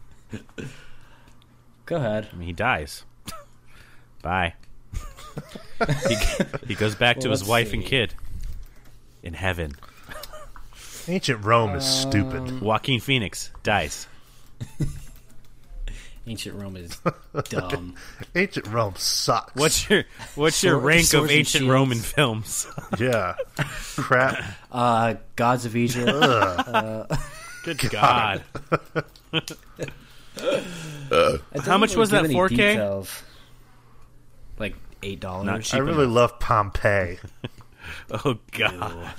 [SPEAKER 2] go ahead.
[SPEAKER 3] I mean he dies. Bye. he, he goes back to
[SPEAKER 2] Well,
[SPEAKER 3] his
[SPEAKER 2] let's
[SPEAKER 3] wife and
[SPEAKER 2] see.
[SPEAKER 3] kid in heaven.
[SPEAKER 1] Ancient Rome is stupid.
[SPEAKER 3] Joaquin Phoenix dies.
[SPEAKER 2] Ancient Rome is dumb.
[SPEAKER 1] Ancient Rome sucks.
[SPEAKER 3] What's your what's your
[SPEAKER 2] Sword-
[SPEAKER 3] rank
[SPEAKER 2] swords
[SPEAKER 3] of
[SPEAKER 2] and
[SPEAKER 3] ancient
[SPEAKER 2] shields.
[SPEAKER 3] Roman films?
[SPEAKER 1] Yeah. Crap.
[SPEAKER 2] Uh, Gods of Egypt.
[SPEAKER 1] Ugh.
[SPEAKER 3] Good God! How much was that 4K?
[SPEAKER 2] Like eight
[SPEAKER 3] Not
[SPEAKER 2] dollars.
[SPEAKER 1] I
[SPEAKER 3] cheap.
[SPEAKER 1] really love Pompeii.
[SPEAKER 3] Oh God!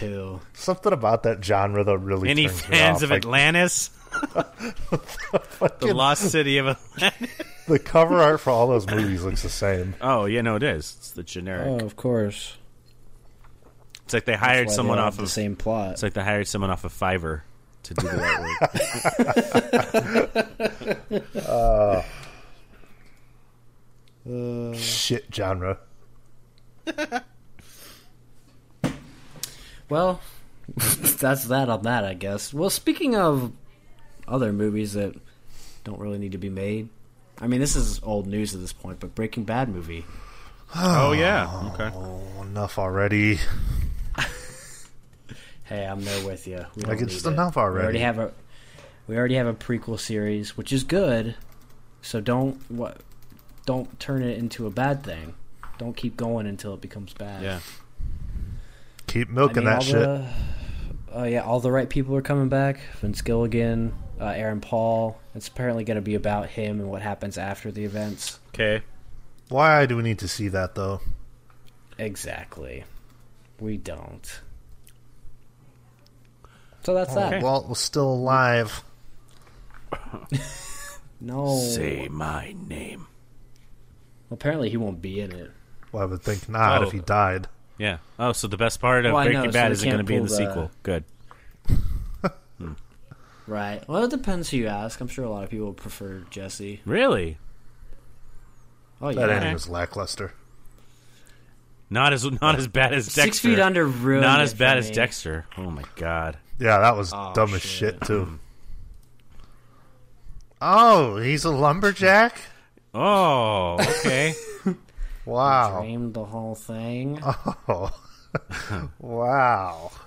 [SPEAKER 2] Ew.
[SPEAKER 1] Something about that genre though really.
[SPEAKER 3] Any
[SPEAKER 1] turns
[SPEAKER 3] fans
[SPEAKER 1] me off.
[SPEAKER 3] of
[SPEAKER 1] like,
[SPEAKER 3] Atlantis? the lost city of Atlantis.
[SPEAKER 1] The cover art for all those movies looks the same.
[SPEAKER 3] Oh yeah, no, it is. It's the generic.
[SPEAKER 2] Oh, of course.
[SPEAKER 3] It's like they
[SPEAKER 2] That's
[SPEAKER 3] hired
[SPEAKER 2] why they
[SPEAKER 3] someone
[SPEAKER 2] all
[SPEAKER 3] off
[SPEAKER 2] have the
[SPEAKER 3] of.
[SPEAKER 2] same plot.
[SPEAKER 3] It's like they hired someone off of Fiverr to do the artwork.
[SPEAKER 1] Shit genre.
[SPEAKER 2] Well, that's that on that, I guess. Well, speaking of other movies that don't really need to be made, I mean, this is old news at this point, but Breaking Bad movie.
[SPEAKER 3] oh yeah. Okay.
[SPEAKER 1] Oh, enough already.
[SPEAKER 2] Hey, I'm there with you. We
[SPEAKER 1] Like,
[SPEAKER 2] don't
[SPEAKER 1] it's
[SPEAKER 2] need it.
[SPEAKER 1] enough already.
[SPEAKER 2] We already have a we already have a prequel series, which is good. So don't what don't turn it into a bad thing. Don't keep going until it becomes bad.
[SPEAKER 3] Yeah.
[SPEAKER 1] Keep
[SPEAKER 2] I
[SPEAKER 1] milking
[SPEAKER 2] mean,
[SPEAKER 1] that
[SPEAKER 2] all
[SPEAKER 1] shit.
[SPEAKER 2] the- Oh yeah, all the right people are coming back. Vince Gilligan, uh, Aaron Paul. It's apparently going to be about him and what happens after the events.
[SPEAKER 3] Okay.
[SPEAKER 1] Why do we need to see that though?
[SPEAKER 2] Exactly. We don't. So that's that.
[SPEAKER 1] Oh, Walt was still alive.
[SPEAKER 2] No.
[SPEAKER 3] Say my name.
[SPEAKER 2] Apparently, he won't be in it.
[SPEAKER 1] Well, I would think not
[SPEAKER 3] Oh.
[SPEAKER 1] if he died.
[SPEAKER 3] Yeah. Oh, so the best part of
[SPEAKER 2] Well, I know,
[SPEAKER 3] Breaking
[SPEAKER 2] so
[SPEAKER 3] Bad
[SPEAKER 2] they
[SPEAKER 3] isn't going to
[SPEAKER 2] can't
[SPEAKER 3] be in the,
[SPEAKER 2] pull the-
[SPEAKER 3] sequel. Good.
[SPEAKER 2] Right. Well, it depends who you ask. I'm sure a lot of people prefer Jesse.
[SPEAKER 3] Really?
[SPEAKER 2] Oh
[SPEAKER 1] That
[SPEAKER 2] yeah.
[SPEAKER 1] ending was lackluster.
[SPEAKER 3] Not as not as bad as Dexter.
[SPEAKER 2] Six Feet Under ruined
[SPEAKER 3] Not
[SPEAKER 2] it
[SPEAKER 3] as bad
[SPEAKER 2] for
[SPEAKER 3] as
[SPEAKER 2] me.
[SPEAKER 3] Dexter. Oh my god.
[SPEAKER 1] Yeah, that was
[SPEAKER 2] Oh,
[SPEAKER 1] dumb as
[SPEAKER 2] shit.
[SPEAKER 1] shit too. oh, he's a lumberjack.
[SPEAKER 3] Oh, okay.
[SPEAKER 1] Wow.
[SPEAKER 2] Dreamed the whole thing.
[SPEAKER 1] Oh. wow.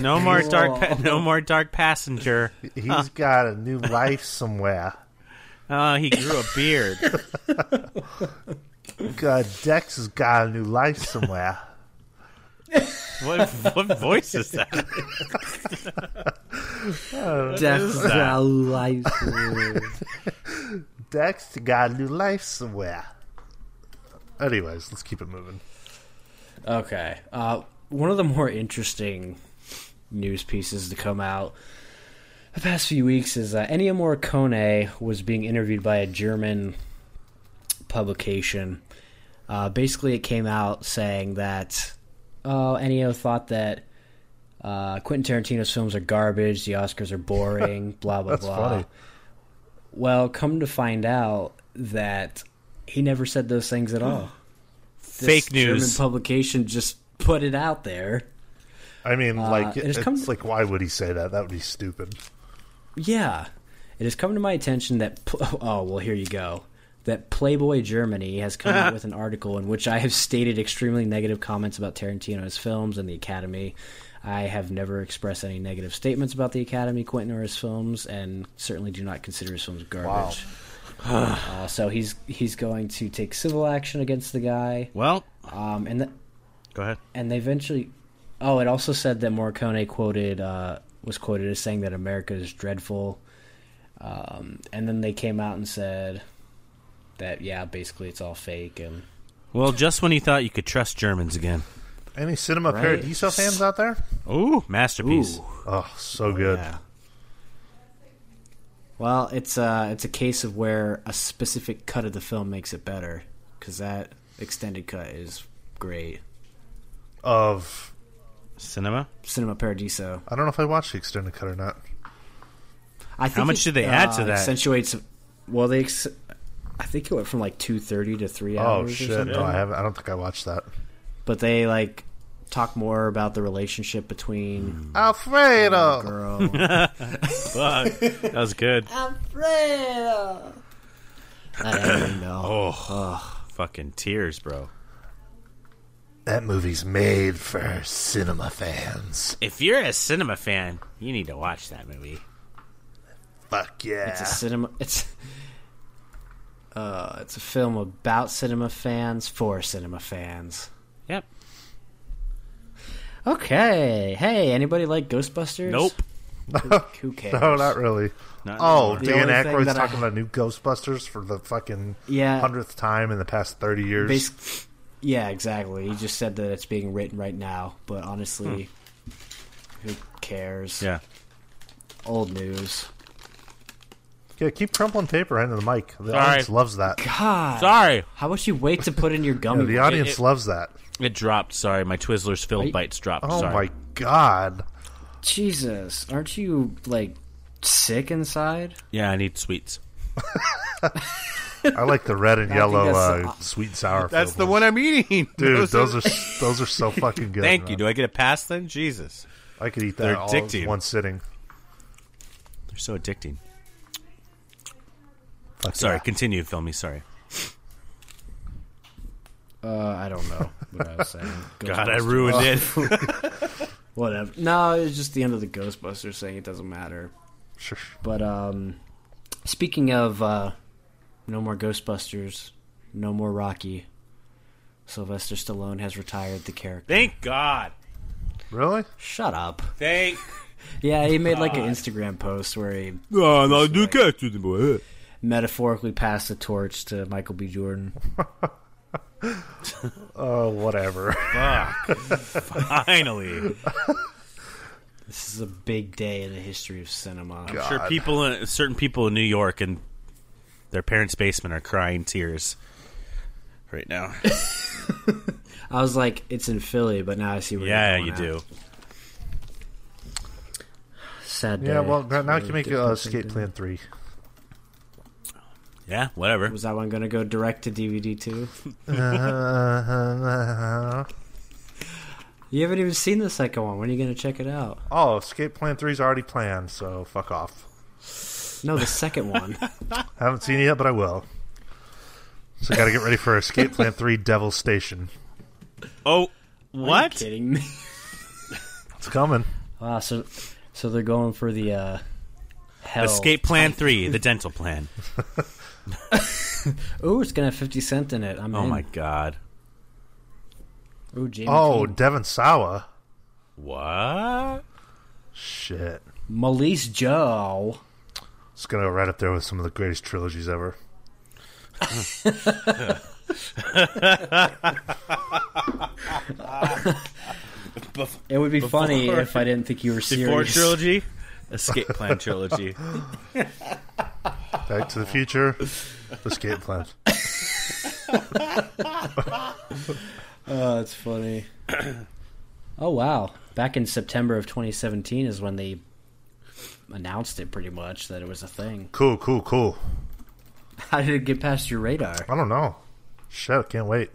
[SPEAKER 3] No more dark. Pa-
[SPEAKER 2] Cool.
[SPEAKER 3] no more dark passenger.
[SPEAKER 1] He's got a new life somewhere.
[SPEAKER 3] Oh, he grew a beard.
[SPEAKER 1] God, Dex has got a new life somewhere.
[SPEAKER 3] What what voice is that?
[SPEAKER 2] Death
[SPEAKER 3] that?
[SPEAKER 2] our life.
[SPEAKER 1] Dex got a new life somewhere. Anyways, let's keep it moving.
[SPEAKER 2] Okay. Uh, one of the more interesting news pieces to come out the past few weeks is uh, Ennio Morricone was being interviewed by a German publication. Uh, basically, it came out saying that uh, Ennio thought that uh, Quentin Tarantino's films are garbage, the Oscars are boring, blah, blah,
[SPEAKER 1] That's
[SPEAKER 2] blah.
[SPEAKER 1] funny.
[SPEAKER 2] Well, come to find out that he never said those things at all. This
[SPEAKER 3] Fake news.
[SPEAKER 2] German publication just put it out there.
[SPEAKER 1] I mean, like,
[SPEAKER 2] Uh, it
[SPEAKER 1] it's
[SPEAKER 2] has come to-
[SPEAKER 1] like, why would he say that? That would be stupid.
[SPEAKER 2] Yeah. It has come to my attention that pl- oh, well, here you go. That Playboy Germany has come out with an article in which I have stated extremely negative comments about Tarantino's films and the Academy. I have never expressed any negative statements about the Academy, Quentin, or his films, and certainly do not consider his films garbage. uh, so he's he's going to take civil action against the guy,
[SPEAKER 3] Well,
[SPEAKER 2] um, and th-
[SPEAKER 3] go ahead.
[SPEAKER 2] and they eventually. Oh, it also said that Morricone quoted uh, was quoted as saying that America is dreadful, um, and then they came out and said that yeah, basically it's all fake and
[SPEAKER 3] Well, just when you thought you could trust Germans again.
[SPEAKER 1] Any Cinema
[SPEAKER 2] Right.
[SPEAKER 1] Paradiso fans out there?
[SPEAKER 3] Ooh, masterpiece.
[SPEAKER 1] Oh, so good.
[SPEAKER 3] Yeah.
[SPEAKER 2] Well, it's uh, it's a case of where a specific cut of the film makes it better because that extended cut is great.
[SPEAKER 1] Of
[SPEAKER 3] Cinema.
[SPEAKER 2] Cinema Paradiso.
[SPEAKER 1] I don't know if I watched the extended cut or not.
[SPEAKER 2] I think
[SPEAKER 3] much
[SPEAKER 2] it,
[SPEAKER 3] did they add to
[SPEAKER 2] uh,
[SPEAKER 3] that?
[SPEAKER 2] Accentuates. Well, they. Ex- I think it went from like two thirty to three
[SPEAKER 1] Oh
[SPEAKER 2] hours. or
[SPEAKER 1] shit!
[SPEAKER 2] something.
[SPEAKER 1] No, I haven't. I don't think I watched that.
[SPEAKER 2] but they like talk more about the relationship between the
[SPEAKER 1] Alfredo.
[SPEAKER 2] Oh, girl.
[SPEAKER 3] Fuck. that was good.
[SPEAKER 2] That ending, though.
[SPEAKER 3] Hmm. Oh, fucking tears, bro.
[SPEAKER 1] That movie's made for cinema fans.
[SPEAKER 3] If you're a cinema fan, you need to watch that movie.
[SPEAKER 1] Fuck yeah!
[SPEAKER 2] It's a cinema. It's uh, it's a film about cinema fans for cinema fans.
[SPEAKER 3] Yep.
[SPEAKER 2] Okay. Hey, anybody like Ghostbusters?
[SPEAKER 3] Nope.
[SPEAKER 2] Who cares?
[SPEAKER 1] no, not really.
[SPEAKER 3] Not
[SPEAKER 1] oh,
[SPEAKER 3] anymore.
[SPEAKER 2] The
[SPEAKER 1] Dan
[SPEAKER 2] only thing
[SPEAKER 1] Aykroyd's
[SPEAKER 2] that I-
[SPEAKER 1] talking about new Ghostbusters for the fucking
[SPEAKER 2] Yeah.
[SPEAKER 1] hundredth time in the past thirty years.
[SPEAKER 2] Bas- Yeah, exactly. He just said that it's being written right now, but honestly, who cares?
[SPEAKER 3] Hmm. Yeah.
[SPEAKER 2] Old news.
[SPEAKER 1] Yeah, keep crumpling paper into the mic. The
[SPEAKER 3] Sorry.
[SPEAKER 1] audience loves that.
[SPEAKER 2] God.
[SPEAKER 3] Sorry.
[SPEAKER 2] How about you wait to put in your
[SPEAKER 1] Yeah,
[SPEAKER 2] gummy?
[SPEAKER 1] the audience
[SPEAKER 3] it-
[SPEAKER 1] loves that.
[SPEAKER 3] It dropped. Sorry. My Twizzlers filled
[SPEAKER 2] Are you-
[SPEAKER 3] bites dropped.
[SPEAKER 1] Oh
[SPEAKER 3] Sorry.
[SPEAKER 1] my god.
[SPEAKER 2] Jesus, aren't you like sick inside?
[SPEAKER 3] Yeah, I need sweets.
[SPEAKER 1] I like the red and
[SPEAKER 2] think
[SPEAKER 1] yellow
[SPEAKER 2] that's-
[SPEAKER 1] uh, sweet and sour.
[SPEAKER 4] That's
[SPEAKER 1] filled
[SPEAKER 4] the one
[SPEAKER 1] ones.
[SPEAKER 4] I'm eating.
[SPEAKER 1] Dude, those, are s- those are so fucking good.
[SPEAKER 3] Thank you.
[SPEAKER 1] man.
[SPEAKER 3] Do I get a pass then? Jesus.
[SPEAKER 1] I could eat
[SPEAKER 3] They're
[SPEAKER 1] that all
[SPEAKER 3] addictive.
[SPEAKER 1] in one sitting.
[SPEAKER 3] They're so addicting.
[SPEAKER 1] Fuck
[SPEAKER 3] Sorry.
[SPEAKER 1] yeah.
[SPEAKER 3] Continue, film me. Sorry.
[SPEAKER 2] Uh, I don't know what I was saying.
[SPEAKER 3] God, I
[SPEAKER 2] Ghostbusters.
[SPEAKER 3] ruined it.
[SPEAKER 2] Whatever. No, it's just the end of the Ghostbusters saying it doesn't matter.
[SPEAKER 1] Sure.
[SPEAKER 2] But um, speaking of uh, no more Ghostbusters, no more Rocky. Sylvester Stallone has retired the character.
[SPEAKER 3] Thank God.
[SPEAKER 1] Really?
[SPEAKER 2] Shut up.
[SPEAKER 3] Thank.
[SPEAKER 2] Yeah, he made like an Instagram post where he
[SPEAKER 3] No, no, do catch you, boy.
[SPEAKER 2] metaphorically passed the torch to Michael B. Jordan.
[SPEAKER 1] Oh, whatever.
[SPEAKER 3] Finally,
[SPEAKER 2] This is a big day in the history of cinema.
[SPEAKER 1] God.
[SPEAKER 3] sure. People, in, certain people in New York and their parents' basement are crying tears right now.
[SPEAKER 2] I was like, it's in Philly, but now I see where.
[SPEAKER 3] yeah,
[SPEAKER 2] you're
[SPEAKER 3] you
[SPEAKER 2] going
[SPEAKER 3] do.
[SPEAKER 2] at. Sad.
[SPEAKER 1] yeah,
[SPEAKER 2] day.
[SPEAKER 1] well, now
[SPEAKER 2] It's
[SPEAKER 1] now you
[SPEAKER 2] really
[SPEAKER 1] can make
[SPEAKER 2] different
[SPEAKER 1] uh, Escape
[SPEAKER 2] than-
[SPEAKER 1] Plan 3.
[SPEAKER 3] Yeah, whatever.
[SPEAKER 2] Was that one going to go direct to DVD too?
[SPEAKER 1] Uh,
[SPEAKER 2] You haven't even seen the second one. When are you going to check it out?
[SPEAKER 1] oh, Escape Plan 3 is already planned, so fuck off.
[SPEAKER 2] No, the second one.
[SPEAKER 1] Haven't seen it yet, but I will. So gotta get ready for Escape Plan 3 Devil's Station.
[SPEAKER 3] Oh,
[SPEAKER 2] Are you
[SPEAKER 3] what?
[SPEAKER 2] kidding me?
[SPEAKER 1] It's coming.
[SPEAKER 2] Wow. So, so they're going for the uh, hell.
[SPEAKER 3] Escape Plan Three, the dental plan.
[SPEAKER 2] Ooh, it's going to have Fifty Cent in it. I'm
[SPEAKER 3] Oh
[SPEAKER 2] in.
[SPEAKER 3] my God.
[SPEAKER 2] Ooh, Jamie.
[SPEAKER 1] Oh,
[SPEAKER 2] King.
[SPEAKER 1] Devin Sawa.
[SPEAKER 3] What?
[SPEAKER 1] Shit.
[SPEAKER 2] Malise Joe.
[SPEAKER 1] It's gonna go right up there with some of the greatest trilogies ever.
[SPEAKER 2] It would be funny
[SPEAKER 3] Before-
[SPEAKER 2] if I didn't think you were
[SPEAKER 3] Before
[SPEAKER 2] serious.
[SPEAKER 3] trilogy, Escape Plan trilogy.
[SPEAKER 1] Back to the Future, Escape Plan.
[SPEAKER 2] Oh, that's funny. oh wow! Back in September of 2017 is when they announced it, pretty much that it was a thing.
[SPEAKER 1] Cool, cool, cool.
[SPEAKER 2] How did it get past your radar?
[SPEAKER 1] I don't know. Shit, can't wait.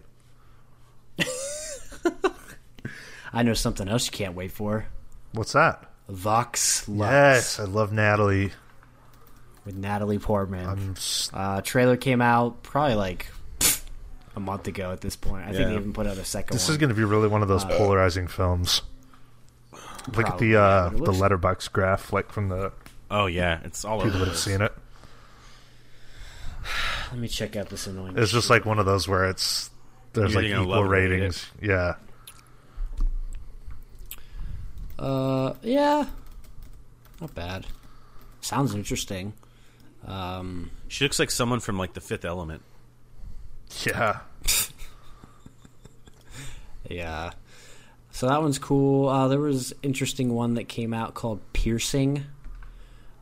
[SPEAKER 2] I know something else you can't wait for.
[SPEAKER 1] What's that?
[SPEAKER 2] Vox Lux
[SPEAKER 1] Yes, I love Natalie.
[SPEAKER 2] with Natalie Portman.
[SPEAKER 1] I'm s-
[SPEAKER 2] uh, trailer came out probably like a month ago at this point. I think they
[SPEAKER 3] Yeah.
[SPEAKER 2] even put out a second
[SPEAKER 1] This
[SPEAKER 2] one.
[SPEAKER 1] is going to be really one of those polarizing films. Look at
[SPEAKER 2] Uh, Probably,
[SPEAKER 1] the uh,
[SPEAKER 2] but it
[SPEAKER 1] the
[SPEAKER 2] looks-
[SPEAKER 1] letterbox graph, like from the
[SPEAKER 3] Oh yeah, it's all
[SPEAKER 1] people
[SPEAKER 3] over.
[SPEAKER 1] that have
[SPEAKER 3] this.
[SPEAKER 1] seen it.
[SPEAKER 2] Let me check out this annoying.
[SPEAKER 1] It's just like one of those where it's there's
[SPEAKER 3] You're
[SPEAKER 1] like
[SPEAKER 3] either gonna
[SPEAKER 1] equal
[SPEAKER 3] love it or hate
[SPEAKER 1] ratings. Yeah,
[SPEAKER 2] Uh, yeah, not bad. Sounds interesting. Um,
[SPEAKER 3] She looks like someone from like The Fifth Element.
[SPEAKER 1] yeah.
[SPEAKER 2] Yeah. So that one's cool. Uh, there was interesting one that came out called Piercing.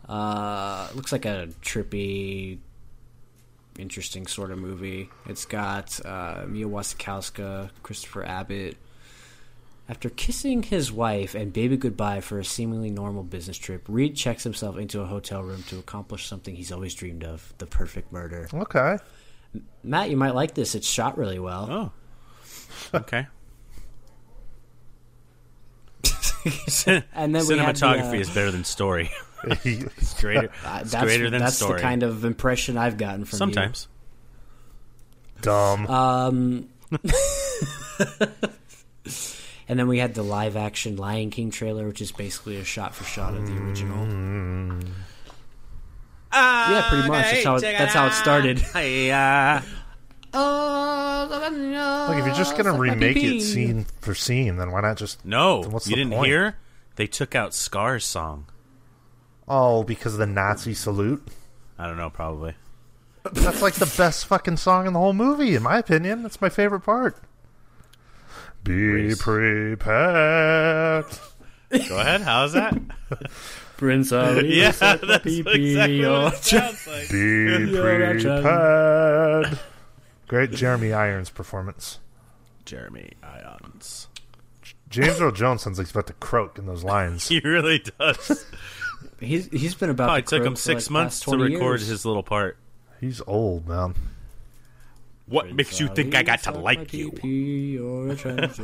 [SPEAKER 2] Uh, looks like a trippy, interesting sort of movie. It's got uh, Mia Wasikowska, Christopher Abbott. After kissing his wife and baby goodbye for a seemingly normal business trip, Reed checks himself into a hotel room to accomplish something he's always dreamed of the perfect murder.
[SPEAKER 1] Okay.
[SPEAKER 2] Matt, you might like this. It's shot really well.
[SPEAKER 3] Oh. Okay. Cin-
[SPEAKER 2] And then we had the,
[SPEAKER 3] Cinematography
[SPEAKER 2] uh,
[SPEAKER 3] is better than story.
[SPEAKER 1] It's
[SPEAKER 3] It's greater.
[SPEAKER 2] Uh,
[SPEAKER 3] it's
[SPEAKER 2] that's
[SPEAKER 3] greater than
[SPEAKER 2] that's
[SPEAKER 3] story.
[SPEAKER 2] the kind of impression I've gotten from you.
[SPEAKER 3] Sometimes.
[SPEAKER 1] Dumb.
[SPEAKER 2] Um, and then we had the live action Lion King trailer, which is basically a shot for shot of the original.
[SPEAKER 3] Ah,
[SPEAKER 2] yeah, pretty much. That's how it, that's how it started.
[SPEAKER 3] Yeah.
[SPEAKER 2] Oh,
[SPEAKER 1] like if you're just gonna remake it scene for scene, then why not just
[SPEAKER 3] No,
[SPEAKER 1] Then what's
[SPEAKER 3] you
[SPEAKER 1] the
[SPEAKER 3] didn't
[SPEAKER 1] point?
[SPEAKER 3] hear. They took out Scar's song.
[SPEAKER 1] oh because of the Nazi salute?
[SPEAKER 3] I don't know, probably.
[SPEAKER 1] That's like the best fucking song in the whole movie, in my opinion. That's my favorite part. Be
[SPEAKER 3] Race.
[SPEAKER 1] prepared.
[SPEAKER 3] Go ahead. How's that?
[SPEAKER 2] Prince Ali.
[SPEAKER 3] yeah,
[SPEAKER 2] was like,
[SPEAKER 3] that's
[SPEAKER 2] "Pee-pee,
[SPEAKER 3] exactly
[SPEAKER 2] oh."
[SPEAKER 3] what it sounds like.
[SPEAKER 1] Be
[SPEAKER 2] Yeah, that's right.
[SPEAKER 1] prepared. Great Jeremy Irons performance.
[SPEAKER 3] Jeremy Irons.
[SPEAKER 1] James Earl Jones sounds like he's about to croak in those lines.
[SPEAKER 3] He really does.
[SPEAKER 2] He's he's been about.
[SPEAKER 3] Probably
[SPEAKER 2] to
[SPEAKER 3] took
[SPEAKER 2] croak
[SPEAKER 3] him
[SPEAKER 2] for,
[SPEAKER 3] six
[SPEAKER 2] like,
[SPEAKER 3] months
[SPEAKER 2] past
[SPEAKER 3] to
[SPEAKER 2] 20
[SPEAKER 3] record
[SPEAKER 2] years.
[SPEAKER 3] his little part.
[SPEAKER 1] He's old, man.
[SPEAKER 3] What
[SPEAKER 2] Prince
[SPEAKER 3] makes you think
[SPEAKER 2] Ali,
[SPEAKER 3] I got to
[SPEAKER 2] suck my
[SPEAKER 3] like you?
[SPEAKER 2] pee-pee, you're a trans-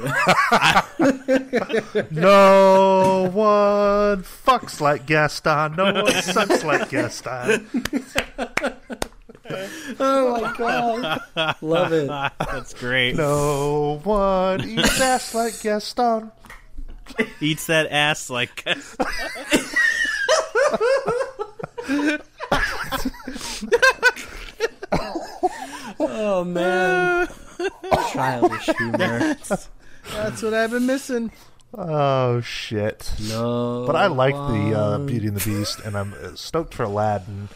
[SPEAKER 1] No one fucks like Gaston. No one sucks like Gaston.
[SPEAKER 2] oh my god, love it.
[SPEAKER 3] That's great.
[SPEAKER 1] No one eats ass like Gaston.
[SPEAKER 3] Eats that ass like.
[SPEAKER 2] Oh man, childish humor.
[SPEAKER 4] That's what I've been missing.
[SPEAKER 1] Oh shit!
[SPEAKER 2] No,
[SPEAKER 1] But I like the uh, Beauty and the Beast, and I'm uh, stoked for Aladdin.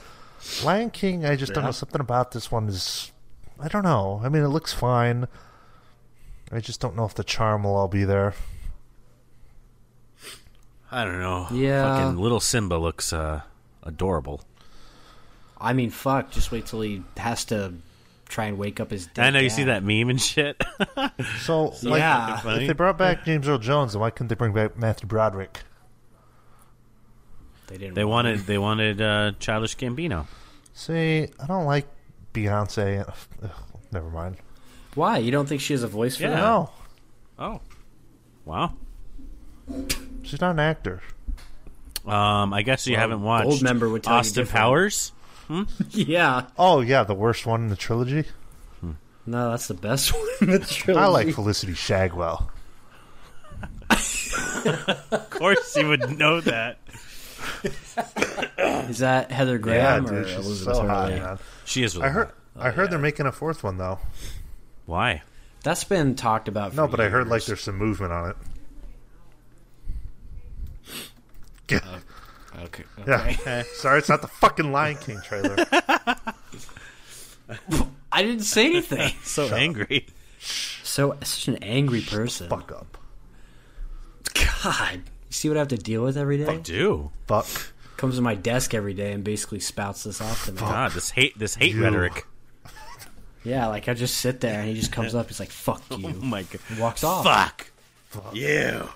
[SPEAKER 1] Lion King, I just don't know something about this one is. I don't know. I mean, it looks fine. I just don't know if the charm will all be there.
[SPEAKER 3] I don't know.
[SPEAKER 2] Yeah.
[SPEAKER 3] Fucking little Simba looks uh, adorable.
[SPEAKER 2] I mean, fuck. Just wait till he has to try and wake up his. Dead
[SPEAKER 3] I know you see that
[SPEAKER 2] dad.
[SPEAKER 3] meme and shit.
[SPEAKER 1] So, like,
[SPEAKER 2] Yeah.
[SPEAKER 1] if they brought back James Earl Jones, then why couldn't they bring back Matthew Broderick?
[SPEAKER 2] They didn't.
[SPEAKER 3] They
[SPEAKER 2] want
[SPEAKER 3] wanted they wanted uh, childish Gambino.
[SPEAKER 1] See, I don't like Beyonce. Ugh, never mind.
[SPEAKER 2] Why? You don't think she has a voice for
[SPEAKER 3] Yeah.
[SPEAKER 2] that?
[SPEAKER 1] No,
[SPEAKER 3] Oh, wow.
[SPEAKER 1] she's not an actor.
[SPEAKER 3] Um, I guess you haven't watched
[SPEAKER 2] old member would tell you
[SPEAKER 3] Austin
[SPEAKER 2] different.
[SPEAKER 3] Powers.
[SPEAKER 2] Yeah.
[SPEAKER 1] Oh yeah, the worst one in the trilogy.
[SPEAKER 2] No, that's the best one in the trilogy.
[SPEAKER 1] I like Felicity Shagwell.
[SPEAKER 3] Of course, you would know that.
[SPEAKER 2] Is that Heather
[SPEAKER 1] Yeah,
[SPEAKER 2] Graham or
[SPEAKER 1] dude, she's
[SPEAKER 2] Elizabeth
[SPEAKER 1] so hot.
[SPEAKER 2] Hurley? Oh,
[SPEAKER 1] Man.
[SPEAKER 3] She is. Really
[SPEAKER 1] I heard.
[SPEAKER 3] hot.
[SPEAKER 1] I heard they're making a fourth one though.
[SPEAKER 3] Why?
[SPEAKER 2] That's been talked about. For
[SPEAKER 1] No, but I heard like
[SPEAKER 2] years.
[SPEAKER 1] there's some movement on it.
[SPEAKER 2] Okay.
[SPEAKER 1] Yeah. Sorry, it's not the fucking Lion King trailer.
[SPEAKER 2] I didn't say anything.
[SPEAKER 3] So angry.
[SPEAKER 2] so such an angry person.
[SPEAKER 1] Fuck up.
[SPEAKER 2] God, you see what I have to deal with every day?
[SPEAKER 3] Do
[SPEAKER 1] Fuck.
[SPEAKER 2] Comes to my desk every day and basically spouts this off to me.
[SPEAKER 3] God this hate this hate
[SPEAKER 1] You.
[SPEAKER 3] rhetoric.
[SPEAKER 2] Yeah, like I just sit there and he just comes up. He's like, "Fuck
[SPEAKER 3] Oh
[SPEAKER 2] you,"
[SPEAKER 3] my god.
[SPEAKER 2] walks off.
[SPEAKER 3] Fuck. You.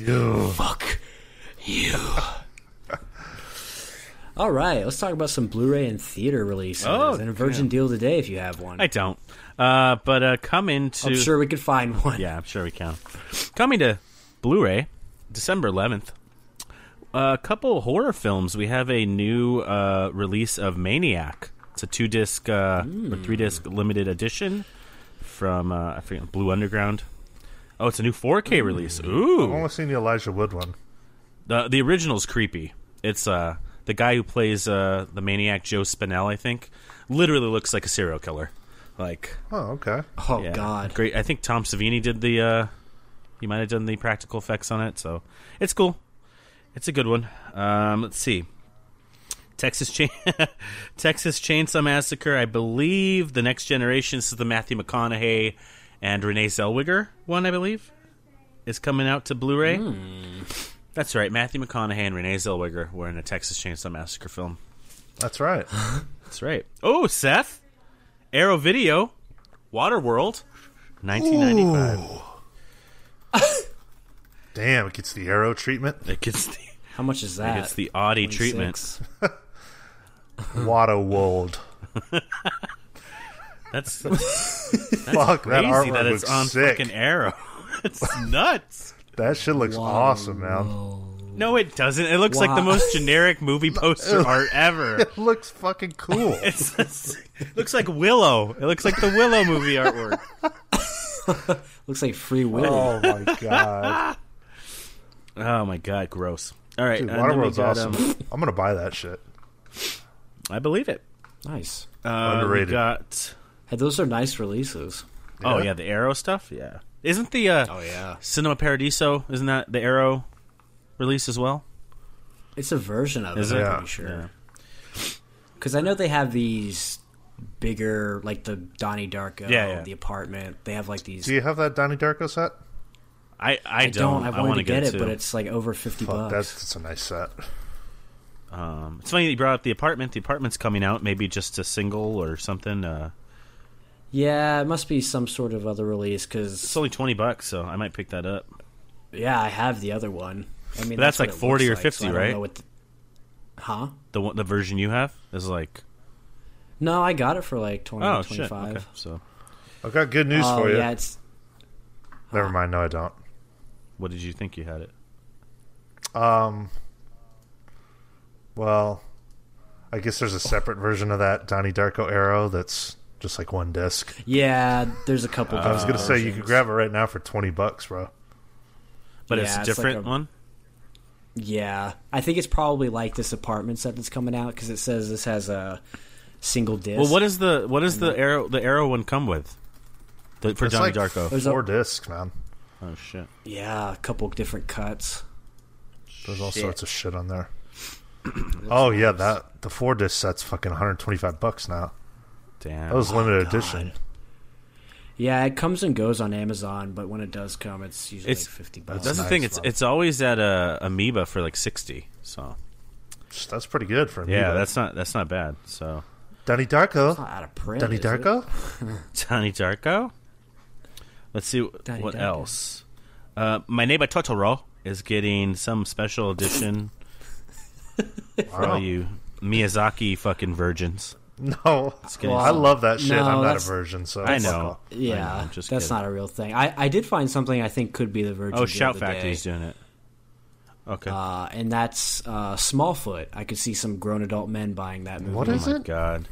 [SPEAKER 1] You.
[SPEAKER 2] Fuck you. All right, let's talk about some Blu-ray and theater releases
[SPEAKER 3] Oh,
[SPEAKER 2] and a Virgin deal today if you have one.
[SPEAKER 3] I don't. Uh, but uh, coming to
[SPEAKER 2] am sure we could find one.
[SPEAKER 3] yeah, I'm sure we can. Coming to Blu-ray, December 11th. A couple horror films. We have a new uh, release of Maniac. It's a two disc uh, or three disc limited edition from uh, I forget Blue Underground. Oh, it's a new 4K release.
[SPEAKER 1] I've
[SPEAKER 3] Ooh,
[SPEAKER 1] only seen the Elijah Wood one.
[SPEAKER 3] the the original's creepy. It's uh the guy who plays uh the maniac Joe Spinell, I think. Literally looks like a serial killer. Like
[SPEAKER 1] Oh, okay.
[SPEAKER 2] Oh
[SPEAKER 3] yeah.
[SPEAKER 2] God.
[SPEAKER 3] Great. I think Tom Savini did the. Uh, he might have done the practical effects on it, so it's cool. It's a good one. Um, let's see. Texas Chain Texas Chainsaw Massacre. I believe the Next Generation. This is the Matthew McConaughey and Renee Zellweger one. I believe is coming out to Blu-ray.
[SPEAKER 2] Hmm.
[SPEAKER 3] That's right. Matthew McConaughey and Renee Zellweger were in a Texas Chainsaw Massacre film.
[SPEAKER 1] That's right.
[SPEAKER 3] That's right. Oh, Seth, Arrow Video, Waterworld, 1995.
[SPEAKER 1] Damn, it gets the arrow treatment.
[SPEAKER 3] It gets the,
[SPEAKER 2] How much is
[SPEAKER 3] it
[SPEAKER 2] that?
[SPEAKER 3] gets the Audi
[SPEAKER 2] 26.
[SPEAKER 3] treatment.
[SPEAKER 1] Waterworld.
[SPEAKER 3] That's, that's
[SPEAKER 1] Fuck that
[SPEAKER 3] crazy
[SPEAKER 1] artwork
[SPEAKER 3] that it's
[SPEAKER 1] looks
[SPEAKER 3] on
[SPEAKER 1] sick.
[SPEAKER 3] fucking Arrow. it's nuts.
[SPEAKER 1] that shit looks awesome, man.
[SPEAKER 3] No, it doesn't. It looks like the
[SPEAKER 2] Wow.
[SPEAKER 3] most generic movie poster art ever.
[SPEAKER 1] It looks fucking cool.
[SPEAKER 3] It's, it's- it looks like Willow. It looks like the Willow movie artwork.
[SPEAKER 2] Looks like Free Willy.
[SPEAKER 1] oh my god,
[SPEAKER 3] Oh my god, gross. All right, Uh,
[SPEAKER 1] dude,
[SPEAKER 3] and then we
[SPEAKER 1] Waterworld's
[SPEAKER 3] got,
[SPEAKER 1] awesome.
[SPEAKER 3] um,
[SPEAKER 1] I'm gonna buy that shit.
[SPEAKER 3] I believe it.
[SPEAKER 2] Nice.
[SPEAKER 3] Uh,
[SPEAKER 1] Underrated.
[SPEAKER 3] We got.
[SPEAKER 2] Hey, those are nice releases.
[SPEAKER 3] Oh
[SPEAKER 1] Yeah.
[SPEAKER 3] yeah, the Arrow stuff. Yeah, isn't the uh,
[SPEAKER 2] yeah,
[SPEAKER 3] Cinema Paradiso, isn't that the Arrow release as well?
[SPEAKER 2] it's a version of
[SPEAKER 3] Is
[SPEAKER 2] it.
[SPEAKER 1] it?
[SPEAKER 2] I'm
[SPEAKER 1] Yeah.
[SPEAKER 2] pretty sure. Because I know they have these bigger, like the Donnie Darko,
[SPEAKER 3] Yeah, yeah.
[SPEAKER 2] the apartment. They have like these.
[SPEAKER 1] Do you have that Donnie Darko set?
[SPEAKER 3] I I,
[SPEAKER 2] I
[SPEAKER 3] don't.
[SPEAKER 2] don't. I wanted
[SPEAKER 3] want
[SPEAKER 2] to get it,
[SPEAKER 3] too.
[SPEAKER 2] but it's like over fifty
[SPEAKER 1] Fuck, that's,
[SPEAKER 2] bucks.
[SPEAKER 1] that's a nice set.
[SPEAKER 3] Um, it's funny that you brought up the apartment. The apartment's coming out, maybe just a single or something. Uh,
[SPEAKER 2] Yeah, it must be some sort of other release
[SPEAKER 3] it's
[SPEAKER 2] because
[SPEAKER 3] only twenty bucks, so I might pick that up.
[SPEAKER 2] yeah, I have the other one. I mean,
[SPEAKER 3] But that's
[SPEAKER 2] what
[SPEAKER 3] like
[SPEAKER 2] it
[SPEAKER 3] 40 or
[SPEAKER 2] looks like, so
[SPEAKER 3] 50,
[SPEAKER 2] I don't
[SPEAKER 3] right?
[SPEAKER 2] know what the- huh?
[SPEAKER 3] The one, the version you have is like
[SPEAKER 2] No, I got it for like 20
[SPEAKER 3] oh shit.
[SPEAKER 2] 25.
[SPEAKER 3] Okay, so
[SPEAKER 1] I've got good news
[SPEAKER 2] Oh
[SPEAKER 1] for you.
[SPEAKER 2] yeah, it's
[SPEAKER 1] Never mind. No, I don't.
[SPEAKER 3] what did you think you had it?
[SPEAKER 1] Um. Well, I guess there's a separate version of that Donnie Darko arrow that's just like one disc.
[SPEAKER 2] yeah. There's a couple.
[SPEAKER 1] I was gonna say you
[SPEAKER 2] versions.
[SPEAKER 1] could grab it right now for twenty bucks, bro.
[SPEAKER 3] But
[SPEAKER 2] Yeah,
[SPEAKER 3] it's a
[SPEAKER 2] it's like
[SPEAKER 3] different
[SPEAKER 2] a-
[SPEAKER 3] one.
[SPEAKER 2] Yeah, I think it's probably like this apartment set that's coming out because it says this has a single disc.
[SPEAKER 3] Well, what is the what is the arrow the arrow one come with? The, for
[SPEAKER 1] It's
[SPEAKER 3] Johnny
[SPEAKER 1] like
[SPEAKER 3] Darko.
[SPEAKER 2] There's a-
[SPEAKER 1] four discs, man.
[SPEAKER 3] oh shit.
[SPEAKER 2] Yeah, a couple different cuts.
[SPEAKER 1] There's all
[SPEAKER 3] Shit.
[SPEAKER 1] sorts of shit on there. oh yeah, that the four disc set's fucking 125 bucks now.
[SPEAKER 3] Damn.
[SPEAKER 1] That
[SPEAKER 3] Oh,
[SPEAKER 1] was limited
[SPEAKER 2] God.
[SPEAKER 1] edition.
[SPEAKER 2] Yeah, it comes and goes on Amazon, but when it does come, it's usually
[SPEAKER 3] It's-
[SPEAKER 2] like fifty
[SPEAKER 3] That's
[SPEAKER 2] bucks.
[SPEAKER 3] the
[SPEAKER 1] nice,
[SPEAKER 3] thing. It's
[SPEAKER 1] man.
[SPEAKER 3] it's always at uh, Amoeba for like sixty. So
[SPEAKER 1] That's pretty good for me.
[SPEAKER 3] yeah,
[SPEAKER 1] though.
[SPEAKER 3] that's not that's not bad. So
[SPEAKER 1] Donnie Darko.
[SPEAKER 2] Not out of print.
[SPEAKER 1] Donnie
[SPEAKER 2] is it?
[SPEAKER 1] Darko.
[SPEAKER 3] Donnie Darko. Let's see wh-
[SPEAKER 2] Donnie
[SPEAKER 3] what
[SPEAKER 2] Darko.
[SPEAKER 3] else. Uh, my neighbor Totoro is getting some special edition for
[SPEAKER 1] Wow.
[SPEAKER 3] all you Miyazaki fucking virgins.
[SPEAKER 1] No,
[SPEAKER 3] getting
[SPEAKER 1] I
[SPEAKER 3] some-
[SPEAKER 1] love that shit.
[SPEAKER 2] No,
[SPEAKER 1] I'm not a
[SPEAKER 2] that's-
[SPEAKER 1] virgin, so
[SPEAKER 3] I
[SPEAKER 1] fuck
[SPEAKER 3] know.
[SPEAKER 1] off.
[SPEAKER 3] I know,
[SPEAKER 2] Yeah,
[SPEAKER 3] I'm just
[SPEAKER 2] that's
[SPEAKER 3] kidding.
[SPEAKER 2] not a real thing. I, I did find something I think could be the Virgin.
[SPEAKER 3] Oh,
[SPEAKER 2] the
[SPEAKER 3] Shout
[SPEAKER 2] other
[SPEAKER 3] Factory's
[SPEAKER 2] day.
[SPEAKER 3] doing it. Okay.
[SPEAKER 2] Uh, and that's uh, Smallfoot. I could see some grown adult men buying that movie.
[SPEAKER 1] What
[SPEAKER 3] oh
[SPEAKER 1] is
[SPEAKER 3] my
[SPEAKER 1] it?
[SPEAKER 3] god.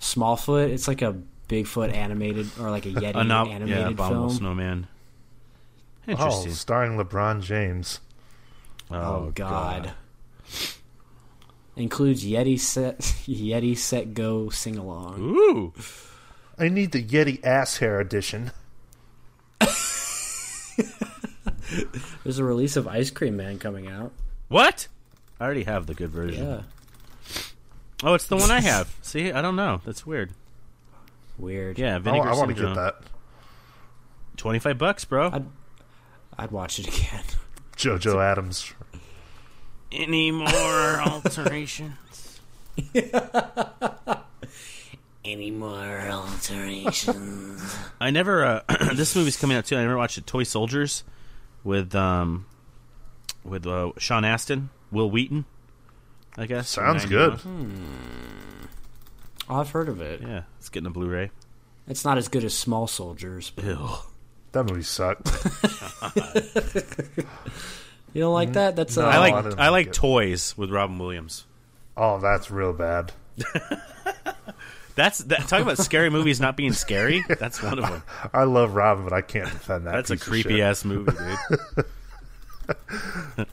[SPEAKER 2] Smallfoot? It's like a Bigfoot animated or like a Yeti
[SPEAKER 3] Anom- Oh, yeah,
[SPEAKER 2] animated
[SPEAKER 3] Abominable
[SPEAKER 2] film.
[SPEAKER 3] Snowman.
[SPEAKER 1] Oh,
[SPEAKER 3] Interesting.
[SPEAKER 1] starring LeBron James.
[SPEAKER 3] Oh,
[SPEAKER 2] Oh God. Includes Yeti set Yeti set go sing along.
[SPEAKER 3] Ooh.
[SPEAKER 1] I need the Yeti ass hair edition.
[SPEAKER 2] There's a release of Ice Cream Man coming out.
[SPEAKER 3] What? I already have the good version.
[SPEAKER 2] Yeah.
[SPEAKER 3] Oh, it's the one I have. See, I don't know. That's weird.
[SPEAKER 2] Weird.
[SPEAKER 3] Yeah,
[SPEAKER 1] Oh,
[SPEAKER 3] Vinegar
[SPEAKER 1] I want to
[SPEAKER 3] Syndrome.
[SPEAKER 1] get that.
[SPEAKER 3] Twenty-five bucks, bro.
[SPEAKER 2] I'd- I'd watch it again.
[SPEAKER 1] JoJo Adams.
[SPEAKER 3] Any more alterations?
[SPEAKER 2] Any more alterations?
[SPEAKER 3] I never. Uh, this movie's coming out too. I never watched it. Toy Soldiers with um with uh, Sean Astin, Will Wheaton. I guess from
[SPEAKER 1] Sounds good.
[SPEAKER 3] 91.
[SPEAKER 2] oh, I've heard of it.
[SPEAKER 3] Yeah, it's getting a Blu-ray.
[SPEAKER 2] It's not as good as Small Soldiers. But
[SPEAKER 3] Ew.
[SPEAKER 1] That movie sucked.
[SPEAKER 2] you don't like that? That's uh,
[SPEAKER 1] No,
[SPEAKER 3] Mm. I
[SPEAKER 1] I
[SPEAKER 3] like
[SPEAKER 1] didn't
[SPEAKER 3] I,
[SPEAKER 1] like
[SPEAKER 3] like
[SPEAKER 1] it.
[SPEAKER 3] toys with Robin Williams.
[SPEAKER 1] oh, that's real bad.
[SPEAKER 3] That's that. Talk about scary movies not being scary. That's one of them.
[SPEAKER 1] I love Robin, but I can't defend that.
[SPEAKER 3] That's a
[SPEAKER 1] piece of
[SPEAKER 3] creepy
[SPEAKER 1] shit.
[SPEAKER 3] ass movie, dude.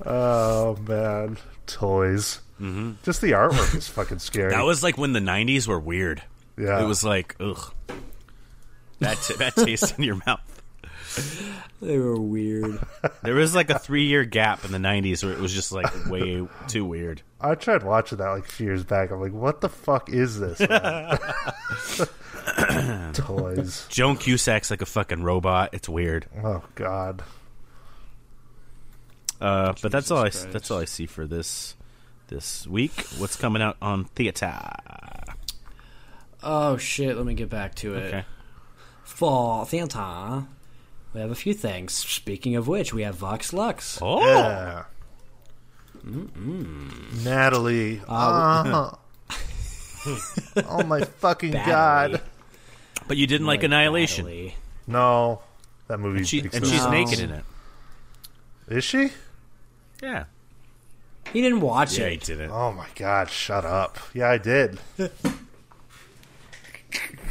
[SPEAKER 1] Oh man, toys. Just the artwork is fucking scary.
[SPEAKER 3] Mm-hmm. That was like when the '90s were weird.
[SPEAKER 1] yeah.
[SPEAKER 3] It was like ugh. That t- that taste in your mouth.
[SPEAKER 2] they were weird.
[SPEAKER 3] There was like a three year gap in the '90s where it was just like way too weird.
[SPEAKER 1] I tried watching that like a few years back. I'm like, what the fuck is this? man? toys.
[SPEAKER 3] Joan Cusack's like a fucking robot. It's weird.
[SPEAKER 1] Oh god.
[SPEAKER 3] Uh, but that's all I
[SPEAKER 2] Christ.
[SPEAKER 3] that's all I see for this this week. What's coming out on theater?
[SPEAKER 2] Oh shit! Let me get back to it.
[SPEAKER 3] Okay.
[SPEAKER 2] Fall theater. We have a few things. Speaking of which, we have Vox Lux.
[SPEAKER 3] Oh,
[SPEAKER 1] Yeah.
[SPEAKER 3] Mm-hmm.
[SPEAKER 1] Natalie.
[SPEAKER 3] Uh,
[SPEAKER 1] Uh-huh. oh my fucking god.
[SPEAKER 3] but you didn't like, Annihilation.
[SPEAKER 2] Natalie.
[SPEAKER 1] No. That movie
[SPEAKER 3] She, and
[SPEAKER 1] exists.
[SPEAKER 3] she's
[SPEAKER 2] No.
[SPEAKER 3] naked in it.
[SPEAKER 1] Is she?
[SPEAKER 3] Yeah.
[SPEAKER 2] He didn't watch
[SPEAKER 3] Yeah, he
[SPEAKER 2] it.
[SPEAKER 3] did it.
[SPEAKER 1] Oh my god, shut up. Yeah, I did.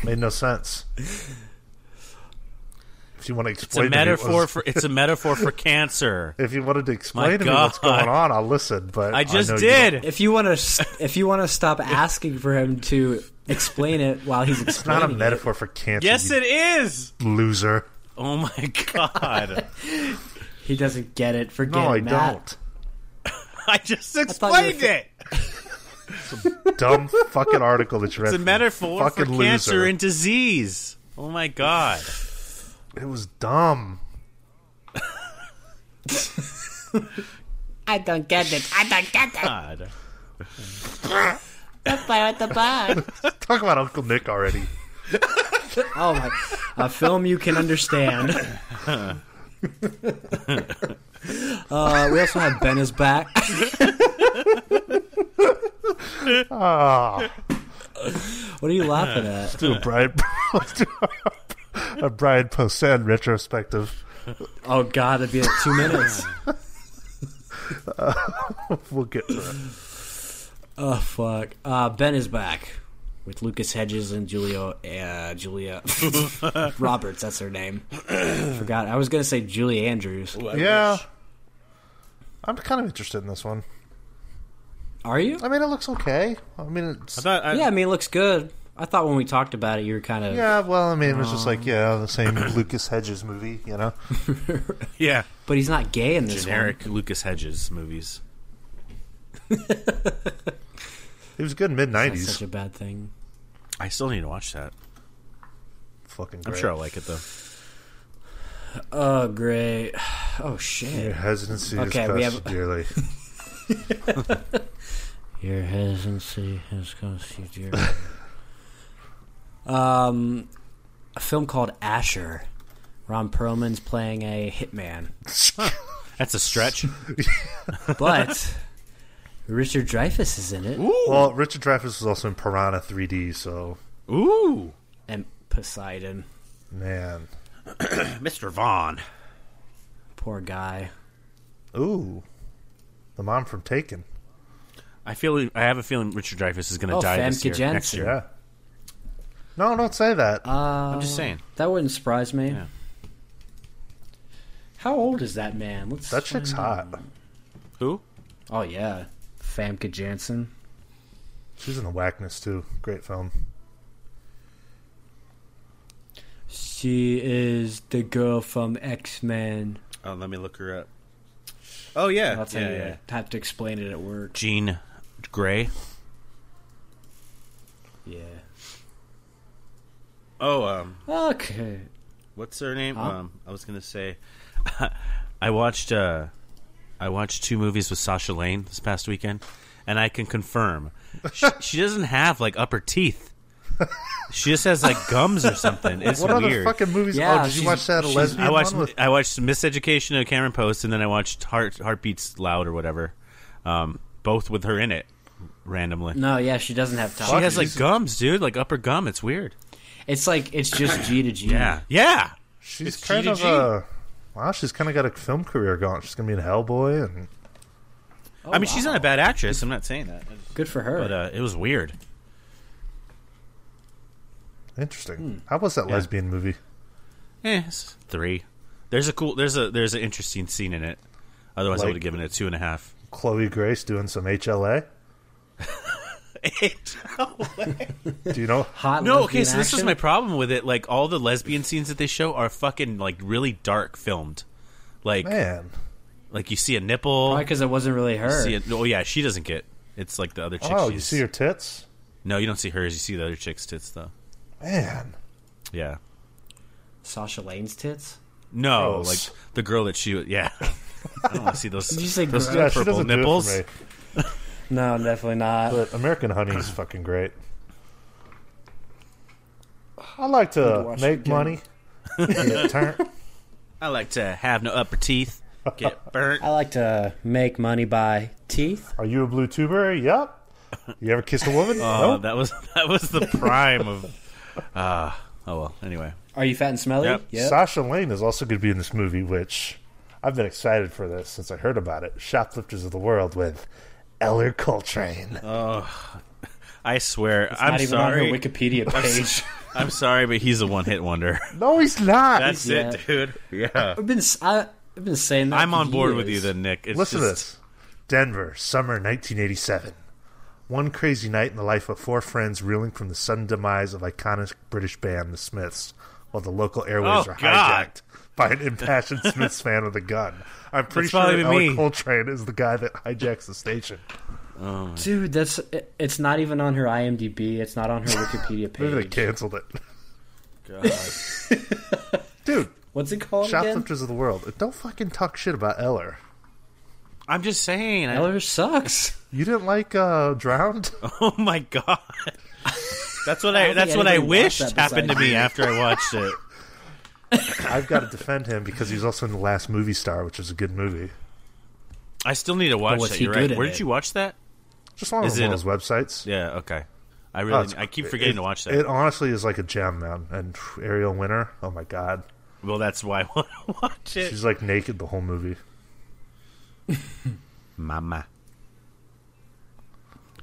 [SPEAKER 1] Made no sense. If you want to
[SPEAKER 3] It's a
[SPEAKER 1] explain to me
[SPEAKER 3] metaphor
[SPEAKER 1] what's-
[SPEAKER 3] for it's a metaphor for cancer.
[SPEAKER 1] if you wanted to explain
[SPEAKER 3] My
[SPEAKER 1] to me what's
[SPEAKER 3] God.
[SPEAKER 1] going on, I'll listen, but
[SPEAKER 3] Oh, I just
[SPEAKER 1] know you don't.
[SPEAKER 3] did.
[SPEAKER 2] If you want to, if you want to stop asking for him to explain it while he's
[SPEAKER 1] It's not
[SPEAKER 2] explaining
[SPEAKER 1] a metaphor for cancer.
[SPEAKER 3] Yes,
[SPEAKER 1] you
[SPEAKER 3] it is.
[SPEAKER 1] loser.
[SPEAKER 3] Oh my god!
[SPEAKER 2] it, he doesn't get it. Forget
[SPEAKER 1] No, I
[SPEAKER 2] Matt.
[SPEAKER 3] I just
[SPEAKER 2] thought you were
[SPEAKER 3] explained
[SPEAKER 2] fi-
[SPEAKER 3] it.
[SPEAKER 1] don't. Dumb fucking article that you read.
[SPEAKER 3] It's a metaphor for
[SPEAKER 1] fucking loser.
[SPEAKER 3] cancer and disease. Oh my god!
[SPEAKER 1] It was dumb.
[SPEAKER 5] I don't get it. I don't get it.
[SPEAKER 3] God.
[SPEAKER 5] The fire at the bar.
[SPEAKER 1] Talk about Uncle Nick already.
[SPEAKER 2] Oh my! A film you can understand. uh, we also have Ben is back.
[SPEAKER 1] Ah,
[SPEAKER 2] What are you laughing at?
[SPEAKER 1] do a Brian. let's do a Brian Posehn retrospective.
[SPEAKER 2] Oh God, it'd be like two minutes.
[SPEAKER 1] We'll get to it.
[SPEAKER 2] Oh fuck! Uh, ben is back with Lucas Hedges and Julio uh, Julia Roberts. That's her name. Forgot. I was gonna say Julie Andrews.
[SPEAKER 1] Yeah, I'm kind of interested in this one.
[SPEAKER 2] Are you?
[SPEAKER 1] I mean, it looks okay. I mean, it's
[SPEAKER 3] I thought I,
[SPEAKER 2] Yeah, I mean, it looks good. I thought when we talked about it, you were kind of.
[SPEAKER 1] yeah. Well, I mean, it was just
[SPEAKER 2] Um,
[SPEAKER 1] like yeah, the same Lucas Hedges movie, you know.
[SPEAKER 3] yeah.
[SPEAKER 2] But he's not gay in this one.
[SPEAKER 3] Generic Lucas Hedges movies.
[SPEAKER 1] It was good mid
[SPEAKER 2] That's
[SPEAKER 1] '90s.
[SPEAKER 2] such a bad thing.
[SPEAKER 3] I still need to watch that.
[SPEAKER 1] Fucking.
[SPEAKER 3] I'm
[SPEAKER 1] great.
[SPEAKER 3] sure I'll like it though.
[SPEAKER 2] Oh great! Oh shit!
[SPEAKER 1] Your hesitancy has
[SPEAKER 2] Okay,
[SPEAKER 1] cost
[SPEAKER 2] we
[SPEAKER 1] you
[SPEAKER 2] have-
[SPEAKER 1] dearly.
[SPEAKER 2] Your hesitancy has cost you dear. um, a film called Asher. Ron Perlman's playing a hitman,
[SPEAKER 3] That's a stretch.
[SPEAKER 2] but Richard Dreyfuss is in it,
[SPEAKER 1] Well, Richard Dreyfuss was also in Piranha 3D, so
[SPEAKER 3] Ooh,
[SPEAKER 2] and Poseidon,
[SPEAKER 1] man,
[SPEAKER 3] Mr. Vaughn.
[SPEAKER 2] poor guy.
[SPEAKER 1] ooh, the mom from Taken.
[SPEAKER 3] I feel. I have a feeling Richard Dreyfuss is going to
[SPEAKER 2] Oh,
[SPEAKER 3] die this
[SPEAKER 2] Famke
[SPEAKER 3] year,
[SPEAKER 2] Janssen.
[SPEAKER 3] next year.
[SPEAKER 1] Yeah. No, don't say that.
[SPEAKER 2] Uh,
[SPEAKER 3] I'm just saying.
[SPEAKER 2] that wouldn't surprise me.
[SPEAKER 3] Yeah.
[SPEAKER 2] How old is that man? Let's
[SPEAKER 1] that chick's
[SPEAKER 2] find out.
[SPEAKER 1] hot.
[SPEAKER 3] Who?
[SPEAKER 2] Oh yeah, Famke Janssen.
[SPEAKER 1] She's in the whackness too. Great film.
[SPEAKER 2] She is the girl from X Men.
[SPEAKER 3] Oh, let me look her up. Oh yeah,
[SPEAKER 2] That's
[SPEAKER 3] yeah,
[SPEAKER 2] how you
[SPEAKER 3] yeah.
[SPEAKER 2] have to explain it at work.
[SPEAKER 3] Jean Grey.
[SPEAKER 2] Yeah.
[SPEAKER 3] Oh, um,
[SPEAKER 2] Okay.
[SPEAKER 3] what's her name?
[SPEAKER 2] Huh?
[SPEAKER 3] Um, I was going to say, I watched. Uh, I watched two movies with Sasha Lane this past weekend, and I can confirm she, she doesn't have like upper teeth. She just has like gums or something. It's
[SPEAKER 1] what other
[SPEAKER 3] weird.
[SPEAKER 1] fucking movies?
[SPEAKER 2] Yeah,
[SPEAKER 1] oh, did you
[SPEAKER 2] she's-
[SPEAKER 1] watch that a
[SPEAKER 2] she's-
[SPEAKER 1] lesbian
[SPEAKER 3] I watched
[SPEAKER 1] one with
[SPEAKER 3] I watched Miseducation of Cameron Post, and then I watched Heart Heartbeats Loud or whatever, um, both with her in it randomly.
[SPEAKER 2] No, yeah, she doesn't have
[SPEAKER 3] she
[SPEAKER 2] time.
[SPEAKER 3] has like gums, dude, like upper gum. It's weird.
[SPEAKER 2] it's like it's just G to
[SPEAKER 1] Hmm.
[SPEAKER 2] G.
[SPEAKER 3] Yeah, yeah.
[SPEAKER 1] She's
[SPEAKER 3] It's
[SPEAKER 1] kind of
[SPEAKER 3] GDG.
[SPEAKER 1] a wow. She's kind of got a film career going. She's gonna be in Hellboy, and
[SPEAKER 2] Oh,
[SPEAKER 3] I mean, she's
[SPEAKER 2] wow.
[SPEAKER 3] not a bad actress. I'm not saying that,
[SPEAKER 2] good for her.
[SPEAKER 3] but uh, it was weird.
[SPEAKER 1] interesting. How was that lesbian movie?
[SPEAKER 3] Eh, it's three. There's a cool. There's a there's an interesting scene in it. Otherwise, I
[SPEAKER 1] Like-
[SPEAKER 3] would have given it a two and a half.
[SPEAKER 1] Chloe Grace doing some HLA. Do you know?
[SPEAKER 2] Hot
[SPEAKER 3] No,
[SPEAKER 2] lesbian
[SPEAKER 3] okay, so this is
[SPEAKER 2] action?
[SPEAKER 3] my problem with it. Like all the lesbian scenes that they show are fucking like really dark filmed. Like
[SPEAKER 1] Man,
[SPEAKER 3] like you see a nipple.
[SPEAKER 2] Probably because it wasn't really her.
[SPEAKER 3] See it- oh yeah, she doesn't get. It's like the other chick.
[SPEAKER 1] oh,
[SPEAKER 3] she's,
[SPEAKER 1] you see her tits.
[SPEAKER 3] No, you don't see hers. You see the other chick's tits though.
[SPEAKER 1] Man,
[SPEAKER 3] Yeah.
[SPEAKER 2] Sasha Lane's tits.
[SPEAKER 3] No,
[SPEAKER 1] Gross.
[SPEAKER 3] like the girl that she. Yeah. I don't wanna see those.
[SPEAKER 2] Did you say
[SPEAKER 3] those
[SPEAKER 2] gross?
[SPEAKER 1] yeah, she
[SPEAKER 3] purple
[SPEAKER 1] doesn't
[SPEAKER 3] nipples.
[SPEAKER 1] do it for me.
[SPEAKER 2] No, definitely not.
[SPEAKER 1] But American Honey is fucking great. I like to
[SPEAKER 2] watch it
[SPEAKER 1] make
[SPEAKER 2] again.
[SPEAKER 1] money. Get turnt.
[SPEAKER 3] I like to have no upper teeth. Get burnt.
[SPEAKER 2] I like to make money by teeth.
[SPEAKER 1] Are you a blue tuber? Yup. You ever kiss a woman?
[SPEAKER 3] Oh,
[SPEAKER 1] no.
[SPEAKER 3] that was that was the prime of. Uh, oh well. Anyway,
[SPEAKER 2] Are you fat and smelly?
[SPEAKER 3] Yep.
[SPEAKER 2] Yep.
[SPEAKER 1] Sasha Lane is also going to be in this movie, which I've been excited for this since I heard about it. Shoplifters of the World with Eller Coltrane.
[SPEAKER 3] Uh, I swear. I'm
[SPEAKER 2] not even
[SPEAKER 3] sorry.
[SPEAKER 2] on her Wikipedia page.
[SPEAKER 3] I'm sorry, but he's a one hit wonder.
[SPEAKER 1] no, he's not.
[SPEAKER 3] That's
[SPEAKER 2] Yeah.
[SPEAKER 3] it, dude. Yeah.
[SPEAKER 2] I've been s- I, have been saying that.
[SPEAKER 3] I'm
[SPEAKER 2] for
[SPEAKER 3] on board with you
[SPEAKER 2] years.
[SPEAKER 3] then, Nick. It's
[SPEAKER 1] Listen to
[SPEAKER 3] just,
[SPEAKER 1] this Denver, summer 1987. One crazy night in the life of four friends reeling from the sudden demise of iconic British band The Smiths, while the local airways
[SPEAKER 3] Oh,
[SPEAKER 1] are
[SPEAKER 3] God.
[SPEAKER 1] hijacked by an impassioned Smiths fan with a gun. I'm pretty
[SPEAKER 3] That's
[SPEAKER 1] sure
[SPEAKER 3] probably
[SPEAKER 1] Eller
[SPEAKER 3] me.
[SPEAKER 1] Coltrane is the guy that hijacks the station.
[SPEAKER 2] Dude, that's it- it's not even on her IMDb. It's not on her Wikipedia
[SPEAKER 1] Maybe they
[SPEAKER 2] page.
[SPEAKER 1] canceled it. Dude,
[SPEAKER 2] What's it called again?
[SPEAKER 1] Shoplifters of the world. Uh, Don't fucking talk shit about Eller.
[SPEAKER 3] I'm just saying. I-
[SPEAKER 2] Eller sucks.
[SPEAKER 1] You didn't like uh, Drowned?
[SPEAKER 3] oh my god. That's what I.
[SPEAKER 2] don't
[SPEAKER 3] that's
[SPEAKER 2] think
[SPEAKER 3] what I
[SPEAKER 2] anybody watched
[SPEAKER 3] wished
[SPEAKER 2] that
[SPEAKER 3] happened to
[SPEAKER 2] besides
[SPEAKER 3] me after I watched it.
[SPEAKER 1] I've got to defend him because he was also in the last movie star, which is a good movie.
[SPEAKER 3] I still need to watch
[SPEAKER 2] was
[SPEAKER 3] that.
[SPEAKER 2] he
[SPEAKER 3] You're
[SPEAKER 2] good
[SPEAKER 3] right.
[SPEAKER 2] at
[SPEAKER 3] Where did
[SPEAKER 2] it?
[SPEAKER 3] you watch that?
[SPEAKER 1] Just on one of
[SPEAKER 3] Is it
[SPEAKER 1] those
[SPEAKER 3] a-
[SPEAKER 1] websites.
[SPEAKER 3] Yeah. Okay. I
[SPEAKER 1] Oh,
[SPEAKER 3] really.
[SPEAKER 1] it's-
[SPEAKER 3] I keep forgetting
[SPEAKER 1] it-
[SPEAKER 3] to watch that.
[SPEAKER 1] It honestly is like a gem, man. And phew, Ariel Winter, oh my god,
[SPEAKER 3] well, that's why I want to watch it.
[SPEAKER 1] she's like naked the whole movie.
[SPEAKER 3] Mama.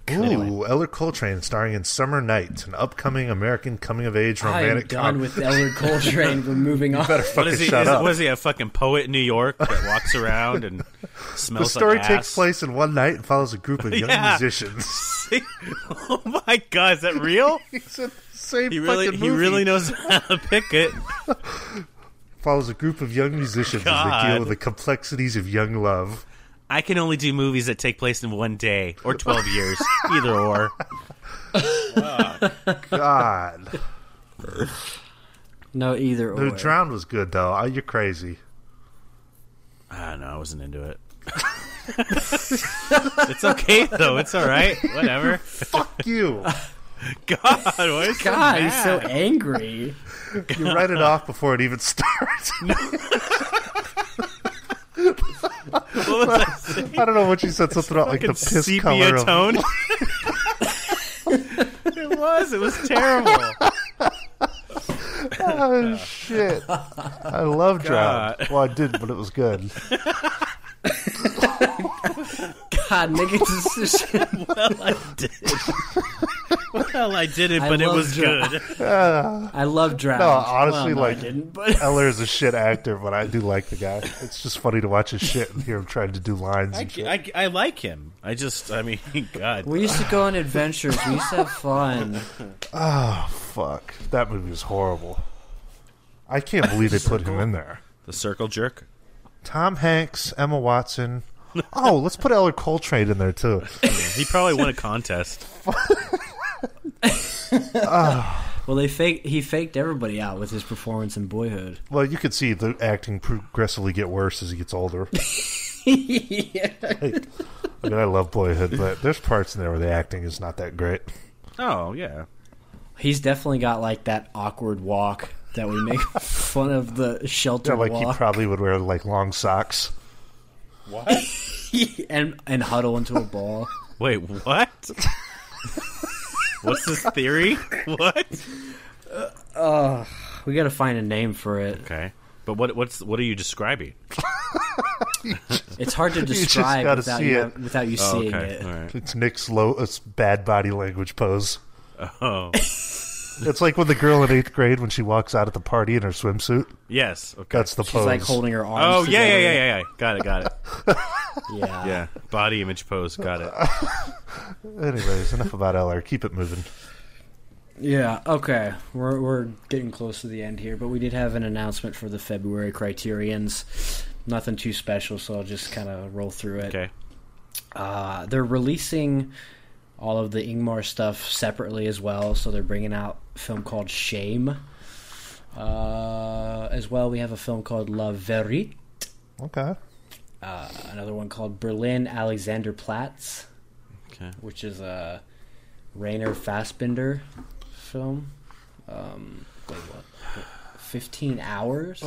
[SPEAKER 1] Ooh, Eller Coltrane starring in Summer Night, an upcoming American coming-of-age
[SPEAKER 2] I'm
[SPEAKER 1] romantic.
[SPEAKER 2] done
[SPEAKER 1] com-
[SPEAKER 2] with Eller Coltrane. We're moving on.
[SPEAKER 1] Better
[SPEAKER 3] What
[SPEAKER 1] fucking
[SPEAKER 3] is he?
[SPEAKER 1] shut
[SPEAKER 3] is,
[SPEAKER 1] up.
[SPEAKER 3] What is he? A fucking poet in New York that walks around and
[SPEAKER 1] the
[SPEAKER 3] smells
[SPEAKER 1] story
[SPEAKER 3] like
[SPEAKER 1] takes
[SPEAKER 3] ass?
[SPEAKER 1] place in one night and follows a group of young
[SPEAKER 3] Yeah.
[SPEAKER 1] musicians.
[SPEAKER 3] oh my god, is that real?
[SPEAKER 1] It's in the same
[SPEAKER 3] He really,
[SPEAKER 1] fucking
[SPEAKER 3] he
[SPEAKER 1] movie.
[SPEAKER 3] really knows how to pick it.
[SPEAKER 1] follows a group of young musicians as they deal
[SPEAKER 3] God.
[SPEAKER 1] with the complexities of young love.
[SPEAKER 3] I can only do movies that take place in one day or twelve years, either or.
[SPEAKER 1] God,
[SPEAKER 2] No, either or.
[SPEAKER 1] the Drowned was good though. Oh, you're crazy.
[SPEAKER 3] I don't know. I wasn't into it. it's okay though. It's all right. Whatever.
[SPEAKER 1] Fuck you.
[SPEAKER 3] God, why is
[SPEAKER 2] God,
[SPEAKER 3] so
[SPEAKER 2] he's so
[SPEAKER 3] mad?
[SPEAKER 2] angry.
[SPEAKER 1] You write it off before it even starts.
[SPEAKER 3] What was I saying?
[SPEAKER 1] I don't know what you said. Something about like the piss color
[SPEAKER 3] sepia
[SPEAKER 1] of
[SPEAKER 3] tone. it was. It was terrible.
[SPEAKER 1] Oh shit! I love Drowned.
[SPEAKER 3] God.
[SPEAKER 1] Well, I did, but it was good.
[SPEAKER 2] God, make a decision.
[SPEAKER 3] well, I did. well, I did it,
[SPEAKER 2] I
[SPEAKER 3] but it
[SPEAKER 2] love
[SPEAKER 3] was
[SPEAKER 2] dra-
[SPEAKER 3] good.
[SPEAKER 2] I love Drowned.
[SPEAKER 1] No, honestly,
[SPEAKER 2] Well, no, I
[SPEAKER 1] like
[SPEAKER 2] didn't, but
[SPEAKER 1] Eller is a shit actor, but I do like the guy. It's just funny to watch his shit and hear him trying to do lines and shit.
[SPEAKER 3] I, I like him. I just, I mean, God.
[SPEAKER 2] we used to go on adventures. We used to have fun.
[SPEAKER 1] Fuck, that movie was horrible. I can't believe they put him in there.
[SPEAKER 3] The circle jerk.
[SPEAKER 1] Tom Hanks, Emma Watson. Oh, let's put Eller Coltrane in there too.
[SPEAKER 3] He probably won a contest.
[SPEAKER 2] Well, they fake. He faked everybody out with his performance in Boyhood.
[SPEAKER 1] Well, you could see the acting progressively get worse as he gets older. Like, I mean, I love Boyhood, but there's parts in there where the acting is not that great.
[SPEAKER 3] Oh yeah.
[SPEAKER 2] He's definitely got like that awkward walk that we make fun of the shelter
[SPEAKER 1] Yeah, like he
[SPEAKER 2] walk
[SPEAKER 1] probably would wear like long socks.
[SPEAKER 2] and and huddle into a ball.
[SPEAKER 3] Wait, what? What's this theory? What?
[SPEAKER 2] We got to find a name for it.
[SPEAKER 3] Okay, but what? What's what are you describing?
[SPEAKER 2] It's hard to
[SPEAKER 1] just
[SPEAKER 2] describe
[SPEAKER 1] gotta
[SPEAKER 2] without
[SPEAKER 1] see
[SPEAKER 2] you
[SPEAKER 1] it.
[SPEAKER 2] without you
[SPEAKER 3] Oh,
[SPEAKER 2] seeing
[SPEAKER 3] okay,
[SPEAKER 2] it.
[SPEAKER 3] all right.
[SPEAKER 1] It's Nick's low, it's bad body language pose.
[SPEAKER 3] Oh,
[SPEAKER 1] It's like when the girl in eighth grade when she walks out at the party in her swimsuit.
[SPEAKER 3] yes. Okay.
[SPEAKER 1] That's the
[SPEAKER 2] She's
[SPEAKER 1] pose.
[SPEAKER 2] like holding her arms.
[SPEAKER 3] Oh yeah, yeah, yeah,
[SPEAKER 2] together.
[SPEAKER 3] yeah, yeah. Got it, got it.
[SPEAKER 2] yeah.
[SPEAKER 3] Yeah, body image pose. Got it.
[SPEAKER 1] Anyways, enough about LR. Keep it moving.
[SPEAKER 2] Yeah, okay. We're, we're getting close to the end here, but we did have an announcement for the February criterions. Nothing too special, so I'll just kind of roll through it.
[SPEAKER 3] Okay.
[SPEAKER 2] Uh, they're releasing all of the Ingmar stuff separately as well, so they're bringing out a film called Shame. Uh, as well, we have a film called La Verite,
[SPEAKER 1] Okay.
[SPEAKER 2] another one called Berlin Alexanderplatz,
[SPEAKER 3] Okay.
[SPEAKER 2] which is a Rainer Fassbinder film. Um, wait, what? Fifteen hours?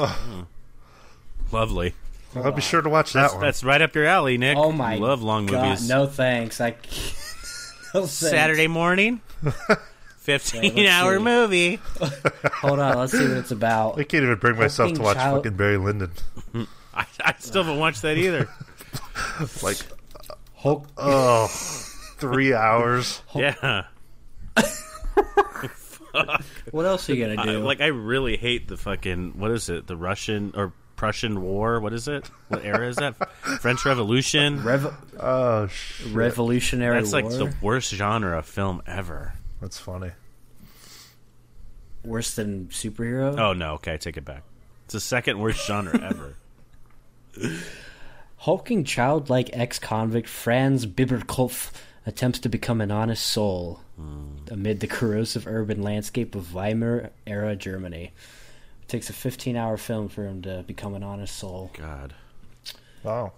[SPEAKER 3] Lovely.
[SPEAKER 1] I'll be sure to watch that
[SPEAKER 3] That's,
[SPEAKER 1] one.
[SPEAKER 3] that's right up your alley, Nick.
[SPEAKER 2] oh my!
[SPEAKER 3] You love long
[SPEAKER 2] God,
[SPEAKER 3] movies.
[SPEAKER 2] No thanks. I can't- no thanks.
[SPEAKER 3] Saturday morning. Fifteen
[SPEAKER 2] let's
[SPEAKER 3] hour
[SPEAKER 2] see.
[SPEAKER 3] movie.
[SPEAKER 2] Hold on. Let's see what it's about.
[SPEAKER 1] I can't even bring myself to
[SPEAKER 2] Fucking
[SPEAKER 1] watch
[SPEAKER 2] child-
[SPEAKER 1] fucking Barry Lyndon.
[SPEAKER 3] I, I still haven't watched that either.
[SPEAKER 1] Like,
[SPEAKER 2] Hulk
[SPEAKER 1] oh, three hours.
[SPEAKER 3] yeah.
[SPEAKER 2] What else are you gonna
[SPEAKER 3] I-
[SPEAKER 2] do?
[SPEAKER 3] like I really hate the fucking what is it? The Russian or Prussian War? What is it? What era is that? French Revolution.
[SPEAKER 2] Rev-
[SPEAKER 1] Oh, shit.
[SPEAKER 2] Revolutionary
[SPEAKER 3] That's
[SPEAKER 2] War.
[SPEAKER 3] like the worst genre of film ever.
[SPEAKER 1] That's funny.
[SPEAKER 2] Worse than superhero.
[SPEAKER 3] Oh no, okay, I take it back. It's the second worst genre ever.
[SPEAKER 2] Hulking childlike ex-convict Franz Biberkopf attempts to become an honest soul amid the corrosive urban landscape of Weimar-era Germany. takes a 15 hour film for him to become an honest soul.
[SPEAKER 3] God.
[SPEAKER 1] Wow.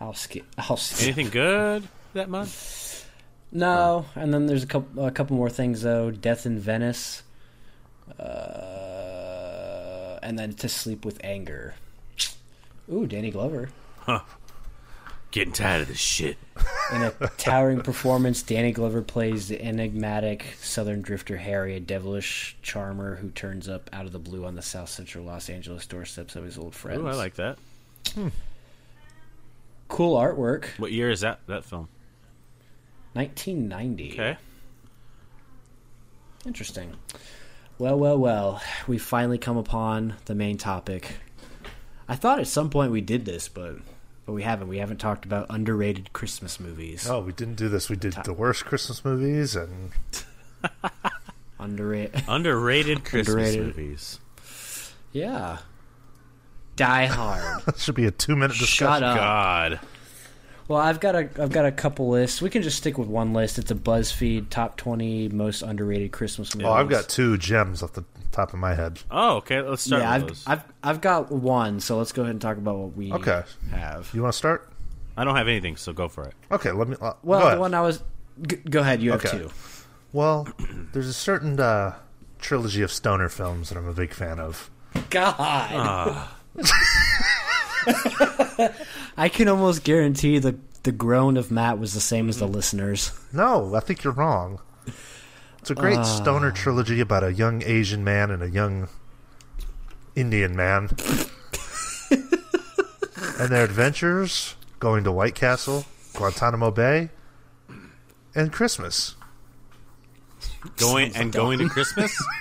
[SPEAKER 2] I'll skip. I'll skip.
[SPEAKER 3] Anything good that month?
[SPEAKER 2] No, and then there's a couple a couple more things though. Death in Venice, uh, and then To Sleep with Anger. Ooh, Danny Glover.
[SPEAKER 3] Getting tired of this shit.
[SPEAKER 2] In a towering performance, Danny Glover plays the enigmatic Southern drifter Harry, a devilish charmer who turns up out of the blue on the South Central Los Angeles doorsteps of his old friends.
[SPEAKER 3] Ooh, I like that.
[SPEAKER 2] cool artwork.
[SPEAKER 3] What year is that that film?
[SPEAKER 2] 1990.
[SPEAKER 3] Okay.
[SPEAKER 2] Interesting. Well, well, well. We finally come upon the main topic. I thought at some point we did this, but but we haven't. We haven't talked about underrated Christmas movies.
[SPEAKER 1] Oh, we didn't do this. We did the worst Christmas movies, and
[SPEAKER 2] Underrated.
[SPEAKER 3] Underrated Christmas
[SPEAKER 2] Underrated.
[SPEAKER 3] movies.
[SPEAKER 2] yeah. Die Hard.
[SPEAKER 1] that should be a two-minute discussion.
[SPEAKER 3] Uh,
[SPEAKER 2] Shut up.
[SPEAKER 3] God.
[SPEAKER 2] Well, I've got a I've got a couple lists. We can just stick with one list. It's a BuzzFeed top twenty most underrated Christmas movies.
[SPEAKER 1] Oh, I've got two gems off the top of my head.
[SPEAKER 3] Oh, okay. Let's start
[SPEAKER 2] yeah,
[SPEAKER 3] with
[SPEAKER 2] I've,
[SPEAKER 3] those.
[SPEAKER 2] I've I've got one. So let's go ahead and talk about what we
[SPEAKER 1] Okay.
[SPEAKER 2] have.
[SPEAKER 1] You want to start?
[SPEAKER 3] I don't have anything, so go for it.
[SPEAKER 1] Okay, let me. Uh, go
[SPEAKER 2] Well, the
[SPEAKER 1] ahead.
[SPEAKER 2] one I was. G- go ahead. You have
[SPEAKER 1] Okay.
[SPEAKER 2] two.
[SPEAKER 1] Well, there's a certain uh, trilogy of stoner films that I'm a big fan of.
[SPEAKER 2] God.
[SPEAKER 3] Ah.
[SPEAKER 2] I can almost guarantee the the groan of Matt was the same as the
[SPEAKER 3] Mm-hmm.
[SPEAKER 2] listeners.
[SPEAKER 1] No, I think you're wrong. It's a great stoner trilogy about a young Asian man and a young Indian man and their adventures going to White Castle, Guantanamo Bay, and Christmas.
[SPEAKER 3] Going and going to Christmas,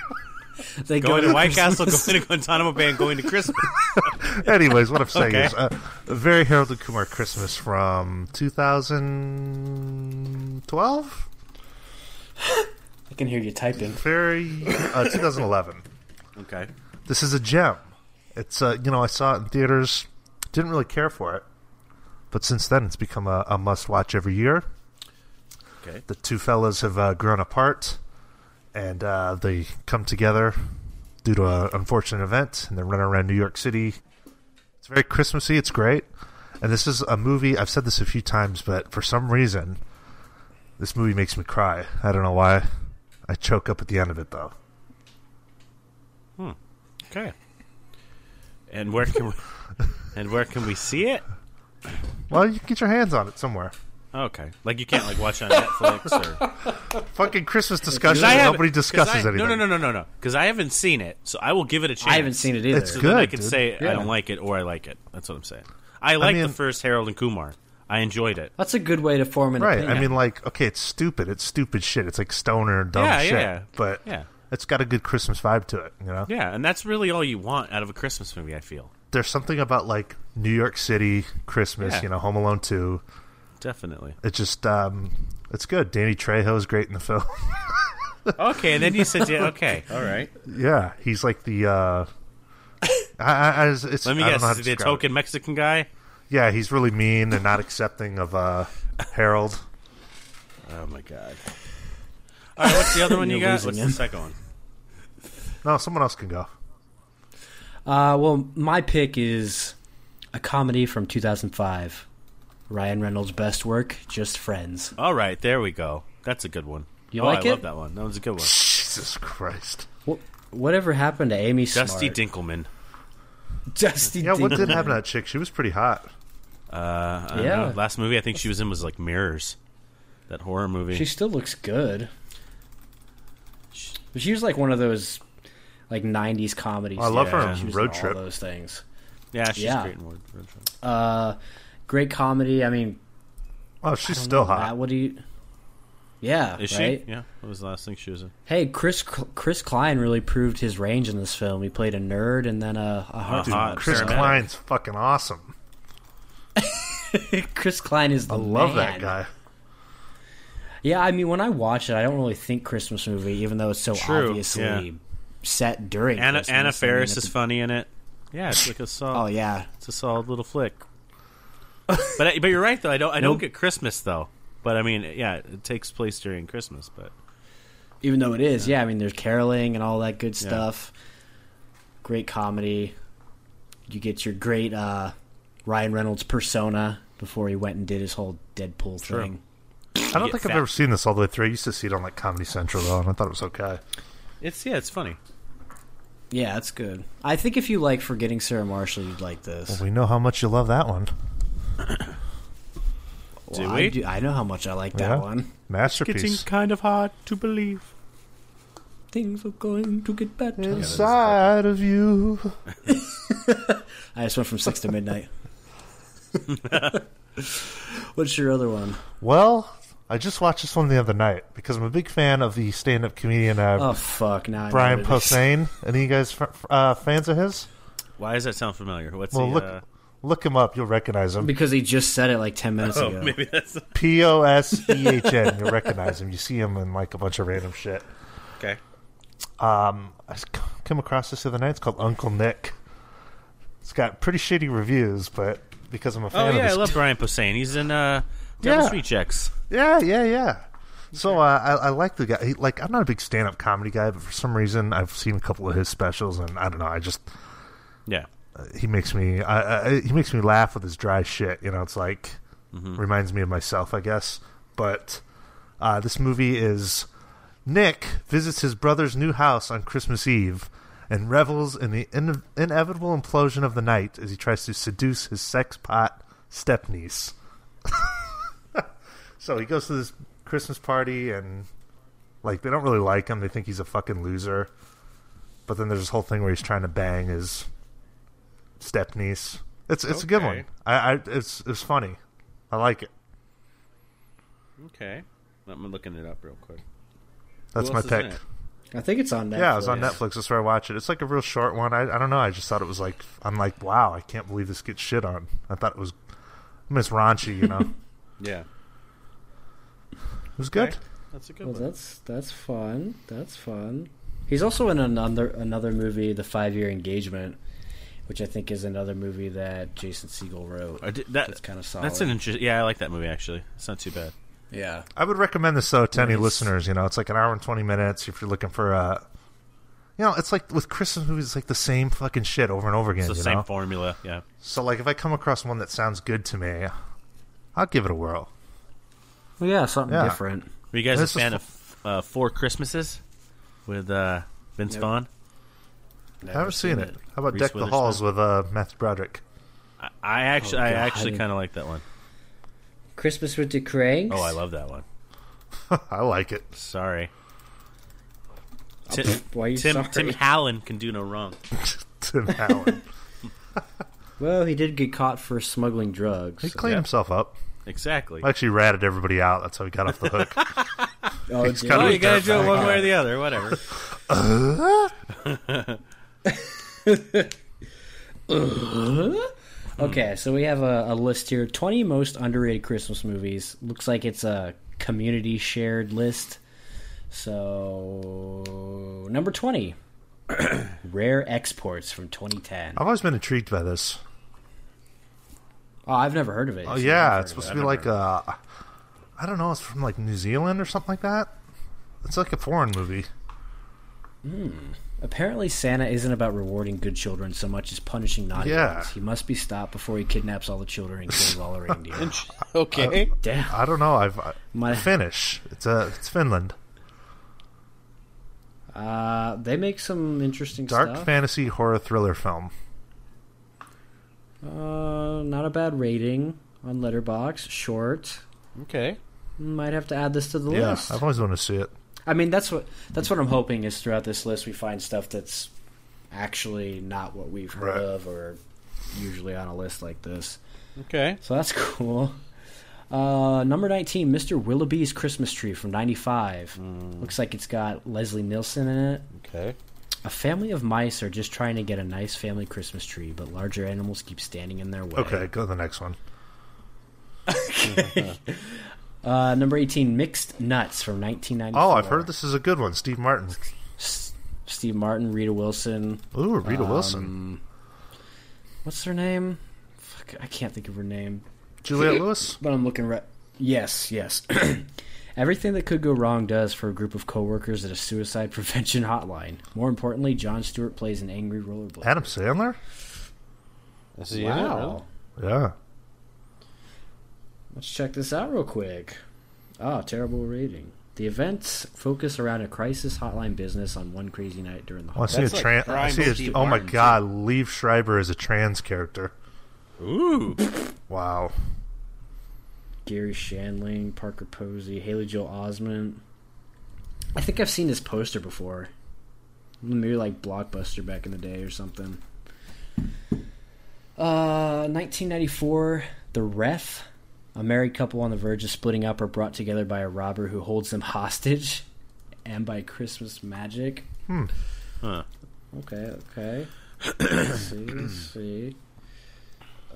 [SPEAKER 2] They go
[SPEAKER 3] going to White
[SPEAKER 2] Christmas-
[SPEAKER 3] Castle, going to Guantanamo Bay, and going to Christmas.
[SPEAKER 1] Anyways, what I'm saying
[SPEAKER 3] Okay.
[SPEAKER 1] is uh, a very Harold and Kumar Christmas from 2012?
[SPEAKER 2] I can hear you typing.
[SPEAKER 1] Very. Uh, 2011.
[SPEAKER 3] Okay.
[SPEAKER 1] this is a gem. It's uh, you know I saw it in theaters, didn't really care for it, but since then it's become a, a must watch every year.
[SPEAKER 3] Okay.
[SPEAKER 1] The two fellas have uh, grown apart, and uh, they come together due to an unfortunate event, and they're running around New York City. It's very Christmassy. It's great, and this is a movie. I've said this a few times, but for some reason, this movie makes me cry. I don't know why. I choke up at the end of it though.
[SPEAKER 3] Okay. And where can we? and where can we see it?
[SPEAKER 1] Well, you can get your hands on it somewhere.
[SPEAKER 3] Okay. Like you can't like watch it on Netflix or.
[SPEAKER 1] fucking Christmas discussion.
[SPEAKER 3] 'Cause I
[SPEAKER 1] that
[SPEAKER 3] haven't-
[SPEAKER 1] nobody
[SPEAKER 3] 'cause
[SPEAKER 1] discusses
[SPEAKER 3] I,
[SPEAKER 1] anything.
[SPEAKER 3] No, no, no, no, no, no. Because I haven't seen it, so I will give it a chance.
[SPEAKER 2] I haven't seen it either.
[SPEAKER 1] It's
[SPEAKER 3] So
[SPEAKER 1] good.
[SPEAKER 3] then I can
[SPEAKER 1] dude.
[SPEAKER 3] say I
[SPEAKER 2] Yeah.
[SPEAKER 3] don't like it or I like it. That's what I'm saying. I like
[SPEAKER 1] mean-
[SPEAKER 3] the first Harold and Kumar. I enjoyed it.
[SPEAKER 2] That's a good way to form an
[SPEAKER 1] Right.
[SPEAKER 2] opinion.
[SPEAKER 1] I mean, like, okay, it's stupid. It's stupid shit. It's like stoner, dumb
[SPEAKER 3] Yeah,
[SPEAKER 1] shit.
[SPEAKER 3] yeah.
[SPEAKER 1] But
[SPEAKER 3] Yeah.
[SPEAKER 1] it's got a good Christmas vibe to it. You know,
[SPEAKER 3] Yeah, and that's really all you want out of a Christmas movie. I feel
[SPEAKER 1] there's something about like New York City Christmas.
[SPEAKER 3] Yeah.
[SPEAKER 1] You know, Home Alone two.
[SPEAKER 3] definitely.
[SPEAKER 1] It just, um, it's good. Danny Trejo is great in the film.
[SPEAKER 3] Okay, and then you said, yeah, okay, all right.
[SPEAKER 1] yeah, he's like the. uh I, I, I, it's,
[SPEAKER 3] Let me
[SPEAKER 1] I don't
[SPEAKER 3] guess,
[SPEAKER 1] know how
[SPEAKER 3] is
[SPEAKER 1] to
[SPEAKER 3] it the
[SPEAKER 1] describe it.
[SPEAKER 3] token Mexican guy?
[SPEAKER 1] Yeah, he's really mean and not accepting of uh Harold.
[SPEAKER 3] Oh my god! All right, what's the other one you
[SPEAKER 2] You're
[SPEAKER 3] got?
[SPEAKER 2] losing
[SPEAKER 3] What's
[SPEAKER 2] it.
[SPEAKER 3] the second one?
[SPEAKER 1] No, someone else can go.
[SPEAKER 2] uh, well, my pick is a comedy from 2005. Ryan Reynolds' best work, Just Friends.
[SPEAKER 3] All right, there we go. That's a good one.
[SPEAKER 2] You
[SPEAKER 3] oh,
[SPEAKER 2] like
[SPEAKER 3] I
[SPEAKER 2] it?
[SPEAKER 3] love that one. That was a good one.
[SPEAKER 1] Jesus Christ.
[SPEAKER 2] Wh- whatever happened to Amy Smart?
[SPEAKER 3] Dusty Dinkelman.
[SPEAKER 2] Dusty
[SPEAKER 1] Yeah, what
[SPEAKER 2] Dink-
[SPEAKER 1] did happen to that chick? She was pretty hot.
[SPEAKER 3] Uh, I don't
[SPEAKER 2] Yeah.
[SPEAKER 3] know. Last movie I think she was in was like Mirrors, that horror movie.
[SPEAKER 2] She still looks good. But She was like one of those like '90s comedies.
[SPEAKER 1] I love
[SPEAKER 3] her in
[SPEAKER 2] She was
[SPEAKER 1] Road
[SPEAKER 2] in
[SPEAKER 1] Trip.
[SPEAKER 2] All those things.
[SPEAKER 3] yeah, she's
[SPEAKER 2] yeah.
[SPEAKER 3] great in Road Road Trip.
[SPEAKER 2] Uh, great comedy. I mean,
[SPEAKER 1] Oh, she's still hot.
[SPEAKER 2] Matt, what do you? Yeah,
[SPEAKER 3] Is
[SPEAKER 2] right.
[SPEAKER 3] she? Yeah, that was the last thing she was in.
[SPEAKER 2] Hey, Chris Chris Klein really proved his range in this film. He played a nerd and then a, a heart.
[SPEAKER 1] Dude,
[SPEAKER 3] hot
[SPEAKER 1] Chris
[SPEAKER 3] paramedic.
[SPEAKER 1] Klein's fucking awesome.
[SPEAKER 2] Chris Klein is the
[SPEAKER 1] I love
[SPEAKER 2] man.
[SPEAKER 1] that guy.
[SPEAKER 2] Yeah, I mean, when I watch it, I don't really think Christmas movie, even though it's so
[SPEAKER 3] True,
[SPEAKER 2] obviously
[SPEAKER 3] yeah.
[SPEAKER 2] set during.
[SPEAKER 3] Anna
[SPEAKER 2] Christmas.
[SPEAKER 3] Anna
[SPEAKER 2] I mean,
[SPEAKER 3] Faris
[SPEAKER 2] at
[SPEAKER 3] is
[SPEAKER 2] the-
[SPEAKER 3] funny in it. Yeah, it's like a solid.
[SPEAKER 2] Oh yeah,
[SPEAKER 3] It's a solid little flick. but I- but you're right though. I don't I don't
[SPEAKER 2] Nope.
[SPEAKER 3] get Christmas though. But I mean, yeah, it takes place during Christmas. But
[SPEAKER 2] even though it is yeah i mean there's caroling and all that good stuff great comedy. You get your great uh, Ryan Reynolds persona before he went and did his whole Deadpool
[SPEAKER 3] True.
[SPEAKER 2] thing.
[SPEAKER 1] I don't
[SPEAKER 3] get
[SPEAKER 1] think
[SPEAKER 3] fat.
[SPEAKER 1] I've ever seen this all the way through. I used to see it on like Comedy Central though, and I thought it was okay.
[SPEAKER 3] It's yeah, it's funny.
[SPEAKER 2] Yeah, that's good. I think if you like Forgetting Sarah Marshall, you'd like this.
[SPEAKER 1] We know how much you love that one.
[SPEAKER 3] do
[SPEAKER 2] Well, I,
[SPEAKER 3] we?
[SPEAKER 2] do, I know how much I like that
[SPEAKER 1] Yeah.
[SPEAKER 2] one.
[SPEAKER 3] Getting
[SPEAKER 1] Masterpiece.
[SPEAKER 3] kind of hard to believe.
[SPEAKER 2] Things are going to get better.
[SPEAKER 1] Inside of you.
[SPEAKER 2] I just went from six to midnight. What's your other one?
[SPEAKER 1] Well, I just watched this one the other night because I'm a big fan of the stand-up comedian uh,
[SPEAKER 2] Oh fuck! Now I know
[SPEAKER 1] Brian
[SPEAKER 2] what it is.
[SPEAKER 1] Posehn. Any of you guys fr- fr- uh, fans of his?
[SPEAKER 3] Why does that sound familiar? What's
[SPEAKER 1] Well,
[SPEAKER 3] the?
[SPEAKER 1] look,
[SPEAKER 3] uh,
[SPEAKER 1] look him up. You'll recognize him.
[SPEAKER 2] because he just said it like ten minutes
[SPEAKER 3] oh,
[SPEAKER 2] ago.
[SPEAKER 3] maybe that's
[SPEAKER 1] P O S E H N. You'll recognize him. You see him in like a bunch of random shit.
[SPEAKER 3] okay.
[SPEAKER 1] Um, I s- came across this the other night. It's called Uncle Nick. It's got pretty shitty reviews, but because I'm a
[SPEAKER 3] Oh
[SPEAKER 1] fan of
[SPEAKER 3] yeah, I
[SPEAKER 1] his
[SPEAKER 3] love Brian Posehn. He's in uh, Devil's
[SPEAKER 1] Yeah.
[SPEAKER 3] Rejects.
[SPEAKER 1] Yeah, yeah, yeah. So uh, I, I like the guy. He, like I'm not a big stand-up comedy guy, but for some reason I've seen a couple of his specials, and I don't know. I just
[SPEAKER 3] Yeah,
[SPEAKER 1] he makes me I, I, he makes me laugh with his dry shit. You know, it's like
[SPEAKER 3] Mm-hmm.
[SPEAKER 1] reminds me of myself, I guess. But uh, this movie is Nick visits his brother's new house on Christmas Eve and revels in the in- inevitable implosion of the night as he tries to seduce his sex pot stepniece. so he goes to this Christmas party and like they don't really like him. They think he's a fucking loser. But then there's this whole thing where he's trying to bang his stepniece. It's it's a good
[SPEAKER 3] Okay.
[SPEAKER 1] one. I, I it's it's funny. I like it.
[SPEAKER 3] okay. I'm looking it up real quick.
[SPEAKER 1] That's
[SPEAKER 3] Who
[SPEAKER 1] my
[SPEAKER 3] else is in
[SPEAKER 1] pick.
[SPEAKER 3] it?
[SPEAKER 2] I think it's on Netflix.
[SPEAKER 1] Yeah, it was on Netflix. That's where I watch it. It's like a real short one. I, I don't know. I just thought it was like I'm like, wow, I can't believe this gets shit on. I thought it was I mean, it's raunchy, you know. it
[SPEAKER 3] Yeah,
[SPEAKER 1] was good.
[SPEAKER 3] Okay. that's a good
[SPEAKER 2] Well,
[SPEAKER 3] one.
[SPEAKER 2] that's that's fun. That's fun. He's also in another another movie, The Five Year Engagement, which I think is another movie that Jason Siegel wrote.
[SPEAKER 3] I did- that-
[SPEAKER 2] That's kind of solid.
[SPEAKER 3] that's an interesting. Yeah, I like that movie actually. It's not too bad.
[SPEAKER 2] yeah.
[SPEAKER 1] I would recommend this though to any
[SPEAKER 2] Nice.
[SPEAKER 1] listeners. You know, it's like an hour and twenty minutes if you're looking for a. You know, it's like with Christmas movies, it's like the same fucking shit over and over again.
[SPEAKER 3] It's the
[SPEAKER 1] you
[SPEAKER 3] same
[SPEAKER 1] know?
[SPEAKER 3] formula. Yeah.
[SPEAKER 1] so like, if I come across one that sounds good to me, I'll give it a whirl.
[SPEAKER 2] Well, yeah, something
[SPEAKER 1] Yeah.
[SPEAKER 2] different.
[SPEAKER 3] Were you guys
[SPEAKER 1] This
[SPEAKER 3] a
[SPEAKER 1] is
[SPEAKER 3] fan
[SPEAKER 1] fu-
[SPEAKER 3] of uh, Four Christmases with uh, Vince
[SPEAKER 2] Nope.
[SPEAKER 3] Vaughn?
[SPEAKER 1] I haven't seen, it. How about
[SPEAKER 3] Reese
[SPEAKER 1] Deck the Halls with uh, Matthew Broderick?
[SPEAKER 3] I, I actually, I
[SPEAKER 2] Oh, God.
[SPEAKER 3] actually kind of like that one.
[SPEAKER 2] Christmas with the Cranks.
[SPEAKER 3] Oh, I love that one.
[SPEAKER 1] I like it.
[SPEAKER 3] Sorry. Tim,
[SPEAKER 2] Why are you
[SPEAKER 3] Tim,
[SPEAKER 2] sorry?
[SPEAKER 3] Tim Hallen can do no wrong.
[SPEAKER 1] Tim Allen.
[SPEAKER 2] Well, he did get caught for smuggling drugs.
[SPEAKER 1] He cleaned
[SPEAKER 3] Yeah.
[SPEAKER 1] himself up.
[SPEAKER 3] Exactly.
[SPEAKER 1] Actually, ratted everybody out. That's how he got off the hook.
[SPEAKER 2] oh,
[SPEAKER 1] he's
[SPEAKER 2] did
[SPEAKER 1] kinda
[SPEAKER 3] Well,
[SPEAKER 2] he?
[SPEAKER 3] you gotta do it
[SPEAKER 1] Terrifying.
[SPEAKER 3] one way or the other. Whatever.
[SPEAKER 2] Okay, so we have a, a list here: twenty most underrated Christmas movies. Looks like it's a community shared list. So number twenty, rare exports from 2010.
[SPEAKER 1] I've always been intrigued by this.
[SPEAKER 2] Oh, I've never heard of it.
[SPEAKER 1] Oh
[SPEAKER 2] So
[SPEAKER 1] yeah,
[SPEAKER 2] I've
[SPEAKER 1] it's
[SPEAKER 2] never
[SPEAKER 1] supposed
[SPEAKER 2] heard
[SPEAKER 1] to be like uh, I don't know. It's from like New Zealand or something like that. It's like a foreign movie.
[SPEAKER 2] of it. Apparently, Santa isn't about rewarding good children so much as punishing naughty
[SPEAKER 1] Yeah.
[SPEAKER 2] ones. He must be stopped before he kidnaps all the children and kills all the reindeer.
[SPEAKER 3] okay.
[SPEAKER 2] Damn.
[SPEAKER 1] I don't know. I've I,
[SPEAKER 2] My-
[SPEAKER 1] Finnish. It's a it's Finland.
[SPEAKER 2] Uh, they make some interesting
[SPEAKER 1] Dark
[SPEAKER 2] stuff.
[SPEAKER 1] fantasy horror thriller film.
[SPEAKER 2] Uh, not a bad rating on Letterbox. Short.
[SPEAKER 3] Uh, Okay.
[SPEAKER 2] Might have to add this to the
[SPEAKER 1] Yeah,
[SPEAKER 2] list.
[SPEAKER 1] I've always wanted to see it.
[SPEAKER 2] I mean, that's what that's what I'm hoping is throughout this list we find stuff that's actually not what we've heard
[SPEAKER 1] Right.
[SPEAKER 2] of or usually on a list like this.
[SPEAKER 3] Okay.
[SPEAKER 2] So that's cool. Uh, number 19, Mr. Willoughby's Christmas Tree from 95.
[SPEAKER 1] Hmm.
[SPEAKER 2] Looks like it's got Leslie Nielsen in it.
[SPEAKER 3] Okay.
[SPEAKER 2] A family of mice are just trying to get a nice family Christmas tree, but larger animals keep standing in their way.
[SPEAKER 1] Okay, go to the next one.
[SPEAKER 2] Uh, number 18, Mixed Nuts from 1994.
[SPEAKER 1] Oh, I've heard this is a good one. Steve Martin.
[SPEAKER 2] S- Steve Martin, Rita Wilson.
[SPEAKER 1] Ooh, Rita Wilson,
[SPEAKER 2] Um, what's her name? Fuck, I can't think of her name.
[SPEAKER 1] Juliette Lewis.
[SPEAKER 2] But I'm looking right. Yes, yes. Everything that could go wrong does for a group of coworkers at a suicide prevention hotline. More importantly, John Stewart plays an angry rollerblader.
[SPEAKER 1] Adam Sandler?
[SPEAKER 6] This is you,
[SPEAKER 2] wow.
[SPEAKER 6] really?
[SPEAKER 1] Yeah.
[SPEAKER 2] Let's check this out real quick. Ah, terrible rating. The events focus around a crisis hotline business on one crazy night during the
[SPEAKER 1] Well, Oh, I
[SPEAKER 2] holiday.
[SPEAKER 1] see a
[SPEAKER 6] That's like
[SPEAKER 1] trans. I
[SPEAKER 6] Brian
[SPEAKER 1] see
[SPEAKER 6] Bushy
[SPEAKER 1] a, oh my
[SPEAKER 6] Barnes,
[SPEAKER 1] god, Leave Schreiber is a trans character.
[SPEAKER 3] Ooh.
[SPEAKER 1] Wow.
[SPEAKER 2] Gary Shandling, Parker Posey, Haley Joel Osment. I think I've seen this poster before. Maybe like Blockbuster back in the day or something. Uh, 1994, The Ref. A married couple on the verge of splitting up are brought together by a robber who holds them hostage and by Christmas magic.
[SPEAKER 3] Huh.
[SPEAKER 2] Okay, okay. Let's see, let's see.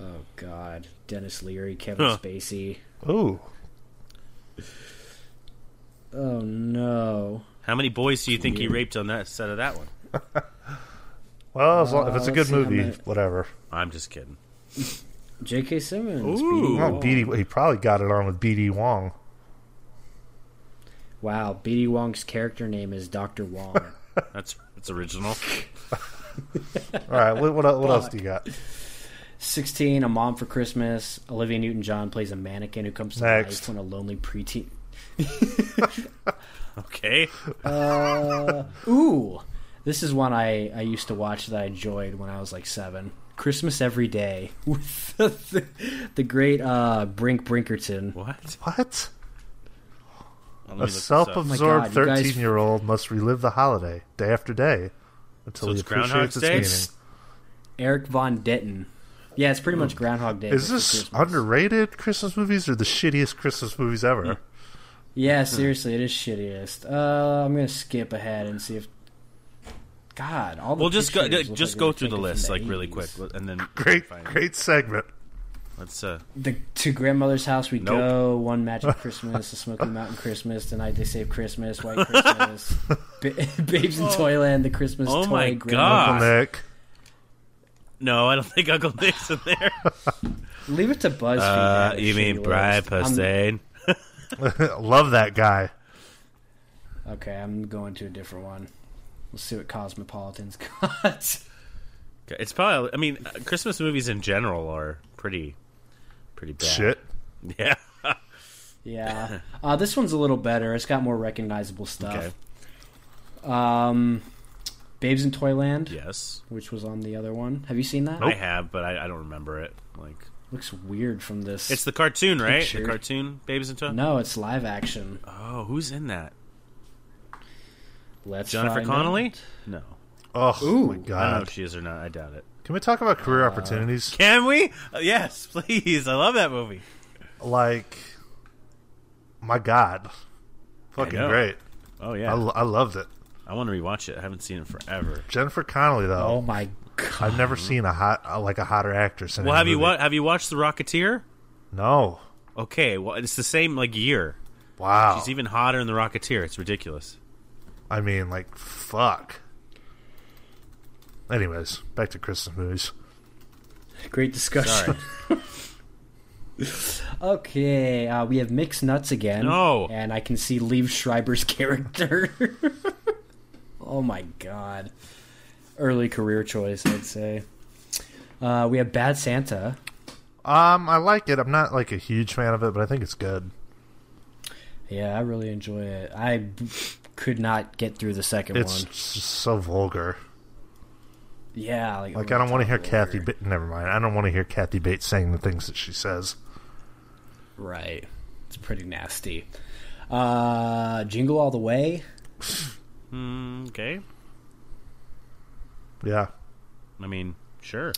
[SPEAKER 2] Oh, God. Dennis Leary, Kevin
[SPEAKER 3] Huh.
[SPEAKER 2] Spacey.
[SPEAKER 1] Ooh.
[SPEAKER 2] Oh no!
[SPEAKER 3] How many boys do you think he raped on that set of that one?
[SPEAKER 1] Well, as long, if it's a
[SPEAKER 2] Uh,
[SPEAKER 1] good
[SPEAKER 2] let's see how
[SPEAKER 1] movie,
[SPEAKER 2] many-
[SPEAKER 1] whatever.
[SPEAKER 3] I'm just kidding.
[SPEAKER 2] J.K. Simmons.
[SPEAKER 3] Ooh.
[SPEAKER 2] BD
[SPEAKER 1] Well,
[SPEAKER 2] Wong.
[SPEAKER 1] BD, he probably got it on with BD Wong.
[SPEAKER 2] Wow, BD Wong's character name is Doctor Wong.
[SPEAKER 3] That's it's original.
[SPEAKER 1] All right, what what, what else do you got?
[SPEAKER 2] Sixteen, A Mom for Christmas. Olivia Newton-John plays a mannequin who comes to
[SPEAKER 1] Next.
[SPEAKER 2] life when a lonely preteen.
[SPEAKER 3] Okay.
[SPEAKER 2] Ooh, this is one I I used to watch that I enjoyed when I was like seven. Christmas every day with the, the, great uh, Brink Brinkerton.
[SPEAKER 3] What?
[SPEAKER 1] What?
[SPEAKER 3] Well, let
[SPEAKER 1] A
[SPEAKER 3] me look this up.
[SPEAKER 1] self-absorbed
[SPEAKER 2] Oh my God, you guys-
[SPEAKER 1] thirteen-year-old must relive the holiday day after day until
[SPEAKER 3] So
[SPEAKER 1] he
[SPEAKER 3] it's
[SPEAKER 1] appreciates
[SPEAKER 3] Groundhog's
[SPEAKER 1] its
[SPEAKER 3] Day?
[SPEAKER 1] meaning.
[SPEAKER 2] Eric Von Detten. Yeah, it's pretty much Groundhog Day.
[SPEAKER 1] Is
[SPEAKER 2] but for
[SPEAKER 1] this
[SPEAKER 2] Christmas.
[SPEAKER 1] underrated Christmas movies or the shittiest Christmas movies
[SPEAKER 3] Hmm.
[SPEAKER 1] ever?
[SPEAKER 2] Yeah, seriously, it is shittiest. Uh, I'm gonna skip ahead and see if. God, all the
[SPEAKER 3] We'll just go
[SPEAKER 2] pictures look
[SPEAKER 3] just
[SPEAKER 2] like they
[SPEAKER 3] go
[SPEAKER 2] were
[SPEAKER 3] through the
[SPEAKER 2] taken from
[SPEAKER 3] list like really
[SPEAKER 2] 80s.
[SPEAKER 3] quick, and then
[SPEAKER 1] Great,
[SPEAKER 3] fine.
[SPEAKER 1] great segment.
[SPEAKER 3] Let's uh.
[SPEAKER 2] The to grandmother's house we
[SPEAKER 3] Nope.
[SPEAKER 2] go. One magic Christmas, the Smoky Mountain Christmas, the night they save Christmas, White Christmas, ba- Babes in Toyland, the Christmas
[SPEAKER 3] Oh
[SPEAKER 2] toy.
[SPEAKER 3] my
[SPEAKER 2] Grandma-
[SPEAKER 3] God.
[SPEAKER 1] Nick,
[SPEAKER 3] No, I don't think Uncle Nick's in there.
[SPEAKER 2] Leave it to BuzzFeed.
[SPEAKER 3] Uh,
[SPEAKER 2] to have a
[SPEAKER 3] you mean
[SPEAKER 2] shitty
[SPEAKER 3] Brian
[SPEAKER 2] list.
[SPEAKER 3] Posehn?
[SPEAKER 2] I'm-
[SPEAKER 1] love that guy.
[SPEAKER 2] Okay, I'm going to a different one. Let's see what Cosmopolitan's got.
[SPEAKER 3] It's probably. I mean, uh, Christmas movies in general are pretty, pretty bad.
[SPEAKER 1] Shit.
[SPEAKER 3] Yeah.
[SPEAKER 2] Yeah. Uh, this one's a little better. It's got more recognizable
[SPEAKER 3] Okay.
[SPEAKER 2] stuff. Um, Babes in Toyland,
[SPEAKER 3] Yes,
[SPEAKER 2] which was on the other one. Have you seen that?
[SPEAKER 3] I have, but I, I don't remember it. Like
[SPEAKER 2] Looks weird from this.
[SPEAKER 3] it's the cartoon, right?
[SPEAKER 2] Picture.
[SPEAKER 3] The cartoon, Babies in Tow.
[SPEAKER 2] no, it's live action.
[SPEAKER 3] Oh, who's in that?
[SPEAKER 2] Let's
[SPEAKER 3] Jennifer
[SPEAKER 2] find
[SPEAKER 3] Connelly?
[SPEAKER 2] out.
[SPEAKER 3] No,
[SPEAKER 1] Oh my
[SPEAKER 3] I don't know
[SPEAKER 1] god!
[SPEAKER 3] if she is or not. I doubt it.
[SPEAKER 1] Can we talk about
[SPEAKER 3] uh,
[SPEAKER 1] career opportunities?
[SPEAKER 3] Can we? Uh, yes, please. I love that movie.
[SPEAKER 1] Like, my god, fucking
[SPEAKER 3] know.
[SPEAKER 1] great.
[SPEAKER 3] Oh
[SPEAKER 1] I,
[SPEAKER 3] yeah, I
[SPEAKER 1] lo- I loved it.
[SPEAKER 3] want to rewatch it. I haven't seen it forever.
[SPEAKER 1] Jennifer Connelly
[SPEAKER 2] Oh
[SPEAKER 1] though,
[SPEAKER 2] my god!
[SPEAKER 1] I've never seen a hot uh, like a hotter actress. In
[SPEAKER 3] Well,
[SPEAKER 1] a
[SPEAKER 3] have you
[SPEAKER 1] movie.
[SPEAKER 3] what? Have you watched The Rocketeer?
[SPEAKER 1] No.
[SPEAKER 3] Okay, well, it's the same like year.
[SPEAKER 1] Wow.
[SPEAKER 3] She's e- even hotter in The Rocketeer. It's ridiculous.
[SPEAKER 1] I mean, like, fuck. Anyways, back to Christmas movies.
[SPEAKER 2] Great discussion. okay, uh, we have mixed nuts again.
[SPEAKER 3] No.
[SPEAKER 2] and I can see Liev Schreiber's character. oh my god! Early career choice, I'd say. Uh, we have Bad Santa.
[SPEAKER 1] Um, I like it. I'm not like a huge fan of it, but I think it's good.
[SPEAKER 2] Yeah, I really enjoy it. I b- could not get through the second
[SPEAKER 1] It's
[SPEAKER 2] one.
[SPEAKER 1] just so vulgar.
[SPEAKER 2] Yeah, like,
[SPEAKER 1] Like, I don't want to hear Kathy.
[SPEAKER 2] Bates.
[SPEAKER 1] Ba- Never mind. I don't want to hear Kathy Bates saying the things that she says.
[SPEAKER 2] Right, it's pretty nasty. Uh, Jingle all the way.
[SPEAKER 3] Mm, okay,
[SPEAKER 1] Yeah.
[SPEAKER 3] I mean, sure.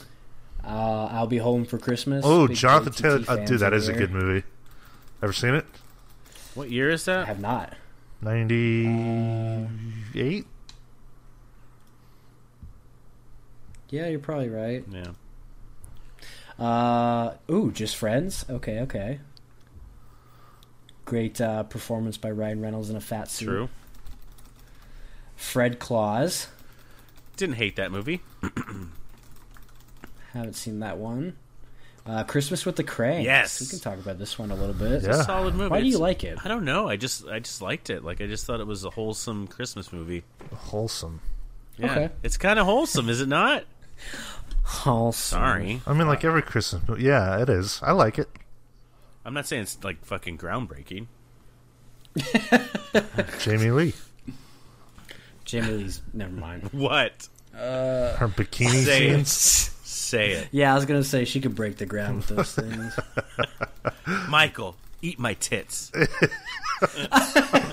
[SPEAKER 2] Uh, I'll be home for Christmas.
[SPEAKER 1] Oh,
[SPEAKER 2] Big
[SPEAKER 1] Jonathan
[SPEAKER 2] JTT
[SPEAKER 1] Taylor. Uh,
[SPEAKER 2] fans
[SPEAKER 1] dude, that
[SPEAKER 2] over
[SPEAKER 1] is a
[SPEAKER 2] here.
[SPEAKER 1] good movie. Ever seen it?
[SPEAKER 3] What year is
[SPEAKER 2] I
[SPEAKER 3] that?
[SPEAKER 2] have not.
[SPEAKER 1] 98?
[SPEAKER 2] Yeah, you're probably right.
[SPEAKER 3] Yeah.
[SPEAKER 2] Uh, ooh, just friends. Okay, okay. Great uh, performance by Ryan Reynolds in a fat suit.
[SPEAKER 3] True.
[SPEAKER 2] Fred Claus.
[SPEAKER 3] Didn't hate that movie.
[SPEAKER 2] Haven't seen that one. Uh, Christmas with the Cranks.
[SPEAKER 3] Yes.
[SPEAKER 2] we can talk about this one a little bit.
[SPEAKER 1] Yeah.
[SPEAKER 3] Solid movie.
[SPEAKER 2] Why do you
[SPEAKER 3] It's-
[SPEAKER 2] like it?
[SPEAKER 3] I don't know. I just I just liked it. Like I just thought it was a wholesome Christmas movie.
[SPEAKER 1] Wholesome.
[SPEAKER 3] Yeah.
[SPEAKER 2] Okay.
[SPEAKER 3] It's kind of wholesome, is it not?
[SPEAKER 2] Oh,
[SPEAKER 3] Sorry.
[SPEAKER 1] I mean, like every Christmas. mo- Yeah, it is. I like it.
[SPEAKER 3] I'm not saying it's like fucking groundbreaking.
[SPEAKER 1] Jamie Lee,
[SPEAKER 2] Jamie Lee's. Never mind.
[SPEAKER 3] What?
[SPEAKER 1] her bikini
[SPEAKER 3] Say it.
[SPEAKER 1] scenes.
[SPEAKER 3] Say it.
[SPEAKER 2] Yeah, I was gonna say she could break the ground with those things.
[SPEAKER 3] Michael, eat my tits.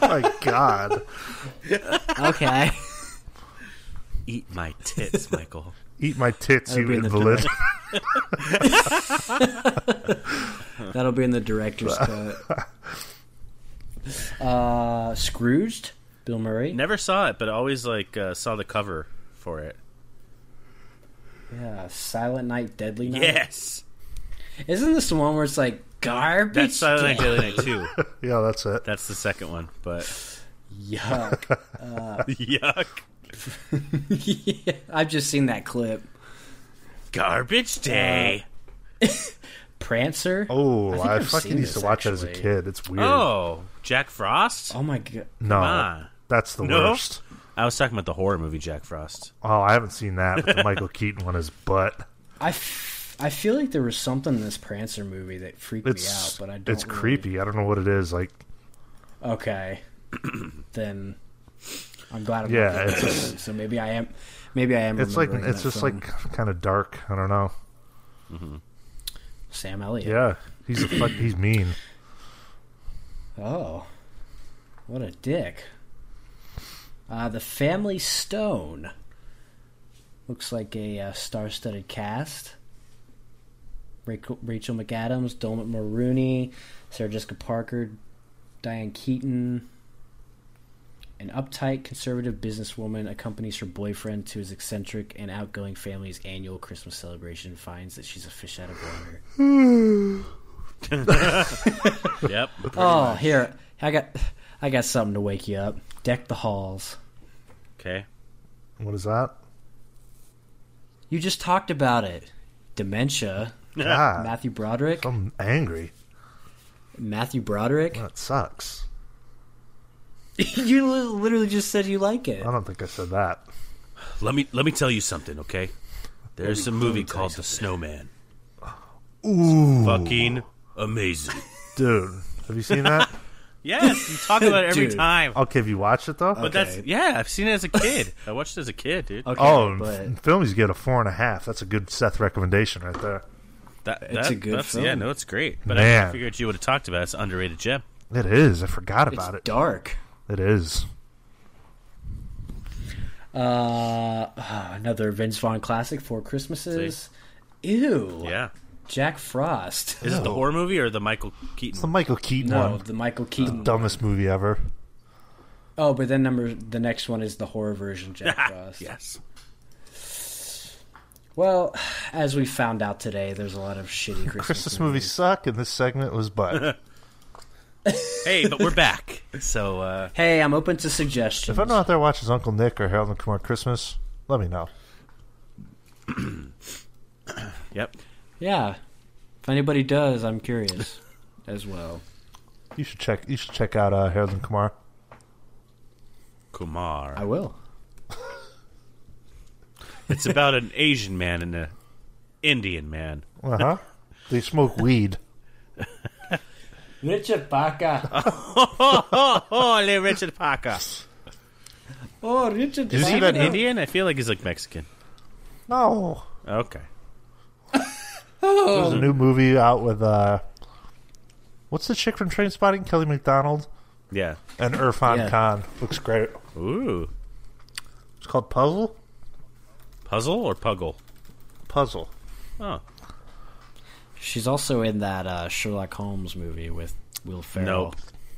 [SPEAKER 1] My God,
[SPEAKER 2] Okay.
[SPEAKER 3] Eat my tits, Michael.
[SPEAKER 1] eat my tits,
[SPEAKER 2] That'll
[SPEAKER 1] you
[SPEAKER 2] be in the
[SPEAKER 1] invalid.
[SPEAKER 2] That'll be in the director's cut. Uh, Scrooged, Bill Murray.
[SPEAKER 3] Never saw it, but always like uh, saw the cover for it.
[SPEAKER 2] Yeah, Silent Night, Deadly Night.
[SPEAKER 3] Yes.
[SPEAKER 2] Isn't this the one where it's like garbage?
[SPEAKER 3] That's Silent Night
[SPEAKER 2] day?
[SPEAKER 3] Daily Night 2.
[SPEAKER 1] yeah, that's it.
[SPEAKER 3] That's the second one, but
[SPEAKER 2] Yuck.
[SPEAKER 3] yuck.
[SPEAKER 2] yeah, I've just seen that clip.
[SPEAKER 3] Garbage Day.
[SPEAKER 2] Prancer.
[SPEAKER 1] Oh,
[SPEAKER 2] I think
[SPEAKER 1] I,
[SPEAKER 2] I've
[SPEAKER 1] fucking
[SPEAKER 2] seen
[SPEAKER 1] used to
[SPEAKER 2] this,
[SPEAKER 1] watch that as a
[SPEAKER 2] actually.
[SPEAKER 1] kid. It's weird.
[SPEAKER 3] Oh, Jack Frost?
[SPEAKER 2] Oh my god.
[SPEAKER 1] no,
[SPEAKER 3] ah.
[SPEAKER 1] that's the
[SPEAKER 3] No?
[SPEAKER 1] worst.
[SPEAKER 3] I was talking about the horror movie Jack Frost.
[SPEAKER 1] Oh, I haven't seen that, but the Michael Keaton one is butt.
[SPEAKER 2] I, f- I feel like there was something in this Prancer movie that freaked me out,
[SPEAKER 1] It's
[SPEAKER 2] but I don't.
[SPEAKER 1] it's
[SPEAKER 2] really-
[SPEAKER 1] creepy. I don't know what it is. Like,
[SPEAKER 2] Okay. then I'm glad. I'm
[SPEAKER 1] Yeah,
[SPEAKER 2] yeah.
[SPEAKER 1] it's
[SPEAKER 2] so maybe I am. Maybe I am.
[SPEAKER 1] it's like
[SPEAKER 2] remembering
[SPEAKER 1] it's
[SPEAKER 2] that
[SPEAKER 1] just
[SPEAKER 2] film.
[SPEAKER 1] like kind of dark. I don't know.
[SPEAKER 2] Sam Elliott.
[SPEAKER 1] Yeah, he's a fuck. He's mean.
[SPEAKER 2] Oh, what a dick. Uh, the Family Stone. Looks like a uh, star studded cast. Rachel, Rachel McAdams, Dolmet Maroney, Sarah Jessica Parker, Diane Keaton. An uptight, conservative businesswoman accompanies her boyfriend to his eccentric and outgoing family's annual Christmas celebration and finds that she's a fish out of water.
[SPEAKER 3] Yep.
[SPEAKER 2] Oh, here I got, I got something to wake you up. Deck the halls.
[SPEAKER 3] Okay.
[SPEAKER 1] What is that?
[SPEAKER 2] You just talked about it. Dementia.
[SPEAKER 1] God,
[SPEAKER 2] Matthew Broderick.
[SPEAKER 1] I'm angry.
[SPEAKER 2] Matthew Broderick.
[SPEAKER 1] That sucks.
[SPEAKER 2] you li- literally just said you like it.
[SPEAKER 1] I don't think I said that.
[SPEAKER 3] Let me let me tell you something, okay? There's a movie called The Snowman.
[SPEAKER 1] Ooh,
[SPEAKER 3] Fucking amazing.
[SPEAKER 1] dude, have you seen that?
[SPEAKER 3] Yes, you talk about it every
[SPEAKER 2] Dude.
[SPEAKER 3] time.
[SPEAKER 1] okay, have you watched it though?
[SPEAKER 3] But that's yeah, I've seen it as a kid. I watched it as a kid, dude.
[SPEAKER 2] Okay,
[SPEAKER 1] Oh,
[SPEAKER 2] but
[SPEAKER 1] and films you get a four and a half. That's a good Seth recommendation right there.
[SPEAKER 3] That,
[SPEAKER 2] It's
[SPEAKER 3] that-
[SPEAKER 2] a good
[SPEAKER 3] that's,
[SPEAKER 2] film.
[SPEAKER 3] Yeah, no, it's great. But I
[SPEAKER 1] Man.
[SPEAKER 3] figured you would have talked about it. It's an underrated gem.
[SPEAKER 1] It is. I forgot
[SPEAKER 2] it's
[SPEAKER 1] about it.
[SPEAKER 2] dark.
[SPEAKER 1] It is.
[SPEAKER 2] Uh, ah, another Vince Vaughn classic, Four Christmases. Ew.
[SPEAKER 3] Yeah.
[SPEAKER 2] Jack Frost.
[SPEAKER 3] Is it the
[SPEAKER 1] Oh.
[SPEAKER 3] horror movie or the Michael Keaton?
[SPEAKER 1] It's the Michael Keaton
[SPEAKER 2] No,
[SPEAKER 1] one.
[SPEAKER 2] the Michael Keaton.
[SPEAKER 1] Dumbest movie ever.
[SPEAKER 2] Oh, but then number the next one is the horror version Jack Frost.
[SPEAKER 3] yes.
[SPEAKER 2] Well, as we found out today, there's a lot of shitty Christmas,
[SPEAKER 1] Christmas movies suck, and this segment was but.
[SPEAKER 3] Hey, but we're back. So uh,
[SPEAKER 2] Hey, I'm open to suggestions.
[SPEAKER 1] if anyone out there watches Uncle Nick or Harold and Kumar Christmas, let me know.
[SPEAKER 3] yep.
[SPEAKER 2] Yeah. If anybody does, I'm curious as well.
[SPEAKER 1] You should check. You should check out uh, Harold and Kumar.
[SPEAKER 3] Kumar.
[SPEAKER 2] I will.
[SPEAKER 3] It's about an Asian man and an Indian man.
[SPEAKER 1] Uh huh. they smoke weed.
[SPEAKER 2] Richard Parker.
[SPEAKER 3] Oh, holy Richard Parker.
[SPEAKER 2] Oh, Richard
[SPEAKER 1] Did you see that Indian?
[SPEAKER 3] Indian? I feel like he's like Mexican.
[SPEAKER 1] No.
[SPEAKER 3] Okay.
[SPEAKER 1] There's a new movie out with uh, what's the chick from Train Spotting? Kelly McDonald
[SPEAKER 3] Yeah.
[SPEAKER 1] and Irfan
[SPEAKER 2] Yeah.
[SPEAKER 1] Khan. Looks great.
[SPEAKER 3] Ooh.
[SPEAKER 1] It's called Puzzle.
[SPEAKER 3] Puzzle or puggle?
[SPEAKER 1] Puzzle.
[SPEAKER 3] Oh.
[SPEAKER 2] She's also in that uh, Sherlock Holmes movie with Will Ferrell
[SPEAKER 3] Nope.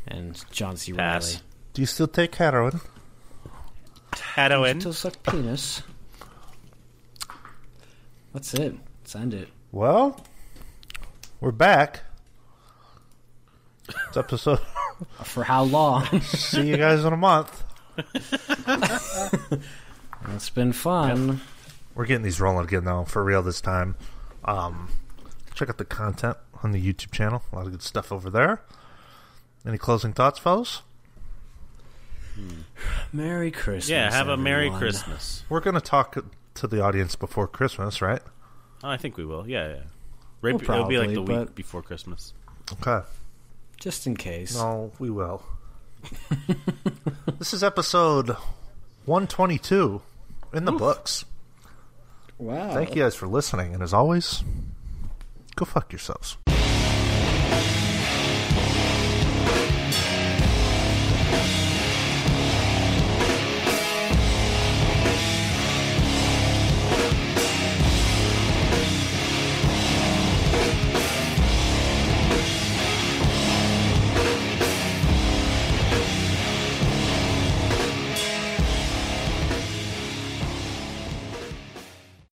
[SPEAKER 2] and John C.
[SPEAKER 3] Pass.
[SPEAKER 2] Riley.
[SPEAKER 1] Do you still take heroin?
[SPEAKER 3] Hadowin.
[SPEAKER 2] Still suck penis. That's it. Let's end it.
[SPEAKER 1] Well, we're back. It's episode.
[SPEAKER 2] For how long?
[SPEAKER 1] See you guys in a month.
[SPEAKER 2] it's been fun.
[SPEAKER 1] We're getting these rolling again, though, for real this time. Um, check out the content on the YouTube channel. A lot of good stuff over there. Any closing thoughts, fellas?
[SPEAKER 2] Merry Christmas.
[SPEAKER 3] Yeah, have a Merry
[SPEAKER 2] everyone.
[SPEAKER 3] Christmas.
[SPEAKER 1] We're going to talk to the audience before Christmas, right?
[SPEAKER 3] Oh, I think we will. Yeah, yeah. Right,
[SPEAKER 2] Well,
[SPEAKER 3] be- it'll be like the
[SPEAKER 2] probably,
[SPEAKER 3] week
[SPEAKER 2] but-
[SPEAKER 3] before Christmas.
[SPEAKER 1] Okay.
[SPEAKER 2] Just in case.
[SPEAKER 1] No, we will. this is episode 122 in the books.
[SPEAKER 2] Wow.
[SPEAKER 1] Thank you guys for listening, and as always, go fuck yourselves.